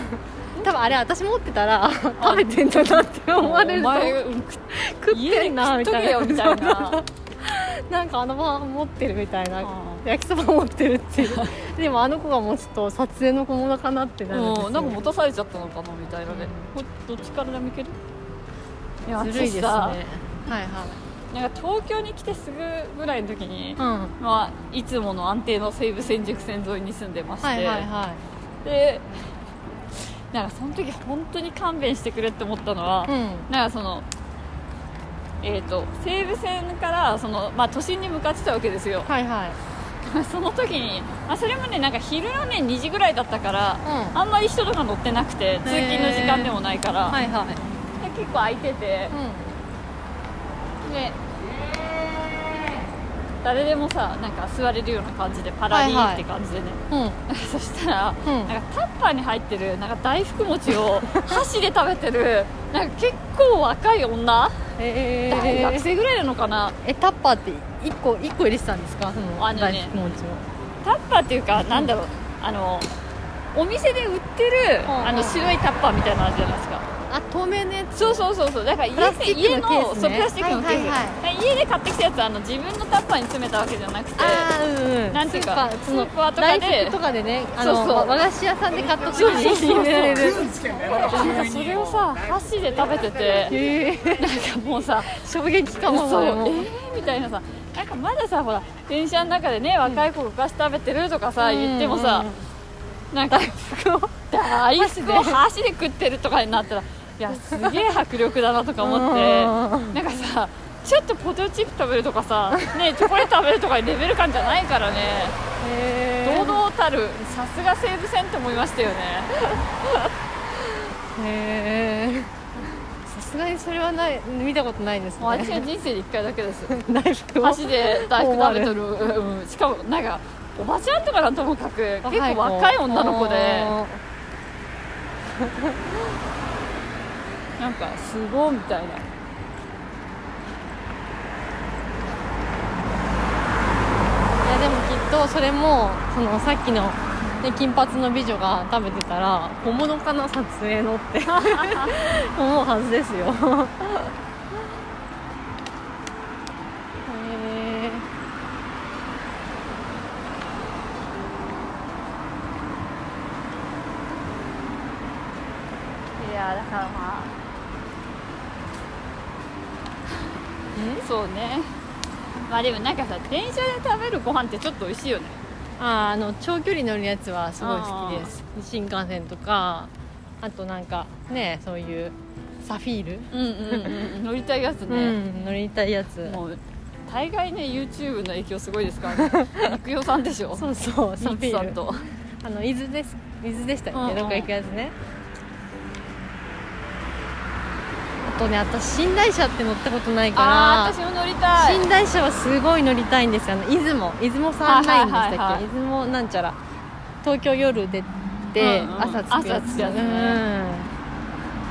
Speaker 2: 多分あれ私持ってたら食べてんだなって思われる
Speaker 1: お
Speaker 2: と
Speaker 1: 前うん食っ
Speaker 2: 食ってんなみたいな
Speaker 1: 家で食っとけよみたいな
Speaker 2: なんかあのパン持ってるみたいな
Speaker 1: うん
Speaker 2: 焼きそば持って
Speaker 1: <laughs>
Speaker 2: るっていうでもあの子が持つと撮影の小物かなってなるんです
Speaker 1: う
Speaker 2: よ
Speaker 1: ん、なんか持たされちゃったのかなみたいなね、こどっちからでもいけるいや
Speaker 2: ずるいです
Speaker 1: 私
Speaker 2: ね
Speaker 1: さ
Speaker 2: はいは
Speaker 1: なんか東京に来てすぐぐらいの時に、
Speaker 2: い、うん、
Speaker 1: まあ、いつもの安定の西武千宿線沿いに住んでまして、
Speaker 2: はいはいは
Speaker 1: でなんかその時本当に勘弁してくれって思ったのは、
Speaker 2: い、うん
Speaker 1: なんかそのえー、と西武線からその、まあ、都心に向かってたわけですよ <laughs>
Speaker 2: はいはい
Speaker 1: その時に、まあ、それもねなんか昼のね2時ぐらいだったから、
Speaker 2: うん
Speaker 1: あんまり人とか乗ってなくて通勤の時間でもないから、
Speaker 2: はいはい
Speaker 1: で結構空いてて、で誰でもさなんか座れるような感じでパラリ
Speaker 2: はいは
Speaker 1: ー
Speaker 2: い
Speaker 1: って感じでね、
Speaker 2: うんうん
Speaker 1: <laughs> そしたら、
Speaker 2: うん
Speaker 1: なんかタッパーに入ってるなんか大福餅
Speaker 2: <laughs>
Speaker 1: を箸で食べてるなんか結構若い女、
Speaker 2: え
Speaker 1: 大学
Speaker 2: ー、
Speaker 1: 生ぐらいなのかな
Speaker 2: えタッパーって一個一個入れてたんですかそ
Speaker 1: あ
Speaker 2: の
Speaker 1: のね
Speaker 2: 大福餅を
Speaker 1: タッパーっていうかなんだろうあのお店で売ってる、
Speaker 2: ん
Speaker 1: あの白いタッパーみたいなのあるじゃないですか
Speaker 2: あ透明のやつ
Speaker 1: そうそうそうそうだから
Speaker 2: プラ
Speaker 1: 家
Speaker 2: スチ
Speaker 1: で
Speaker 2: ッ
Speaker 1: 家
Speaker 2: クの
Speaker 1: の
Speaker 2: ケースね
Speaker 1: そうプラスチックのケース、
Speaker 2: はいはい
Speaker 1: だから家で買ってきたやつはあの自分のタッパーに詰めたわけじゃなくて
Speaker 2: ああうんうん
Speaker 1: なんていうか
Speaker 2: スーパー
Speaker 1: スーパーと
Speaker 2: その
Speaker 1: かで
Speaker 2: 大福とかでねあの
Speaker 1: そうそう
Speaker 2: 和和菓子屋さんで買った時
Speaker 1: そうそうそうそう
Speaker 2: に入れられる
Speaker 1: なんかそれをさ箸で食べてて
Speaker 2: へえ
Speaker 1: なんかもうさ
Speaker 2: 衝撃かも
Speaker 1: そう
Speaker 2: そ
Speaker 1: え
Speaker 2: れも
Speaker 1: ー、みたいなさなんかまださほら電車の中でね若い子がお菓子食べてるとかさ、言ってもさ、なんか大福を箸で食ってるとかになったらいやすげえ迫力だなとか思って
Speaker 2: うん
Speaker 1: なんかさちょっとポテトチップ食べるとかさ、ね、チョコレート食べるとかレベル感じゃないからね
Speaker 2: へ
Speaker 1: 堂
Speaker 2: え
Speaker 1: 々たるさすが西武線って思いましたよね
Speaker 2: へえさすがにそれはない見たことないです
Speaker 1: もう私は
Speaker 2: ね
Speaker 1: 人生で1回だけです
Speaker 2: <laughs> 大福を
Speaker 1: 箸で大福食べてる、うん、しかもなんかおばちゃんとかなんともかく結構若い女の子で
Speaker 2: あ
Speaker 1: なんかすごいみたいな
Speaker 2: ーいやでもきっとそれもそのさっきの、ね、金髪の美女が食べてたら本物かな撮影のって
Speaker 1: <laughs>
Speaker 2: 思うはずですよへえ
Speaker 1: いやだからまあそうねまあでもなんかさ電車で食べるご飯ってちょっと美味しいよね
Speaker 2: あーあの長距離乗るやつはすごい好きです新幹線とかあとなんかねそういうサフィール、
Speaker 1: うんうんうん乗りたいやつ
Speaker 2: う
Speaker 1: ね、
Speaker 2: ん、乗りたいやつ
Speaker 1: もう大概ね YouTube の影響すごいですからね肉代さんでしょ
Speaker 2: そうそうサフ
Speaker 1: ミ
Speaker 2: ィ
Speaker 1: ツさ
Speaker 2: ー
Speaker 1: ん
Speaker 2: ル
Speaker 1: と
Speaker 2: あの伊豆です伊豆でしたっけ、
Speaker 1: うんうん
Speaker 2: どっか行くやつねあとね私寝台車って乗ったことない
Speaker 1: ああ
Speaker 2: か
Speaker 1: 私も乗り
Speaker 2: ら
Speaker 1: たい
Speaker 2: 寝台車はすごい乗りたいんですよあの出雲出雲サンラインでしたっけ、
Speaker 1: はいはいはいはい
Speaker 2: 出雲なんちゃら東京夜出て
Speaker 1: うんうん
Speaker 2: 朝着くやつ
Speaker 1: 朝着くやつね
Speaker 2: うん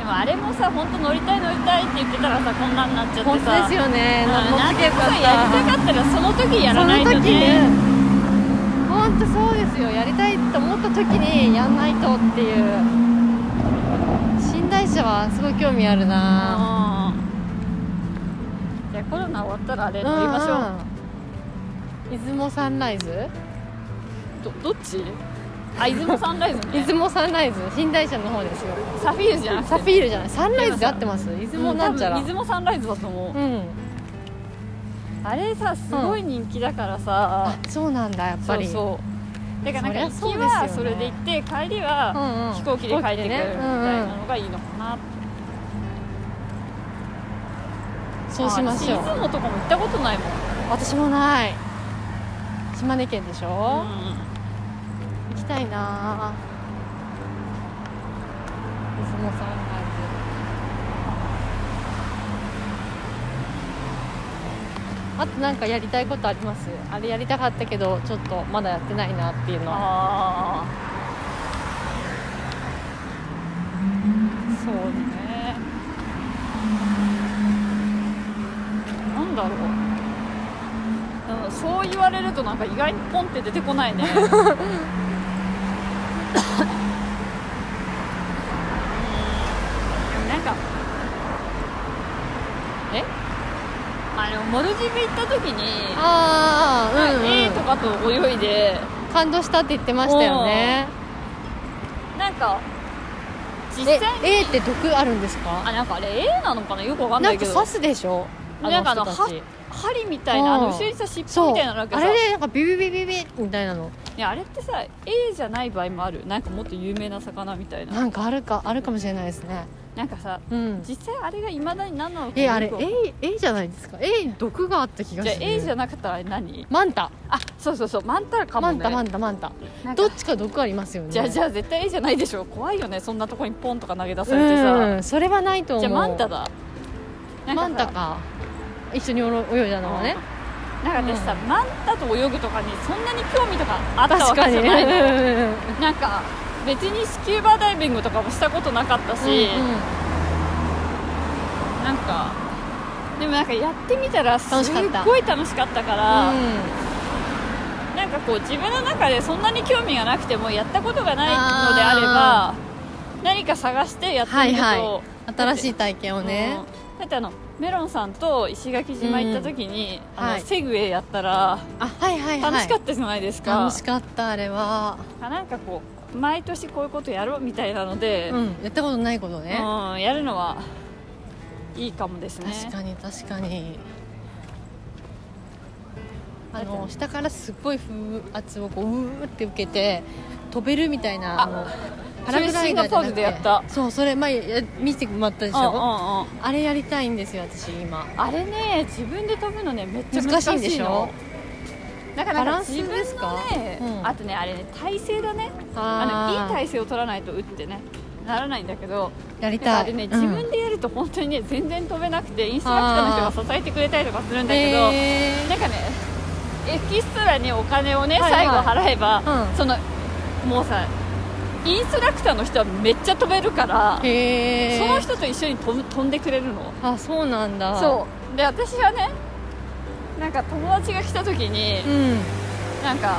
Speaker 1: でももあれもさ本当乗りたい乗りたいって言ってたらさこんなんなっちゃってさ
Speaker 2: 本当ですよね
Speaker 1: うん
Speaker 2: 乗
Speaker 1: な
Speaker 2: っ
Speaker 1: んか
Speaker 2: てけばよか
Speaker 1: さ
Speaker 2: った
Speaker 1: やりたかったらその時やらないと
Speaker 2: その時
Speaker 1: ね
Speaker 2: 本当そうですよやりたいと思った時にやんないとっていう寝台車はすごい興味あるな
Speaker 1: うんじゃあコロナ終わったらあれ
Speaker 2: や
Speaker 1: 乗りましょう
Speaker 2: 出雲サンライズ
Speaker 1: どどっちあ出雲サンライズ
Speaker 2: 出
Speaker 1: ね
Speaker 2: 雲サンライズ寝台車の方ですよ
Speaker 1: サフィールじゃなくて
Speaker 2: サフィールじゃないサンライズで合ってます出雲なんちゃら
Speaker 1: うん多分出雲サンライズだと思う、
Speaker 2: うん
Speaker 1: あれさすごい人気だからさ
Speaker 2: あ、そうなんだやっぱり
Speaker 1: そうそうだからなんか
Speaker 2: そ
Speaker 1: 行
Speaker 2: り
Speaker 1: き
Speaker 2: ゃそうですよ
Speaker 1: は
Speaker 2: ね
Speaker 1: それで行って帰り
Speaker 2: う
Speaker 1: は
Speaker 2: んうん
Speaker 1: 飛行機で帰ってくるみ
Speaker 2: ね
Speaker 1: たい
Speaker 2: うんうん
Speaker 1: なのがいいのかなって
Speaker 2: そうしましょう
Speaker 1: あ私出雲とかも行ったことないもん
Speaker 2: 私もない島根県でしょ、
Speaker 1: うん
Speaker 2: 行きたいな出雲サンライズあとなんかやりたいことありますあれやりたかったけどちょっとまだやってないなっていうのは
Speaker 1: ああそうねなんだろううんそう言われるとなんか意外にポンって出てこないねうんなんかえあのモルジブ行った時に
Speaker 2: ああうん、うん
Speaker 1: えとかと泳いで
Speaker 2: 感動したって言ってましたよね
Speaker 1: なんか実
Speaker 2: え
Speaker 1: 際に
Speaker 2: A って毒あるんですか
Speaker 1: あなんかあれ A なのかなよくわかん
Speaker 2: な
Speaker 1: ない
Speaker 2: ん
Speaker 1: け
Speaker 2: か
Speaker 1: ど
Speaker 2: 刺すでしょ
Speaker 1: なんかあの
Speaker 2: 人たち
Speaker 1: 針みたいなあの
Speaker 2: うん
Speaker 1: 後ろにさ尻尾
Speaker 2: そう
Speaker 1: みたいなのあるけど
Speaker 2: あ
Speaker 1: さ
Speaker 2: れでなんかビビビビビみたいなの
Speaker 1: いやあれってさ A じゃない場合もあるなんかもっと有名な魚みたいな
Speaker 2: なんかあるかあるかもしれないですね
Speaker 1: なんかさ
Speaker 2: うん
Speaker 1: 実際あれがいまだに何なのか
Speaker 2: えあれ
Speaker 1: よくわかんない
Speaker 2: A, A じゃないですか A に毒があった気が
Speaker 1: じゃ
Speaker 2: す
Speaker 1: あ
Speaker 2: る
Speaker 1: A じゃ
Speaker 2: ん
Speaker 1: なかったらあれ何
Speaker 2: マンタ
Speaker 1: あそうそうそうマンタラかも
Speaker 2: マ
Speaker 1: ね
Speaker 2: ンタマンタマンタ
Speaker 1: なんか
Speaker 2: どっちか毒ありますよね
Speaker 1: じゃあじ
Speaker 2: ゃ
Speaker 1: ゃあ絶対 A じゃないでしょ怖いよねそんなとこにポンとか投げ出されて
Speaker 2: う
Speaker 1: さ
Speaker 2: んそれはないと思う
Speaker 1: じゃあマンタだなんか
Speaker 2: マ
Speaker 1: さ
Speaker 2: ンタか一緒におろ泳いだのはね
Speaker 1: なんか私さ、マンタと泳ぐとかにそんなに興味とかあったわ
Speaker 2: 確か
Speaker 1: けじゃ
Speaker 2: にうん
Speaker 1: ないの
Speaker 2: うんうん
Speaker 1: なんか別にスキューバダイビングとかもしたことなかったし、なんかでもなんかやってみたらすっ
Speaker 2: 楽しかった
Speaker 1: ごい楽しかったから
Speaker 2: うん
Speaker 1: なんかこう自分の中でそんなに興味がなくてもやったことがないのであれば何か探してやって
Speaker 2: は
Speaker 1: み
Speaker 2: い
Speaker 1: ると、
Speaker 2: はい新しい体験をね
Speaker 1: うんだってあのメロンさんと石垣島行った時に、
Speaker 2: うん
Speaker 1: あの
Speaker 2: はい
Speaker 1: セグウェイやったら
Speaker 2: あはいはいはい
Speaker 1: 楽しかったじゃないですか、
Speaker 2: 楽しかったあれは
Speaker 1: あなんかこう毎年こういうことやろうみたいなので、
Speaker 2: うんやったことないことね
Speaker 1: うんやるのはいいかもですね
Speaker 2: 確かに確かにあ
Speaker 1: だっ
Speaker 2: の
Speaker 1: て
Speaker 2: 下からすっごい風圧をこううーって受けて飛べるみたいな
Speaker 1: あ
Speaker 2: あのパラグライダーじゃ
Speaker 1: それシンガ
Speaker 2: なくて
Speaker 1: ポールでやった
Speaker 2: そうそれ前や見せてもらったでしょ、
Speaker 1: うんうんうん
Speaker 2: あれやりたいんですよ私今
Speaker 1: あれね自分で飛ぶのねめっちゃ難
Speaker 2: 難
Speaker 1: し
Speaker 2: し
Speaker 1: い
Speaker 2: い
Speaker 1: の
Speaker 2: んでしょ
Speaker 1: だから
Speaker 2: バラ
Speaker 1: なん
Speaker 2: ン
Speaker 1: か
Speaker 2: ス
Speaker 1: 自分
Speaker 2: です
Speaker 1: の
Speaker 2: か
Speaker 1: ね、
Speaker 2: うん
Speaker 1: あとねあれね体勢だねあのいい
Speaker 2: い
Speaker 1: 体勢を取らないと打ってねならないんだけど
Speaker 2: やり
Speaker 1: なんか
Speaker 2: た
Speaker 1: あ
Speaker 2: い
Speaker 1: れね、
Speaker 2: うん
Speaker 1: 自分でやると本当にね全然飛べなくてインストラクターの人が支えてくれたりとかするんだけど、
Speaker 2: へー
Speaker 1: なんかねエキストラにお金をね、
Speaker 2: はいは
Speaker 1: 最
Speaker 2: い
Speaker 1: 後払えば、
Speaker 2: うん
Speaker 1: そのもうさインストラクターの人はめっちゃ飛べるから、
Speaker 2: へー
Speaker 1: その人と一緒に飛ぶ飛んでくれるの、
Speaker 2: あそうなんだ
Speaker 1: そうで私はねなんか友達が来た時に、
Speaker 2: うん
Speaker 1: なんか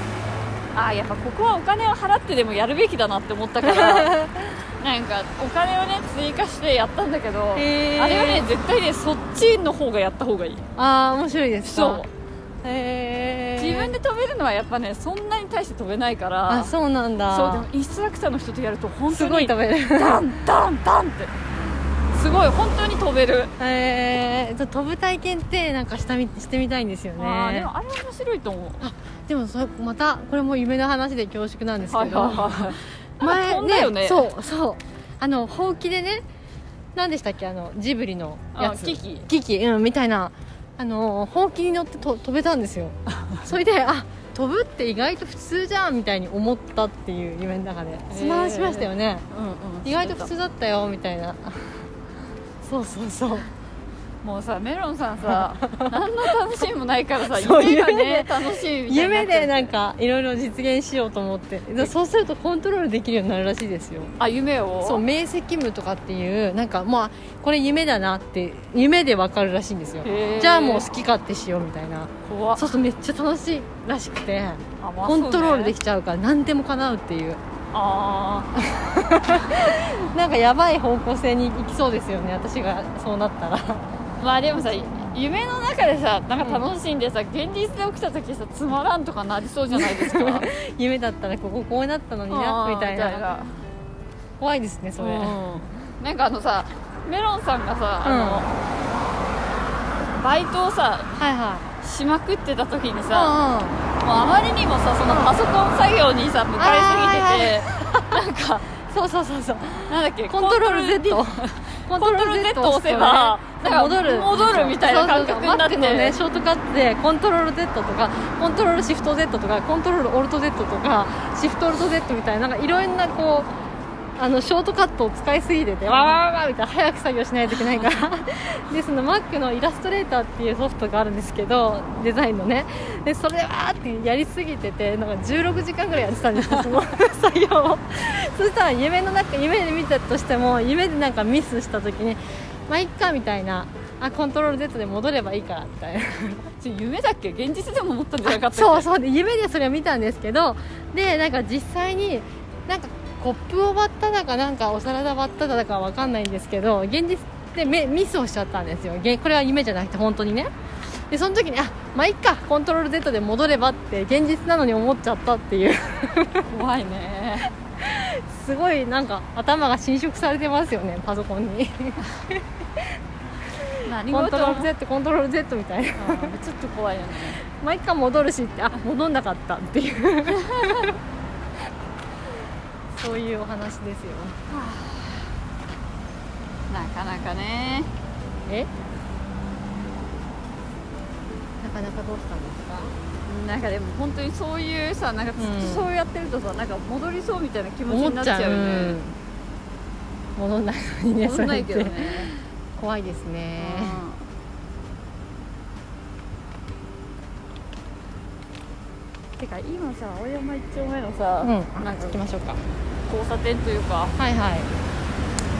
Speaker 1: ああやっぱここはお金を払ってでもやるべきだなって思ったから
Speaker 2: <laughs>
Speaker 1: なんかお金をね追加してやったんだけど、
Speaker 2: へー
Speaker 1: あれはね絶対ねそっちの方がやった方がいい
Speaker 2: ああ面白いですか
Speaker 1: そう
Speaker 2: うへー
Speaker 1: 自分で飛べるのはやっぱねそんなに大して飛べないから
Speaker 2: あそうなんだ
Speaker 1: そうでもインストラクターの人とやると本当
Speaker 2: す
Speaker 1: に
Speaker 2: ごい食べる
Speaker 1: ダンダンダンってすごい本当に飛べる、
Speaker 2: えー、飛ぶ体験ってなんかしたみしてみたいんですよね
Speaker 1: あーでもあれ面白いと思う
Speaker 2: でもそれまたこれも夢の話で恐縮なんです
Speaker 1: は
Speaker 2: け
Speaker 1: い
Speaker 2: ど、
Speaker 1: はいはいあ飛
Speaker 2: <laughs> 前
Speaker 1: んだよね
Speaker 2: そうそうあのほうきでね何でしたっけあのジブリのやつ
Speaker 1: あキキ
Speaker 2: キキうんみたいなあのほうきに乗ってと飛べたんですよ
Speaker 1: <laughs>
Speaker 2: それであ飛ぶって意外と普通じゃんみたいに思ったっていう夢の中でその話しましたよね、
Speaker 1: うんうん
Speaker 2: 意外と普通だったよみたいなそうそうそう
Speaker 1: もうさメロンさん
Speaker 2: <laughs>
Speaker 1: さ何の楽しみもないからさ
Speaker 2: そう
Speaker 1: 夢がね
Speaker 2: 夢で
Speaker 1: 楽しいみたいになっ
Speaker 2: 夢
Speaker 1: てる
Speaker 2: でなんかいろいろ実現しようと思ってでそうするとコントロールできるようになるらしいですよ
Speaker 1: あ夢を
Speaker 2: そう明晰夢とかっていうなんかまあこれ夢だなって夢でわかるらしいんですよ
Speaker 1: へー
Speaker 2: じゃあもう好き勝手しようみたいな
Speaker 1: 怖っ
Speaker 2: そうするとめっちゃ楽しいらしくて
Speaker 1: あまあ
Speaker 2: コントロー
Speaker 1: そ
Speaker 2: ルで
Speaker 1: うね
Speaker 2: きちゃうから何でも叶うっていう
Speaker 1: あー
Speaker 2: なんかやばい方向性に行きそうですよね私がそうなったら <laughs>
Speaker 1: まあでもさ夢の中でさなんか楽しんでさ、現実で起きた時さつまらんとかなりそうじゃない
Speaker 2: <laughs>
Speaker 1: ですか
Speaker 2: 夢だったらこここうなったのになみたいな
Speaker 1: な
Speaker 2: 怖いですねそれ、
Speaker 1: うん、なんかあのさメロンさんがさ、
Speaker 2: うん
Speaker 1: あのバイトをさ
Speaker 2: はいはい
Speaker 1: しまくってた時に
Speaker 2: うん
Speaker 1: さ、もうあまりにもさそのパソコン作業にさ向かいすぎてて、なんか
Speaker 2: うんそうそうそうそう
Speaker 1: なんだっけ
Speaker 2: コントロール Z
Speaker 1: コントロール Z を押せばなんか
Speaker 2: 戻る
Speaker 1: 戻るみたいな感覚になって
Speaker 2: そうそうそう Mac のねショートカットでコントロール Z とかコントロールシフト Z とかコントロールオルト Z とかシフトオルト Z みたいななんかいろんなこうあのショートカットを使いすぎててわーわーわーみたいな早く作業しないといけないから <laughs> でその Mac のイラストレーターっていうソフトがあるんですけどデザインのねでそれわーってやりすぎててなんか16時間ぐらいやってたんですよその作業をそしたら夢の中夢で見たとしても夢でなんかミスした時にまあいっかみたいなあコントロール Z で戻ればいいからみたいな
Speaker 1: ちょ夢だっけ現実でも思ったんじゃなかったっけ
Speaker 2: そうそうで夢でそれを見たんですけどでなんか実際になんかコップを割っただかなんかお皿で割っただかわかんないんですけど現実でめミスをしちゃったんですよげこれは夢じゃなくて本当にねでその時にあまあいっかコントロール Z で戻ればって現実なのに思っちゃったっていう <laughs>
Speaker 1: 怖いね
Speaker 2: すごいなんか頭が侵食されてますよねパソコンに
Speaker 1: 何
Speaker 2: コン
Speaker 1: 事
Speaker 2: トロー
Speaker 1: も
Speaker 2: ル Z コントロール Z みた
Speaker 1: う
Speaker 2: いな
Speaker 1: んちょっと怖いよね
Speaker 2: 毎回戻るしってあ戻んなかったっていう <laughs> そういうお話ですよ
Speaker 1: なかなかね
Speaker 2: えなかなかどうしたんですか
Speaker 1: なんかでも本当にそういうさなんかずっと
Speaker 2: うん
Speaker 1: そうやってるとさ、なんか戻りそうみたいな気持ちになっちゃうよね
Speaker 2: 戻んないのにね
Speaker 1: 戻んないけどね
Speaker 2: それって怖いですね
Speaker 1: うんてか今さ青山一丁目のさ、
Speaker 2: うん
Speaker 1: なん
Speaker 2: 行
Speaker 1: か
Speaker 2: きましょうか
Speaker 1: 交差点というか
Speaker 2: はいはい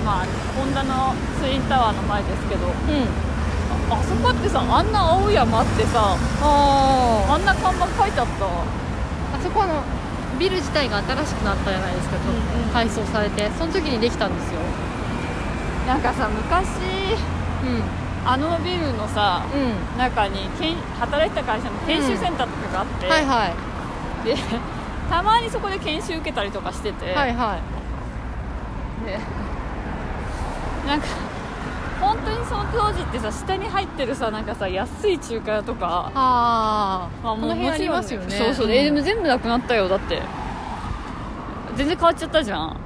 Speaker 1: まあホンダのツインタワーの前ですけど
Speaker 2: うん
Speaker 1: ああそこってさあんな青山ってさ
Speaker 2: あ
Speaker 1: あんな看板書いてあった
Speaker 2: あそこのビル自体が新しくなったじゃないですか、ちょっと
Speaker 1: うんうん
Speaker 2: 改装されてその時にできたんですよ
Speaker 1: なんかさ昔
Speaker 2: う
Speaker 1: あのビルのさ
Speaker 2: んうん
Speaker 1: 中にけん働いてた会社の研修センターとかがあって、
Speaker 2: はいはい
Speaker 1: でたまにそこで研修受けたりとかしてて、
Speaker 2: はいはい
Speaker 1: でなんか本当にその当時ってさ下に入ってるさなんかさ安い中華屋とか、
Speaker 2: ああ、
Speaker 1: まあ、
Speaker 2: この辺ありますよね
Speaker 1: そうそう、
Speaker 2: ん
Speaker 1: えでも全部なくなったよだって全然変わっちゃったじゃん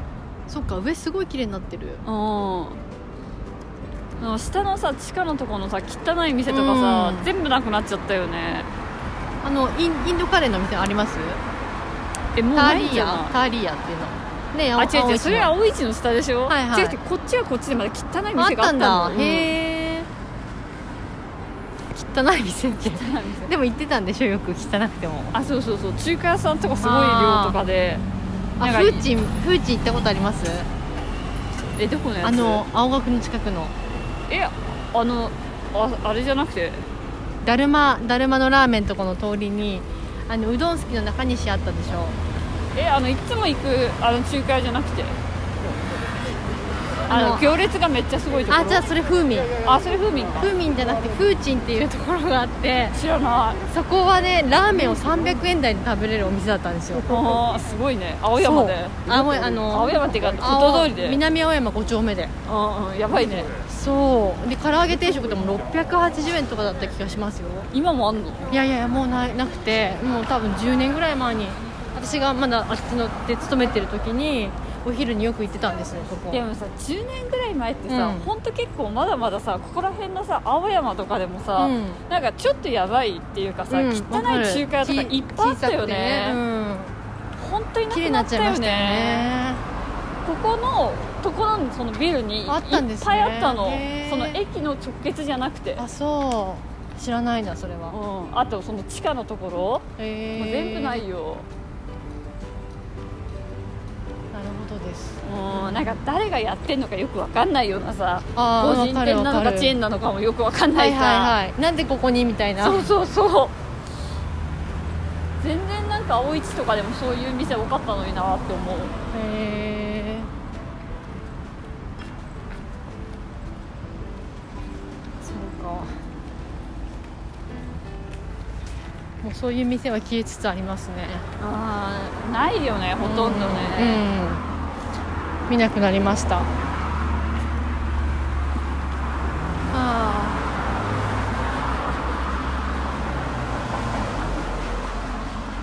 Speaker 2: そっか上すごい綺麗になってる
Speaker 1: うんあの下のさ地下のとこのさ汚い店とかさ、
Speaker 2: うん
Speaker 1: 全部なくなっちゃったよね
Speaker 2: あのインインドカレーの店あります
Speaker 1: えもう
Speaker 2: ター
Speaker 1: な
Speaker 2: リ
Speaker 1: い
Speaker 2: ー
Speaker 1: じゃ
Speaker 2: ヤ
Speaker 1: ん
Speaker 2: ターリーヤっていうのね
Speaker 1: あ違う違うそれは
Speaker 2: あ
Speaker 1: 青い市の下でしょ、
Speaker 2: はいはい
Speaker 1: 違う違うこっちはこっちでまだ汚い店があ
Speaker 2: あ
Speaker 1: っ
Speaker 2: ったた
Speaker 1: ん
Speaker 2: ん
Speaker 1: だ
Speaker 2: だ
Speaker 1: うん
Speaker 2: へえ汚い店って
Speaker 1: 汚い店
Speaker 2: でも行ってたんでしょよく汚くても
Speaker 1: あそうそうそう中華屋さんとかすごい量とかで
Speaker 2: あ
Speaker 1: なん
Speaker 2: フ
Speaker 1: か
Speaker 2: ーチンフーチン行ったことあります
Speaker 1: えどこのやつ
Speaker 2: あの青学の近くの
Speaker 1: えあのああれじゃなくて
Speaker 2: だるまだるまのラーメンとこの通りにあのうどん好きの中西あったでしょ
Speaker 1: えあのいつも行くあの中華屋じゃなくてあ
Speaker 2: あ
Speaker 1: の
Speaker 2: の
Speaker 1: 行列がめっちゃすごいところ
Speaker 2: あじゃあそれ風味
Speaker 1: あそれ風味か
Speaker 2: 風味じゃなくて風鎮っていうところがあって
Speaker 1: 知らない
Speaker 2: そこはねラーメンを300円台で食べれるお店だったんですよ
Speaker 1: あーすごいね青山で
Speaker 2: そう青いあの
Speaker 1: 青山っていうか元通りで
Speaker 2: 南青山5丁目で
Speaker 1: うんうんやばいね
Speaker 2: そうで唐揚げ定食でも680円とかだった気がしますよ
Speaker 1: 今もあんの
Speaker 2: いやいやいやもうないなくてもう多分10年ぐらい前に私がまだあっちので勤めてる時にお昼によく行ってたんですよそこ
Speaker 1: でもさ10年ぐらい前ってさ、
Speaker 2: うん
Speaker 1: ほんと結構まだまださここら辺のさ青山とかでもさ、
Speaker 2: うん
Speaker 1: なんかちょっとやばいっていうかさ、
Speaker 2: うん
Speaker 1: 汚い
Speaker 2: わかる
Speaker 1: 中華屋とかいっぱいあったよね
Speaker 2: 小さくてうん
Speaker 1: 本当にな
Speaker 2: 綺麗
Speaker 1: く
Speaker 2: に
Speaker 1: な
Speaker 2: な
Speaker 1: っ
Speaker 2: っ
Speaker 1: た
Speaker 2: ちゃい
Speaker 1: よ
Speaker 2: ましたよ
Speaker 1: ね
Speaker 2: ね
Speaker 1: ここのところのそのビルにいっ
Speaker 2: あったんですね
Speaker 1: ぱいあったの
Speaker 2: へー
Speaker 1: その駅の直結じゃなくて
Speaker 2: あそう知らないなそれは
Speaker 1: うん、あとその地下のところ、
Speaker 2: へえ
Speaker 1: もう全部ないよ、
Speaker 2: なるほどです
Speaker 1: もうなんか誰がやってんのかよくわかんないようなさ
Speaker 2: あ
Speaker 1: 個
Speaker 2: ー
Speaker 1: 人
Speaker 2: わか
Speaker 1: 店
Speaker 2: るわ
Speaker 1: な
Speaker 2: か
Speaker 1: の
Speaker 2: る
Speaker 1: かチェーンなのかもよくわかんな
Speaker 2: はいい
Speaker 1: さ、
Speaker 2: はいはいなんでここにみたいな
Speaker 1: そうそうそう全然なんか青市とかでもそういう店多かったのになって思う
Speaker 2: へえ
Speaker 1: そうか
Speaker 2: もうそういう店は消えつつありますね
Speaker 1: あーないよねほとんど
Speaker 2: う
Speaker 1: ね、
Speaker 2: ん、うん見なくなりましたあ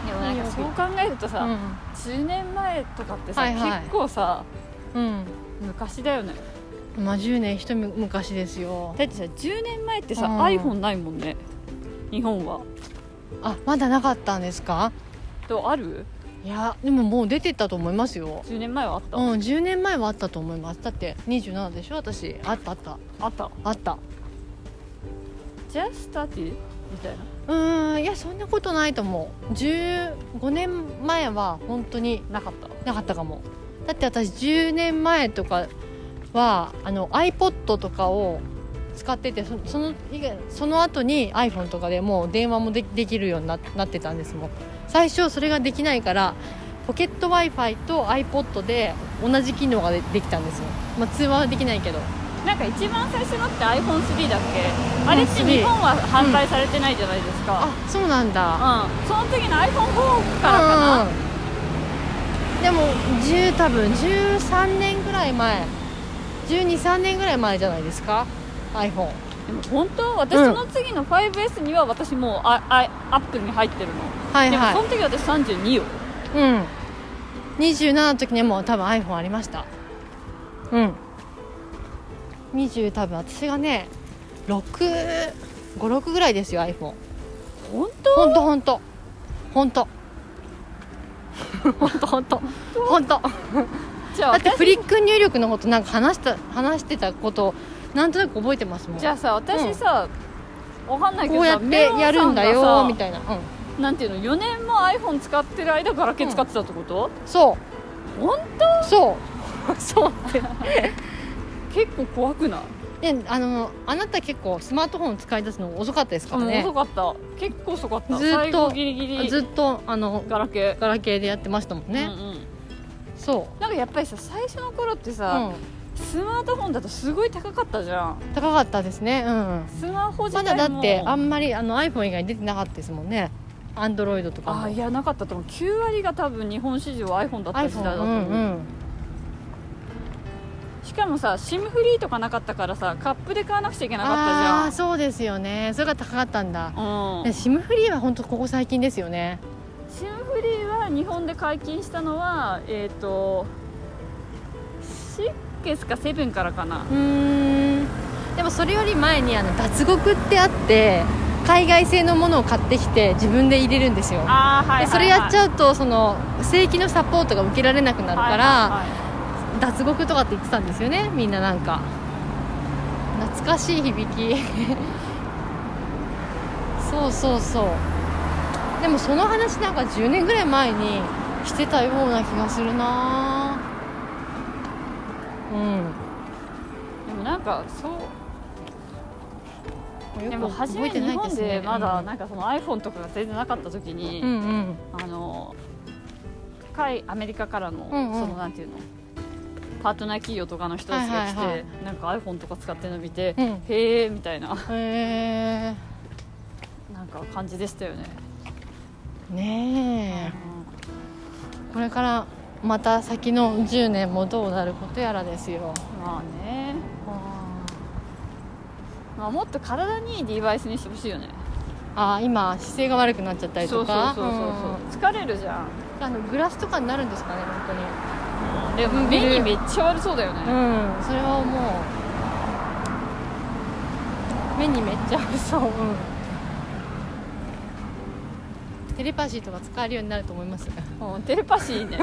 Speaker 1: でもなんかそう考えるとさ、
Speaker 2: あ
Speaker 1: 10年前とかってさ、
Speaker 2: はいはい
Speaker 1: 結構さ
Speaker 2: うん、
Speaker 1: 昔だよね
Speaker 2: うん、まあ10年一昔ですよ
Speaker 1: だってさ10年前ってさ、
Speaker 2: うん
Speaker 1: iPhone ないもんね日本は
Speaker 2: あまだなかったんですか
Speaker 1: とある
Speaker 2: いやでももう出てったと思いますよ
Speaker 1: 10年前はあった、
Speaker 2: うん10年前はあったと思いますだって27でしょ私あったあった
Speaker 1: あった
Speaker 2: あった
Speaker 1: ジャスタティみたいな
Speaker 2: うーんいやそんなことないと思う15年前は本当に
Speaker 1: なかった
Speaker 2: なかったかもだって私10年前とかはあの iPod とかを使っててそその以外その後に iPhone とかでもう電話もでできるようにななってたんですもん最初それができないからポケット w i f i と iPod で同じ機能がでできたんですよ、まあ、通話はできないけど
Speaker 1: なんか一番最初のって iPhone3 だっけあれって
Speaker 2: 3
Speaker 1: 日本は販売されてないじゃないですか、
Speaker 2: あそうなんだ
Speaker 1: うん、その次の iPhone4 からかな、
Speaker 2: うんでも10多分13年ぐらい前123年ぐらい前じゃないですか iPhone
Speaker 1: でも本当私その次の 5S には私もうああアップルに入ってるの、
Speaker 2: はい
Speaker 1: でもその
Speaker 2: は
Speaker 1: 時私32よ
Speaker 2: いうん27の時にはもう多分 iPhone ありましたうん20多分私がね656ぐらいですよ iPhone
Speaker 1: 本当
Speaker 2: ほんとほんとほんとほんとほんとほんと
Speaker 1: じゃあ
Speaker 2: だって
Speaker 1: 私
Speaker 2: フリック入力のことなんか話した話してたことなんとなく覚えてますもん
Speaker 1: じゃあさ私さ、わかんないけ
Speaker 2: こ
Speaker 1: ど
Speaker 2: う
Speaker 1: さ
Speaker 2: やってやるんだ
Speaker 1: メロンさ
Speaker 2: よ
Speaker 1: がさ
Speaker 2: みたいな、うん、
Speaker 1: なんていうの4年も iPhone 使ってる間ガラケー使ってたってこと、
Speaker 2: そ
Speaker 1: 本
Speaker 2: うそう <laughs> そうって
Speaker 1: 当結構怖くない
Speaker 2: ねあのあなた結構スマートフォン使い出すの遅かったですから
Speaker 1: うん
Speaker 2: ね
Speaker 1: 遅かった結構遅かった
Speaker 2: ずっと
Speaker 1: 最後ギリギリ
Speaker 2: ずっとあの
Speaker 1: ガラケ
Speaker 2: ガラケーでやってましたもん
Speaker 1: ー
Speaker 2: ね、
Speaker 1: うんうん
Speaker 2: そ
Speaker 1: なんかやっぱりさ最初の頃って
Speaker 2: う、う
Speaker 1: さ、
Speaker 2: ん、
Speaker 1: スマートフォンだとすごい高かったじゃん
Speaker 2: 高かったですねうん
Speaker 1: スマホ自
Speaker 2: ま
Speaker 1: 体
Speaker 2: だ
Speaker 1: も
Speaker 2: だってあんまりあの iPhone 以外出てなかったですもんねアンドロイドとか
Speaker 1: あ
Speaker 2: も
Speaker 1: いやなかったと思う9割が多分日本市場 iPhone だった時代だ
Speaker 2: iPhone
Speaker 1: と思
Speaker 2: う
Speaker 1: う、
Speaker 2: んうん
Speaker 1: しかもさ SIM フリーとかなかったからさカップで買わなくちゃいけなか
Speaker 2: ああ
Speaker 1: った
Speaker 2: ーそうですよねそれが高かったんだ
Speaker 1: じゃんうん
Speaker 2: ね、シムフリーは本当ここ最近ですよね
Speaker 1: SIM フリーは日本で解禁したのはえっ、と6ケスか7からかな
Speaker 2: うんでもそれより前にあの脱獄ってあって海外製のものを買ってきて自分で入れるんですよ
Speaker 1: ああはいはい、はい、
Speaker 2: でそれやっち
Speaker 1: う
Speaker 2: ゃうとその正規のサポートが受けられなくなるから、脱獄とかって言ってたんですよねみんななんか懐かしい響き <laughs> そうそうそうでもその話なんか10年ぐらい前にしてたような気がするなうん
Speaker 1: でもなんかそうでも初め
Speaker 2: 覚えてな
Speaker 1: 日
Speaker 2: い
Speaker 1: 本
Speaker 2: すね
Speaker 1: でまだなんかその iPhone とかが全然なかった時に、
Speaker 2: うんうん
Speaker 1: あの高いアメリカからの、
Speaker 2: うんうん
Speaker 1: そのなんていうのパートナー企業とかの人たちが来て、
Speaker 2: はいはいは
Speaker 1: なんか iPhone とか使ってるの見て、
Speaker 2: うん
Speaker 1: へえみたいな
Speaker 2: うんへ
Speaker 1: なんか感じでしたよね、
Speaker 2: えねえこれからまた先の10年もどうなることやらですよ
Speaker 1: まあね、まあ、もっと体にいいデバイスにしてほしいよね
Speaker 2: あー今姿勢が悪くなっちゃったり
Speaker 1: そ
Speaker 2: と
Speaker 1: うそう
Speaker 2: か
Speaker 1: そうそうそう疲れるじゃん
Speaker 2: うんあのグラスとかになるんですかね本当に
Speaker 1: でも目にめっちゃ悪そうだよね、
Speaker 2: うんそれはもう目にめっちゃ合うそう、テレパシーとか使えるようになると思います
Speaker 1: うんテレパシーね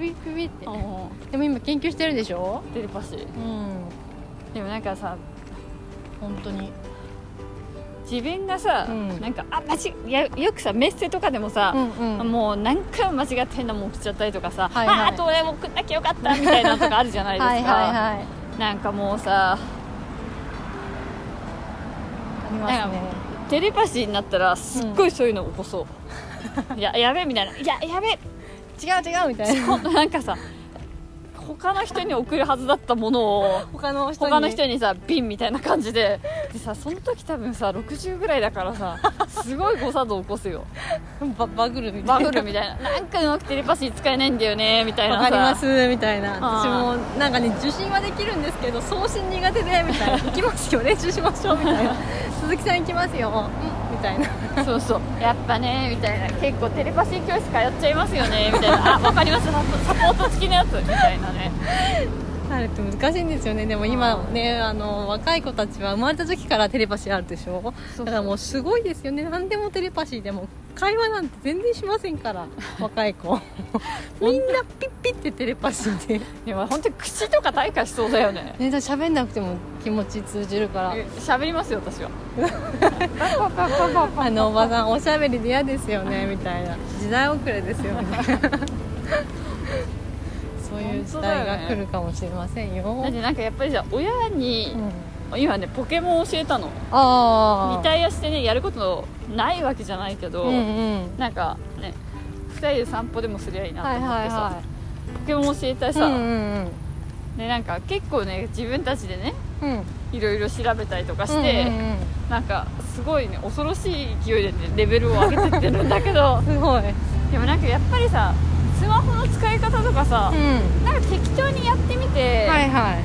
Speaker 2: ビビビって
Speaker 1: うん
Speaker 2: でも今研究してるんでしょ
Speaker 1: テレパシー
Speaker 2: うん
Speaker 1: でもなんかさ
Speaker 2: 本当に
Speaker 1: 自分がさ、
Speaker 2: うん
Speaker 1: なんかあ間違いやよくさメッセとかでもさ、
Speaker 2: んうん
Speaker 1: もう何回も間違って変なもん送っちゃったりとかさ、
Speaker 2: はいはい
Speaker 1: ああと俺も送んなきゃよかったみたいなのとかあるじゃないですか
Speaker 2: はいはいはい
Speaker 1: なんかもうさ
Speaker 2: ありますね
Speaker 1: テレパシーになったらすっごいそういうの起こそう、いややべえみたいないややべえ
Speaker 2: 違う違うみたいな
Speaker 1: こなんかさ他の人に送るはずだったものを
Speaker 2: 他の人に
Speaker 1: 他の人にさ瓶みたいな感じででさその時多分さ60ぐらいだからさすごい誤作動起こすよ
Speaker 2: <laughs> ババグるみ
Speaker 1: バ
Speaker 2: たいな
Speaker 1: ブルみたいななんかうまくテレパシー使えないんだよねみたいな
Speaker 2: わ
Speaker 1: さ
Speaker 2: かりますみたいな
Speaker 1: あ
Speaker 2: 私も
Speaker 1: ー
Speaker 2: なんかね受信はできるんですけど送信苦手でみたい <laughs> な行きますよ練習しましょうみたいな鈴木さん行きますよ、うん、みたいな
Speaker 1: そうそうやっぱねみたいな結構テレパシー教室通っちゃいますよねみたいなあわかりますサポサポート付きのやつみたいなね
Speaker 2: あれって難しいんですよねでも今ねあの若い子たちは生まれた時からテレパシーあるでしょ
Speaker 1: そう
Speaker 2: だからもうすごいですよね何でもテレパシーでも会話なんて全然しませんから <laughs> 若い子みんなピッピッてテレパシーで
Speaker 1: でも本当に口とか退化しそうだよね
Speaker 2: ねだから喋んなくても気持ち通じるから
Speaker 1: え喋りますよ私はパパパパパパ
Speaker 2: <laughs> あのおばさんおしゃべりで嫌ですよねみたいな時代遅れですよね <laughs> そういう時代が来るかもしれませんよ
Speaker 1: だってなんかやっぱりさ親に
Speaker 2: うん、
Speaker 1: 今ねポケモン教えたの
Speaker 2: ああ
Speaker 1: リタイアしてねやることないわけじゃないけど、
Speaker 2: うんうん
Speaker 1: なんかね2人で散歩でもすりゃいいなと
Speaker 2: は
Speaker 1: 思
Speaker 2: い
Speaker 1: っ
Speaker 2: はい
Speaker 1: てさ、
Speaker 2: は
Speaker 1: ポケモン教えた
Speaker 2: い
Speaker 1: りさ、
Speaker 2: うんうん
Speaker 1: でなんか結構ね自分たちでね
Speaker 2: うんうん
Speaker 1: いろいろ調べたりとかして、
Speaker 2: うんうんうん
Speaker 1: なんかすごいね恐ろしい勢いでねレベルを上げてってるんだけ
Speaker 2: <laughs>
Speaker 1: ど
Speaker 2: すごい、
Speaker 1: でもなんかやっぱりさスマホの使い方とかさ、
Speaker 2: ん、
Speaker 1: なんか適当にやってみて、
Speaker 2: はいはい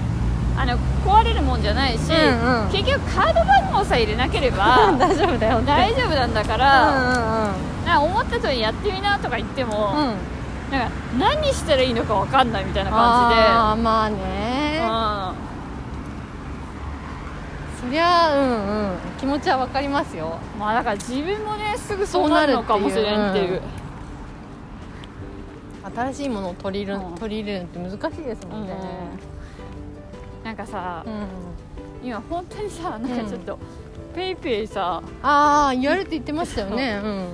Speaker 1: あの壊れるもんじゃないし、
Speaker 2: うんうん
Speaker 1: 結局カード番号さえ入れなければ
Speaker 2: <laughs> 大丈夫だよ
Speaker 1: 大丈夫なんだから、
Speaker 2: う
Speaker 1: なんか思った通りやってみなとか言っても、
Speaker 2: んうんうん
Speaker 1: なんか何したらいいのか分かんないみたいな
Speaker 2: あ
Speaker 1: 感
Speaker 2: あまあ
Speaker 1: じで、
Speaker 2: ね
Speaker 1: う
Speaker 2: そりゃあうんうん気持ちはわかりますよ
Speaker 1: ん、まあだから自分もねすぐそうなるのかもしれんっていう
Speaker 2: そうなるっていう新しいものを取り入れ
Speaker 1: うん
Speaker 2: 取り入れるのって難しいですもんね
Speaker 1: うんなんかさ、
Speaker 2: ん
Speaker 1: 今本当にさなんかちょっと、ペイペイさ
Speaker 2: ああ言われて言ってましたよね <laughs> うん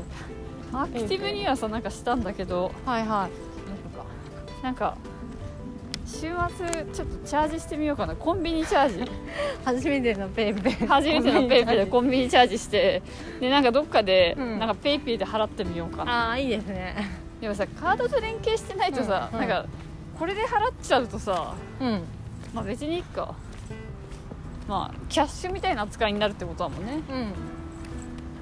Speaker 1: アクティブにはさなんかしたんだけど
Speaker 2: はいはい
Speaker 1: なんか週末ちょっとチャージしてみようかなコンビニチャー <laughs> ジ
Speaker 2: 初めてのペイペイ
Speaker 1: 初めてのペイペイで
Speaker 2: こ
Speaker 1: コンビニチャージしてでなんかどっかで、
Speaker 2: うん
Speaker 1: なんかペイペイで払ってみようかな
Speaker 2: ああいいですね
Speaker 1: でもさカードと連携してないとさ、
Speaker 2: うんうん
Speaker 1: なんかこれで払っちゃうとさ
Speaker 2: うん
Speaker 1: まあ別にいいかまあキャッシュみたいな扱いになるってことだもんね
Speaker 2: うん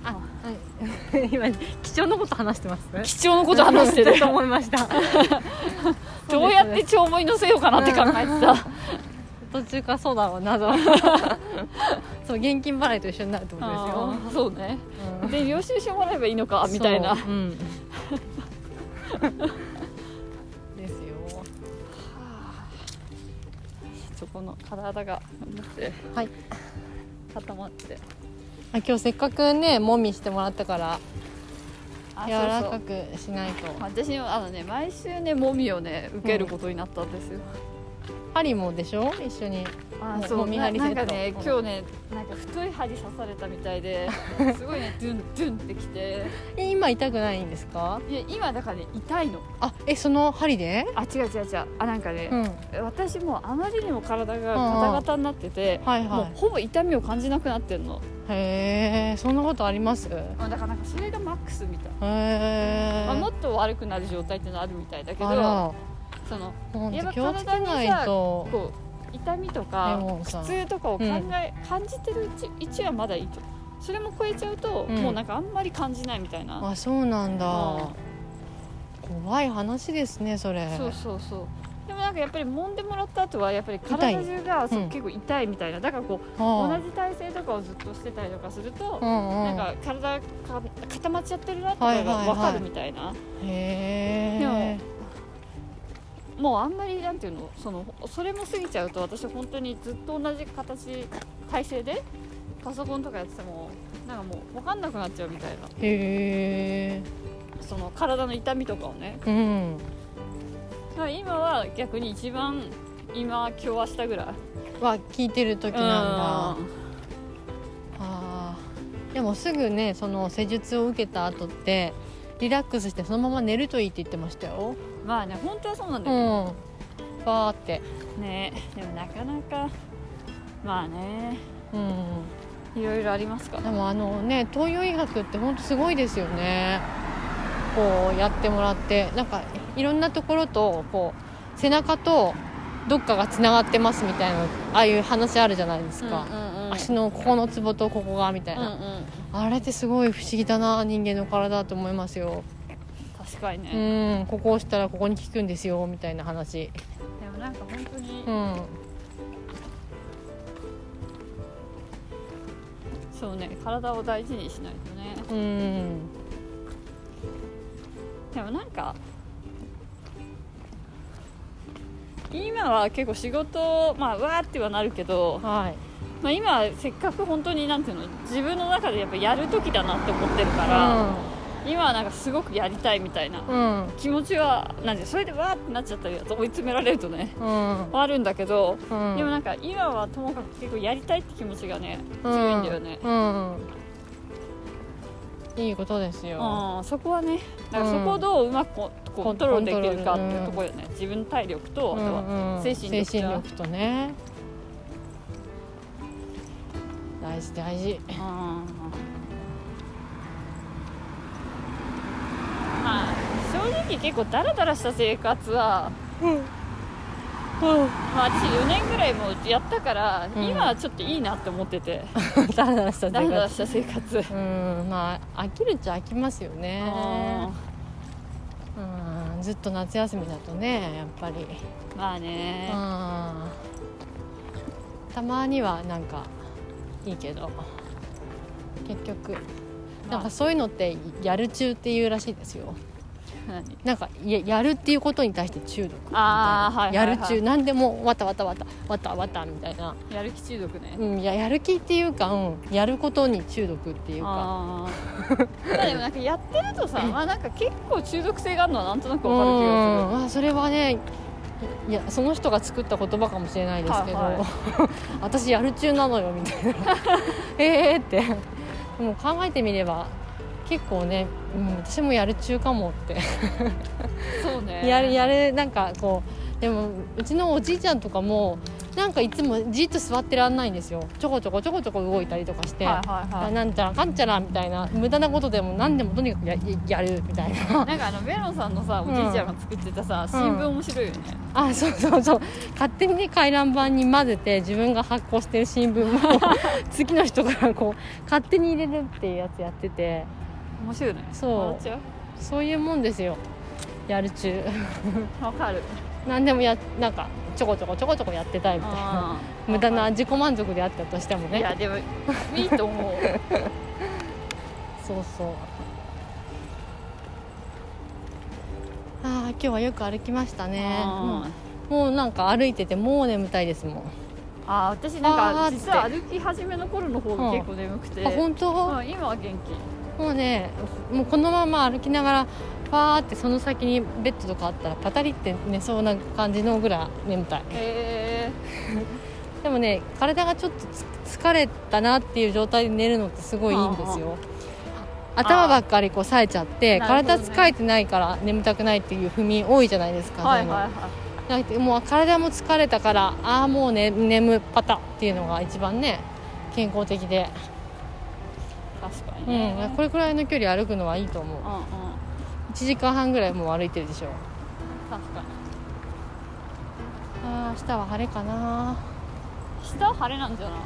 Speaker 2: あはい <laughs> 今貴重なこと話してます
Speaker 1: 貴重なこと話してる
Speaker 2: と思いました
Speaker 1: どうやって帳簿に載せようかなって考えてた、
Speaker 2: <laughs> 途中からそうだろうなと <laughs> そう現金払いと一緒になるってことですよ
Speaker 1: あーそうね
Speaker 2: うん
Speaker 1: で領収書もらえばいいのかみたいな
Speaker 2: そううん <laughs> ですよ
Speaker 1: そこの体が頑張って
Speaker 2: はい
Speaker 1: 固まって
Speaker 2: あ今日せっかくねもみしてもらったから
Speaker 1: あ
Speaker 2: 柔ら
Speaker 1: そうそ
Speaker 2: か
Speaker 1: う
Speaker 2: くしないと
Speaker 1: 私もあのね毎週ねもみをね受けることになったんですよ、
Speaker 2: 針もでしょ一緒に
Speaker 1: あ
Speaker 2: もみ
Speaker 1: な
Speaker 2: 針セ
Speaker 1: な
Speaker 2: ッ
Speaker 1: んか
Speaker 2: ト
Speaker 1: ね
Speaker 2: うん
Speaker 1: 今日ねなんか太い針刺されたみたい <laughs> ですごいねドゥンドゥンってきて
Speaker 2: え今痛くないんですか
Speaker 1: いや今だからね痛いの
Speaker 2: あえその針で
Speaker 1: あ違う違う違うあなんかね
Speaker 2: う、ん
Speaker 1: 私もうあまりにも体がガタガタになってて、
Speaker 2: はい
Speaker 1: も
Speaker 2: は
Speaker 1: うほぼ痛みを感じなくなってんの
Speaker 2: いへえそんなことありますへ
Speaker 1: だからなんかそれがマックスみたい、
Speaker 2: え
Speaker 1: まあ、もっと悪くなる状態ってのあるみたいだけ
Speaker 2: あ
Speaker 1: ど
Speaker 2: ら
Speaker 1: その
Speaker 2: ほん
Speaker 1: やっぱ
Speaker 2: と気をつけないと
Speaker 1: こう痛みと
Speaker 2: レ
Speaker 1: か
Speaker 2: モンさん
Speaker 1: 苦痛とかを考え、感じてるうち一はまだいいとそれも超えちゃうと、
Speaker 2: うん
Speaker 1: もうなんかあんまり感じないみたいな
Speaker 2: あそうなんだ
Speaker 1: あ
Speaker 2: 怖い話ですねそれ
Speaker 1: そうそうそうでもなんかやっぱり揉んでもらった後はやっぱり体中がそう
Speaker 2: うん
Speaker 1: 結構痛いみたいなだからこう同
Speaker 2: は
Speaker 1: じ体勢とかをずっとしてたりとかすると
Speaker 2: あ、うんうん、
Speaker 1: なんか体が固まっちゃってるなっていうのが
Speaker 2: はいはいは
Speaker 1: 分
Speaker 2: い
Speaker 1: かるみたいな、
Speaker 2: へえ
Speaker 1: でももうあんまりなんていうのそのそれも過ぎちゃうと私本当にずっと同じ形体勢でパソコンとかやっててもなんかもう分かんなくなっちゃうみたいな
Speaker 2: へえ
Speaker 1: その体の痛みとかをね
Speaker 2: うん
Speaker 1: まあ今は逆に一番今今日明日ぐらい
Speaker 2: は聞いてる時なんだあーでもすぐねその施術を受けた後ってリラックスしてそのまま寝るといいって言ってましたよ
Speaker 1: うんまあね本当はそうなん
Speaker 2: う
Speaker 1: だよ、
Speaker 2: んバーって
Speaker 1: ねでもなかなかまあね
Speaker 2: うん
Speaker 1: いろいろありますから
Speaker 2: でもあのね東洋医学って本当すごいですよねこうやってもらってなんかいろんなところとこう背中とどっかがつながってますみたいなああいう話あるじゃないですか、
Speaker 1: うんうんうん
Speaker 2: 足のここのツボとここがみたい
Speaker 1: うん
Speaker 2: な、
Speaker 1: うん
Speaker 2: あれってすごい不思議だな人間の体だと思いますよ
Speaker 1: 確かに
Speaker 2: う
Speaker 1: ね、
Speaker 2: んここ押したらここに効くんですよみたいな話
Speaker 1: でもなんか本当に
Speaker 2: うん
Speaker 1: そうね体を大事にしないとね
Speaker 2: うん
Speaker 1: でもなんか今は結構仕事まあわーってはなるけど、
Speaker 2: はい
Speaker 1: まあ、今はせっかく本当になんていうの自分の中でやっぱやる時だなって思ってるから、今はなんかすごくやりたいみたいな
Speaker 2: うんうん
Speaker 1: 気持ちはなんでそれでわーってなっちゃったりだと追い詰められるとね
Speaker 2: うん
Speaker 1: あるんだけど、
Speaker 2: うん
Speaker 1: でもなんか今はともかく結構やりたいって気持ちがね強いんだよね、
Speaker 2: うんいいことですよ、
Speaker 1: うん、そこはねだか
Speaker 2: う
Speaker 1: ら
Speaker 2: ん
Speaker 1: そこをどううまくこうコントロールできるかっていうところよね、自分の体力とあと
Speaker 2: うんう
Speaker 1: は
Speaker 2: ん
Speaker 1: 精神力
Speaker 2: 精
Speaker 1: と、
Speaker 2: 神力とね大事大事
Speaker 1: うんまあ正直結構ダラダラした生活は、まあ、私4年ぐらいもうやったから、
Speaker 2: うん
Speaker 1: 今はちょっといいなって思ってて
Speaker 2: ダラダラした
Speaker 1: ダラダラ
Speaker 2: 生
Speaker 1: した生活、
Speaker 2: 活うんまあ飽きるっちゃ飽きますよねうんずっと夏休みだとねやっぱり
Speaker 1: うんまあね、
Speaker 2: うんたまにはなんかいいけど結局なん
Speaker 1: ま
Speaker 2: か
Speaker 1: あ、
Speaker 2: そういうのってやる中っていうらしいですよ
Speaker 1: 何
Speaker 2: なんかややるっていうことに対して中毒みたい
Speaker 1: あ
Speaker 2: な
Speaker 1: ーはい
Speaker 2: や
Speaker 1: はいは
Speaker 2: る
Speaker 1: い
Speaker 2: 中何でもわたわたわたわたわたみたいな、
Speaker 1: やる気中毒ね、
Speaker 2: うん、いややる気っていうか、うん、やることに中毒って
Speaker 1: <laughs>
Speaker 2: いうか
Speaker 1: あーまあでもなんかやってるとさ、まあ、なんか結構中毒性があるのはなんとなくわかる気
Speaker 2: うん
Speaker 1: が
Speaker 2: まあ、それはねいやその人が作った言葉かもしれないですけど、
Speaker 1: はいはい
Speaker 2: <laughs> 私やる中なのよみたいな
Speaker 1: <laughs>
Speaker 2: ええってでも考えてみれば結構ね、うん、私もやる中かもって
Speaker 1: するそうね
Speaker 2: やるやるなんかこうでもうちのおじいちゃんとかもなんかいつもじっと座ってらんないんですよちょこちょこちょこちょこ動いたりとかして、
Speaker 1: はいはいはい
Speaker 2: なんちゃらかんちゃらみたいな無駄なことでも何でもとにかくややるみたい <laughs> な
Speaker 1: なんかあのメロンさんのさおじいちゃんが作ってたさ、新聞面白いよね、
Speaker 2: あそうそうそう勝手にね回覧板に混ぜて自分が発行してる新聞
Speaker 1: <laughs>
Speaker 2: も次の人からこう勝手に入れるっていうやつやってて
Speaker 1: 面白いね
Speaker 2: そう
Speaker 1: 笑っちゃ
Speaker 2: そういうもんですよやる中
Speaker 1: うわかる
Speaker 2: 何でもやなんかちょこちょこちょこちょこやってたいみたいな
Speaker 1: あー
Speaker 2: <laughs> 無駄な自己満足であったとしても
Speaker 1: いや
Speaker 2: ね
Speaker 1: でもいいと
Speaker 2: <laughs>
Speaker 1: 思う
Speaker 2: そうそうああ今日はよく歩きましたね、
Speaker 1: うん
Speaker 2: うんもうなんか歩いててもう眠たいですもん、
Speaker 1: あー私なん
Speaker 2: あ
Speaker 1: か
Speaker 2: ーって
Speaker 1: 実は歩き始めの頃の方が結構眠くて、
Speaker 2: あ本当、
Speaker 1: うん今は元気
Speaker 2: もうねもうこのまま歩きながらパーってその先にベッドとかあったらパタリって寝そうな感じのぐらい眠たい
Speaker 1: へえ
Speaker 2: でもね体がちょっとつ疲れたなっていう状態で寝るのってすごいいいんですよ頭ばっかりこう冴えちゃって、
Speaker 1: なるほど
Speaker 2: 体
Speaker 1: ね
Speaker 2: 疲れてないから眠たくないっていう不眠多いじゃないですか、
Speaker 1: はい
Speaker 2: そういうの
Speaker 1: はいはい
Speaker 2: なんかもう体も疲れたからああもうね眠パタっていうのが一番ね健康的で、
Speaker 1: 確かに
Speaker 2: う
Speaker 1: ね、
Speaker 2: ん、これくらいの距離歩くのはいいと思う
Speaker 1: うんうん
Speaker 2: 1時間半ぐらいもう歩いてるでしょ
Speaker 1: 確かに
Speaker 2: あー明日は晴れかな
Speaker 1: 下は晴れなんじゃない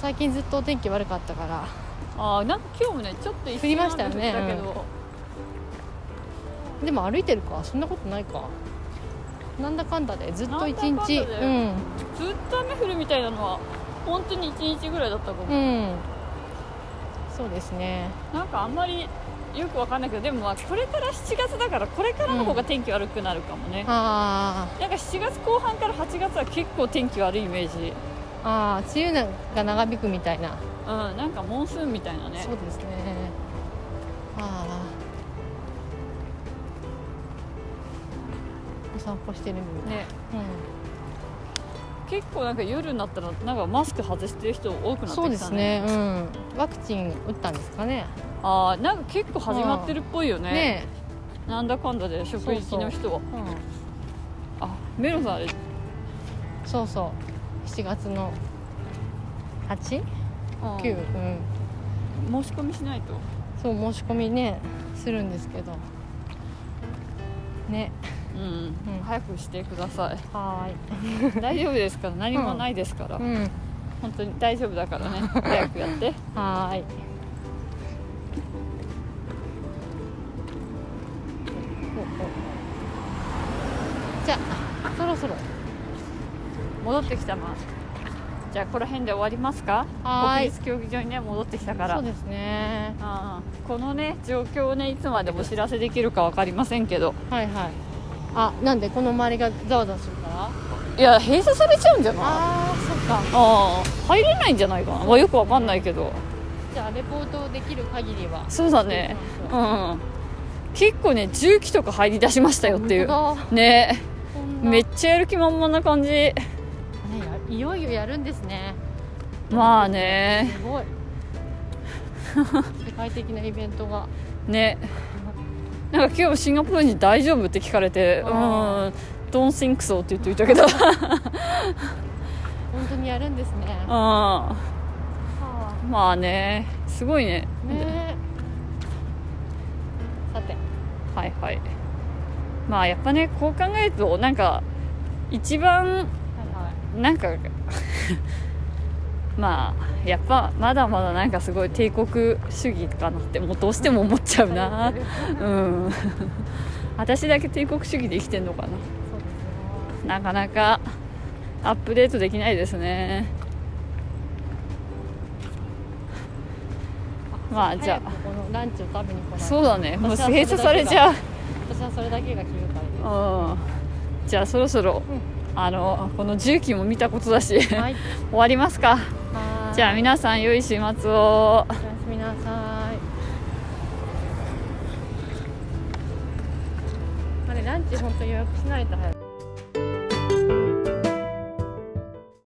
Speaker 2: 最近ずっとお天気悪かったから
Speaker 1: あーなんか今日もねちょっと一瞬
Speaker 2: 降りましたよね
Speaker 1: 雨降ったけど、
Speaker 2: でも歩いてるかそんなことないかなんだかんだでずっと一
Speaker 1: なんだかん
Speaker 2: 日
Speaker 1: だでずっと雨降るみたいなのは本当に1日ぐらいだったかも、
Speaker 2: うんうんそうですね
Speaker 1: なんかあんまりよくわかんないけどでもまあこれから7月だからこれからの方が天気悪くなるかもね、
Speaker 2: あー
Speaker 1: なんか7月後半から8月は結構天気悪いイメージ
Speaker 2: あー梅雨が長引くみたいな、
Speaker 1: うんなんかモンスーンみたいなね
Speaker 2: そうですねああ散歩してるみたい
Speaker 1: ね
Speaker 2: な、
Speaker 1: 結構なんか夜になったらなんかマスク外してる人多くなってきたね
Speaker 2: そうですね、うん、ワクチン打ったんですかね
Speaker 1: ああなんか結構始まってるっぽいよね,、
Speaker 2: ね
Speaker 1: なんだかんだで職域の人は
Speaker 2: え、うん、
Speaker 1: あメロンさんあれ
Speaker 2: そうそう7月の 8?9、9うん、
Speaker 1: うん申し込みしないと
Speaker 2: そう申し込みねするんですけどね
Speaker 1: うん、
Speaker 2: うん
Speaker 1: 早くしてください
Speaker 2: は
Speaker 1: 大丈夫ですから何もないですから、
Speaker 2: ーいうん
Speaker 1: 本当に大丈夫だから <laughs> ね早くやって
Speaker 2: はーいじゃあそろそろ
Speaker 1: 戻ってきたまじゃあここら辺で終わりますか
Speaker 2: はーい
Speaker 1: 国立競技場にね戻ってきたから
Speaker 2: そうですね
Speaker 1: ああこのね状況をねいつまでお知らせできるか分かりませんけど
Speaker 2: はいはいあなんでこの周りがざわざわするから
Speaker 1: いや閉鎖されちゃうんじゃないあ
Speaker 2: あーそっか
Speaker 1: あ入れないんじゃないかな、まあ、よく分かんないけど
Speaker 2: じゃあレポートできる限りは
Speaker 1: そうだね
Speaker 2: そう
Speaker 1: う
Speaker 2: そうん
Speaker 1: 結構ね重機とか入り出しましたよっていう
Speaker 2: 本当だ
Speaker 1: ね
Speaker 2: こんな
Speaker 1: めっちゃやる気満々な感じ
Speaker 2: ねやいよいよやるんですね
Speaker 1: まあね
Speaker 2: すごい世界的なイベントが
Speaker 1: ねなんか今日シンガポールに大丈夫って聞かれてう
Speaker 2: あ
Speaker 1: ん
Speaker 2: ー
Speaker 1: Don't think so って言っていたけ
Speaker 2: <laughs>
Speaker 1: ど
Speaker 2: 本当にやるんですね
Speaker 1: うんまあねすごいね
Speaker 2: ねさて
Speaker 1: はいはいまあやっぱねこう考えるとなんか一番なんか <laughs> まあやっぱまだまだなんかすごい帝国主義かなってもうどうしても思っちゃうな
Speaker 2: そうですね
Speaker 1: うん <laughs> 私だけ帝国主義で生きてんのかななかなかアップデートできないですねまあじゃ
Speaker 2: 早くこのランチを食べに来な
Speaker 1: あ
Speaker 2: い
Speaker 1: そうだねもう
Speaker 2: 私は
Speaker 1: 閉鎖されちゃう
Speaker 2: 私はそれだけが気分からです
Speaker 1: うんじゃあそろそろ、
Speaker 2: う
Speaker 1: あのこの重機も見たことだし <laughs> 終
Speaker 2: はい
Speaker 1: わりますか
Speaker 2: はーい
Speaker 1: じゃあ皆さん良い週末を
Speaker 2: おやすみなさいあれランチ本当予約しないと早く